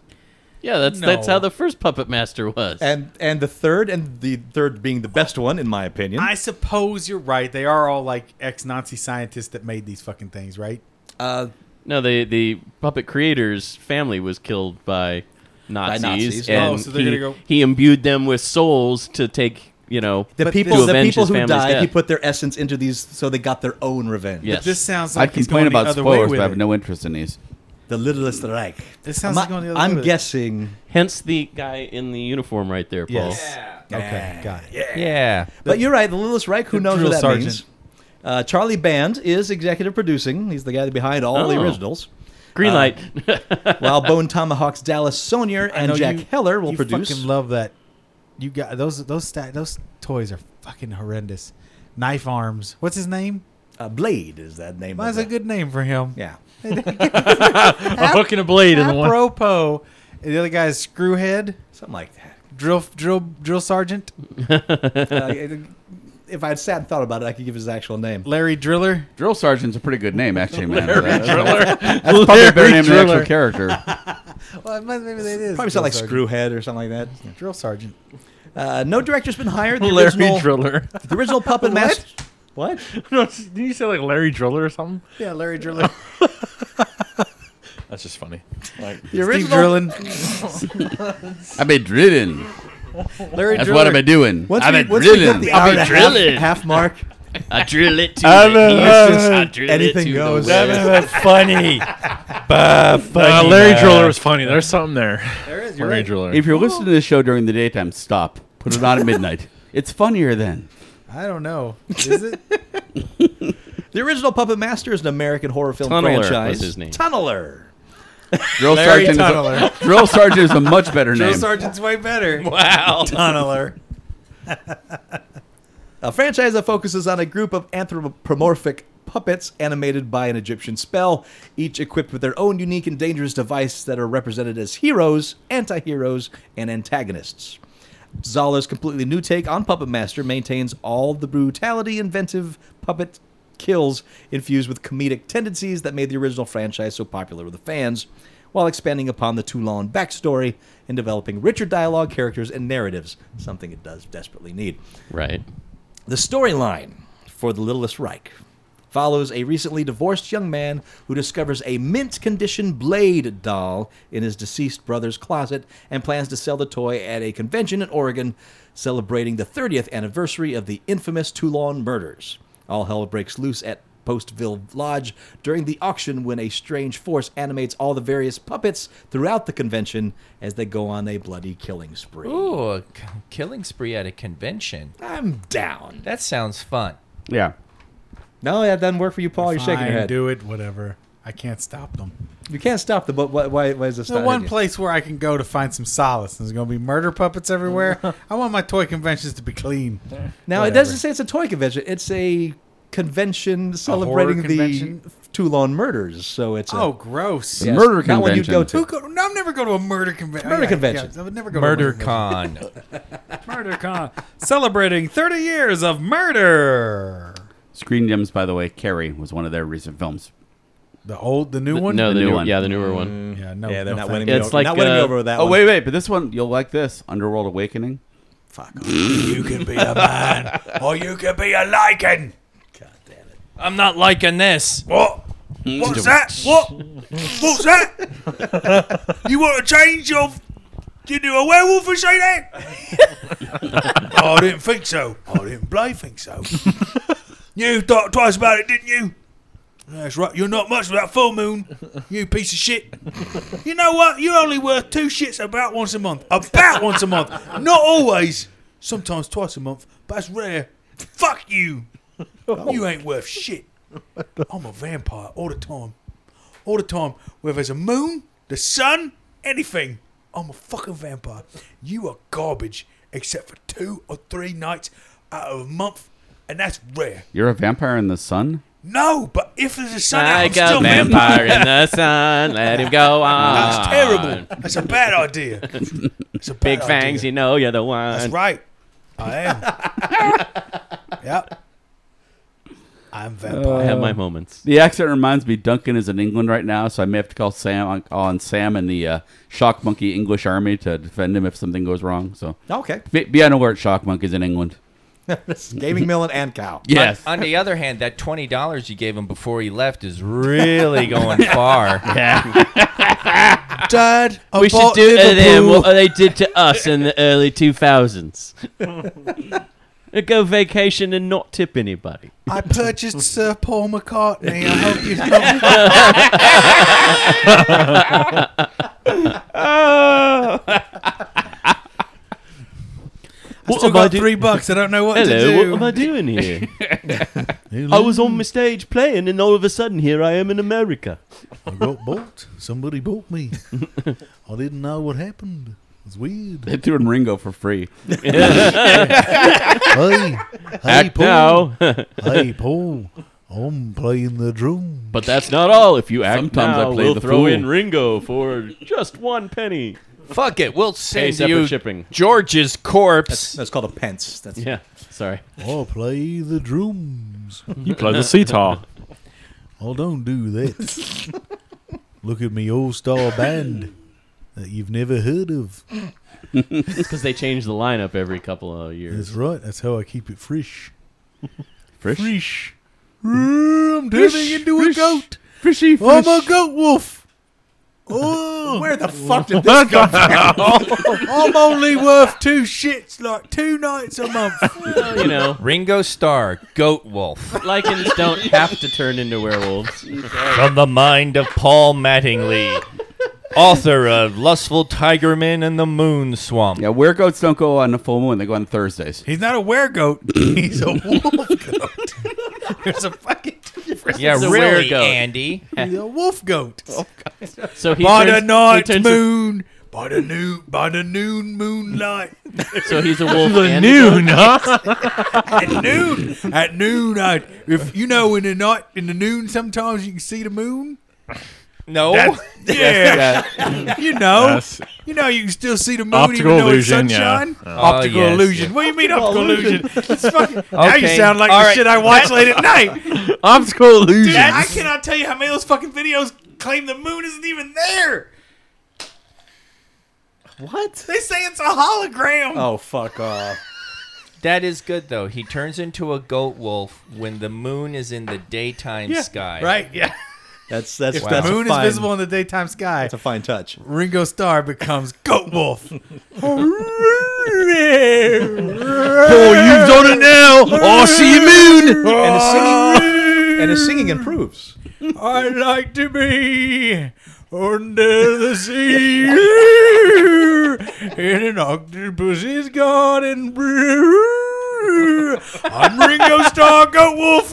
Yeah, that's that's
No.
how the first puppet master was.
And and the third, and the third being the best one in my opinion.
I suppose you're right. They are all like ex-Nazi scientists that made these fucking things, right?
uh,
no, the the puppet creator's family was killed by Nazis,
Nazis.
and
Oh, so they're
he,
gonna go-
he imbued them with souls to take you know
the
But
people,
this-
to
the
avenge
people
his
who
family's
died,
death.
he put their essence into these, so they got their own revenge.
Yes.
This sounds
I
like he's
complain
going the
about
other way
spoilers,
with
but I have
it.
no interest in these.
The littlest Reich.
This sounds
I'm,
like going the other way
I'm
with it.
guessing.
Hence the guy in the uniform right there, Paul.
Yes. Okay, got it.
yeah.
But you're right. The littlest Reich. Who
the
knows what
drill
that
sergeant.
means? Uh, Charlie Band is executive producing. He's the guy behind all the
Oh.
originals.
Green
Uh,
light. [laughs]
While Bone Tomahawk's Dallas Sonier
I know
and Jack
you-
Heller will
you
produce.
Fucking love that. You got those those sta- those toys are fucking horrendous. Knife arms. What's his name?
uh, Blade is that name.
Well,
of
that's a
the-
good name for him.
Yeah.
A hook and a blade in the one.
Apropos. And the other guy is Screwhead,
Something like that.
drill drill drill sergeant,
Uh,
[laughs]
it- if I'd sat and thought about it, I could give his actual name.
Larry Driller.
Drill Sergeant's a pretty good name, actually, man. That's, that's probably a better name than the actual character.
Well, it must- maybe it
Probably
is. drill
sound like
sergeant.
Screwhead or something like that.
Drill sergeant.
Uh, no director's been hired. The
Larry
original,
Driller.
the original
[laughs]
Puppet Master. What?
[laughs] no, did you say like Larry Driller or something?
[laughs]
Yeah, Larry Driller.
That's just funny.
The
Steve
original.
Drilling.
I've been drilling.
Larry
That's
Driller.
what I've been doing.
Once
I've
we,
been
once we got
drilling.
the hour and a half,
drilling.
half mark,
I drill it to
I
the
don't
east,
know.
I drill
Anything
it to
goes.
The west.
funny. Uh, Larry Driller was funny. There's something there.
There is, you're
Larry
right.
Driller.
If you're listening to this show during the daytime, stop. Put it on at midnight. It's funnier then.
I
[laughs]
don't know. Is it?
the original Puppet Master is an American horror film
Tunneler was
franchise.
his
[laughs]
name.
Tunneler.
Drill
Larry
Sergeant.
Tunneler.
Is a, Drill Sergeant is a much better
Drill
name.
sergeant's way better.
Wow.
Tunneler.
A franchise that focuses on a group of anthropomorphic puppets animated by an Egyptian spell, each equipped with their own unique and dangerous device that are represented as heroes, anti heroes, and antagonists. Zala's completely new take on Puppet Master maintains all the brutality, inventive puppet kills infused with comedic tendencies that made the original franchise so popular with the fans, while expanding upon the Toulon backstory and developing richer dialogue, characters, and narratives, something it does desperately need.
Right.
The storyline for The Littlest Reich follows a recently divorced young man who discovers a mint condition blade doll in his deceased brother's closet and plans to sell the toy at a convention in Oregon celebrating the 30th anniversary of the infamous Toulon murders. All hell breaks loose at Postville Lodge during the auction when a strange force animates all the various puppets throughout the convention as they go on a bloody killing spree.
Ooh, a k- killing spree at a convention.
I'm down.
That sounds fun.
Yeah.
No, that doesn't work for you, Paul. You're shaking
Fine,
your head.
do it, whatever. I can't stop them.
You can't stop the but why, why, why is this
The
not
one
hitting
place where I can go to find some solace. There's going to be murder puppets everywhere. I want my toy conventions to be clean.
you? Now it
whatever.
doesn't say it's a toy convention. It's a convention celebrating
convention?
the Toulon murders. So it's a
Oh, gross.
The murder
not one
convention.
you'd go
Who
to.
go, no, I've never go to a murder convention.
Murder convention.
I would never go
Murder
to a
con.
murder con. Celebrating 30 years of murder.
Screen Gems, by the way, Carrie was one of their recent films.
The old, the new
The-
one? Mm.
no, the,
The new
new
one.
Yeah, the newer one.
Yeah, no.
Yeah, they're
no
not
thank
winning
you.
me
It's
over.
like,
not winning me
uh,
over with that
Oh
one.
wait, wait, but this one you'll like this Underworld Awakening.
You can be a man, or you can be a lichen.
I'm not liking this.
What? What's that? What? What's that? you want to change your
Did you a werewolf who say that? oh, I didn't think so. I didn't bloody think so. you thought twice about it, didn't you? That's right. You're not much without full moon. You piece of shit. You know what? You're only worth two shits about once a month. About once a month. Not always. Sometimes twice a month, but that's rare. Fuck you. You ain't worth shit. I'm a vampire all the time. All the time. Whether it's a moon, the sun, anything. I'm a fucking vampire. You are garbage, except for two or three nights out of a month, and that's rare.
You're a vampire in the sun.
No, but if there's a sun out, I'm
Like
still
a
vampire.
vampire in the sun, let him go on.
That's terrible. That's a bad
[laughs]
idea. It's a bad
Big fangs,
idea.
you know you're the one.
That's right. I am. yep. I'm vampire.
I have my moments.
The accent reminds me Duncan is in England right now, so I may have to call Sam on, on Sam and the uh, shock monkey English army to defend him if something goes wrong. So
Uh,
Okay.
be, be on alert, shock monkeys in England.
That's gaming melon and cow.
[laughs] Yes.
On
[laughs]
the other hand, that twenty dollars you gave him before he left is really going
[laughs]
far.
Dad, I
we should
bought
do to them
Liverpool.
what they did to us in the [laughs] early 2000s. [laughs] Go vacation and not tip anybody.
I purchased Sir Paul McCartney. I hope you
[laughs]
know.
What
Still
am I
got
do-
three bucks. I don't know what to
Hello,
do.
what am I doing here? [laughs] I was on my stage playing, and all of a sudden, here I am in America.
I got bought. Somebody bought me. I [laughs] didn't know what happened. It's weird.
They threw in Ringo for free.
[laughs]
hey, hey,
Act
Paul.
now. [laughs]
Hey, Paul. I'm playing the drum.
But that's not all. If you act
Sometimes I
now,
play
we'll
the
throw
fool.
in Ringo for just one penny.
Fuck it, we'll
Pay
send
separate
you
shipping.
George's corpse.
That's called a pence. That's
Yeah, sorry.
I play the drums.
You play the sitar.
I don't do that.
[laughs]
Look at me all-star band that you've never heard of.
It's because they change the lineup every couple of
That's
years.
right. That's how I keep it fresh.
Frish?
Fresh. Ooh, I'm turning into a goat.
Frishy,
I'm a goat wolf. Oh,
Where the
[laughs]
fuck did this go?
I'm only worth two shits, like two nights a month.
Well, you know,
Ringo Starr, Goat Wolf.
lichens don't have to turn into werewolves.
From the mind of
[laughs]
Paul Mattingly, author of Lustful Tigerman and the Moon Swamp.
Yeah, where goats don't go on the full moon. They go on Thursdays.
He's not a [laughs] weregoat. He's a wolf goat.
There's a fucking
Yeah,
It's a
really,
weirdo.
Andy.
He's [laughs] a wolf goat.
So he
by the
turns, he
night
turns-
moon, by the noon, by the noon moonlight.
so he's a wolf.
The
and a goat?
noon, huh?
[laughs]
At noon, at noon, I, if you know, in the night, in the noon, sometimes you can see the moon.
No.
[laughs]
Yeah, you know,
Oh.
Yes.
you know, you can still see the moon
Optical
even though
illusion,
it's
yeah.
sunshine.
Uh,
Optical
yes,
illusion.
yeah.
What do you mean optical illusion? [laughs] It's fucking, Now you
Okay,
sound like
all
the
right.
shit I watch late at night.
Optical illusion.
Dude, I cannot tell you how many of those fucking videos claim the moon isn't even there.
What?
They say it's a hologram.
Oh, fuck off.
That is good, though. He turns into a goat wolf when the moon is in the daytime sky.
Right? Yeah.
That's that's
Wow.
that's
The
a
moon is
fine,
visible in the daytime sky.
That's a fine touch.
Ringo Starr becomes goat
[laughs]
wolf.
Oh, you've done it now. Oh, see you moon.
And his singing, and
Mm.
his singing improves.
I like to be under the sea in an octopus's garden. I'm Ringo Starr, goat wolf.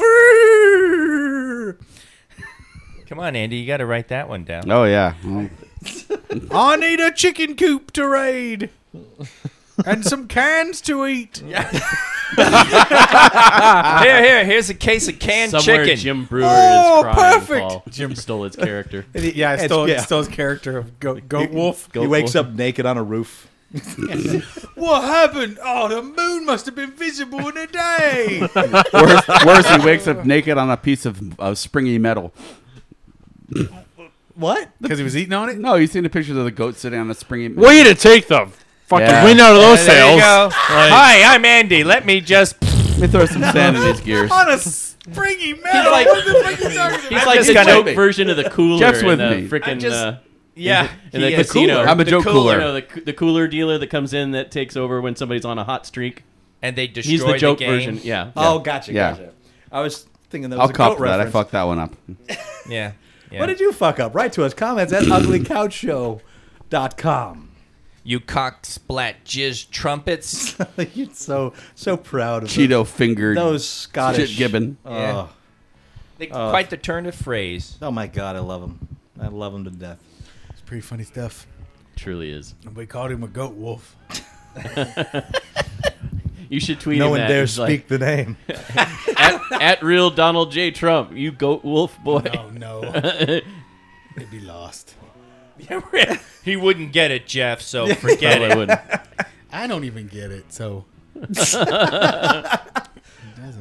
Come on, Andy. You got to write that one down.
Oh yeah. Well,
I need a chicken coop to raid and some cans to eat.
Here, here. Here's a case of canned
Somewhere
chicken.
Jim Brewer
Oh,
is crying.
perfect.
Paul. [laughs] Jim stole his character.
yeah,
It's-
it's still,
yeah.
it's still his character of goat, goat wolf.
he wakes up naked on a roof.
What happened? Oh, the moon must have been visible in the day.
worse, worse, he wakes up naked on a piece of, of springy metal.
What?
because he was eating on it.
No, you've seen the pictures of the goat sitting on a springy. metal.
Way to take the fucking
Yeah.
wind out of
Yeah,
those
there you
sails.
go.
Like-
Hi, I'm Andy. Let me just.
Let me throw some sand in his
[laughs]
gears.
on a springy metal.
like-
what the fuck are you talking about?
He's like
just
the
gonna-
joke version of the cooler
Jeff's
in
with
the
me.
I'm
freaking
just-
uh,
Yeah,
[laughs] in the, in
he
the
is.
casino.
I'm a
The
joke cooler.
No, the, the cooler dealer that comes in that takes over when somebody's on a hot streak.
and they destroy
He's the joke
game.
version. Yeah.
Oh, gotcha,
Yeah.
gotcha. I was thinking that
I'll
was a
cop
goat
for that. I
reference.
fucked that one up.
Yeah. yeah.
What did you fuck up? Write to us. Comments
[clears throat]
at uglycouchshow.com.
you cock splat jizz trumpets?
[laughs] You're so so proud of
Cheeto fingered.
those Scottish
Shit gibbon.
Oh,
Yeah. They- quite the turn of phrase.
oh my god, I love them. I love them to death.
It's pretty funny stuff.
Truly is.
And we called him a goat wolf.
You should tweet
no
him
one
that.
dare
It's
speak
like,
the
[laughs]
name.
at, at real Donald J. Trump, you goat wolf boy.
Oh no,
[laughs]
he'd be lost.
he wouldn't get it, Jeff. So forget
Probably
it.
wouldn't.
I don't even get it, so it doesn't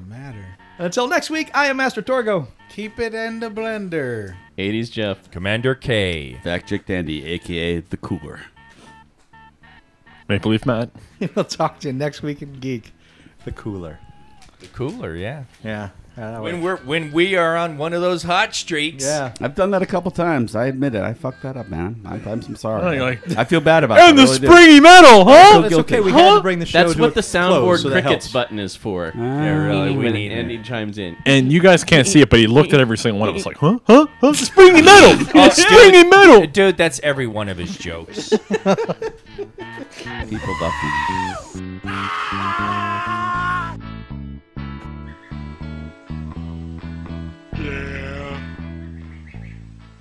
matter.
Until next week, I am Master Torgo. [laughs]
Keep it in the blender.
80s Jeff.
Commander K.
Fact Chick Dandy, aka the cooler.
Maple Leaf Matt.
we'll talk to you next week in Geek. The cooler.
The cooler, yeah.
Yeah. I don't know
When
what-
we're when we are on one of those hot streaks.
yeah.
I've done that a couple times. I admit it. I fucked that up, man. I'm, I'm, I'm
Oh,
sorry.
you're like-
I feel bad about it.
And
I
the
really do.
springy metal, huh?
Well, it's okay. We had to bring the show.
That's
to
what
a
the
close,
soundboard
so that
crickets
helps.
button is for.
Ah.
when Andy chimes in.
And you guys can't see it, but he looked at every single one of us like, huh? Huh? huh? Springy [laughs] metal! springy metal!
Dude, that's every one of his jokes.
People buff me.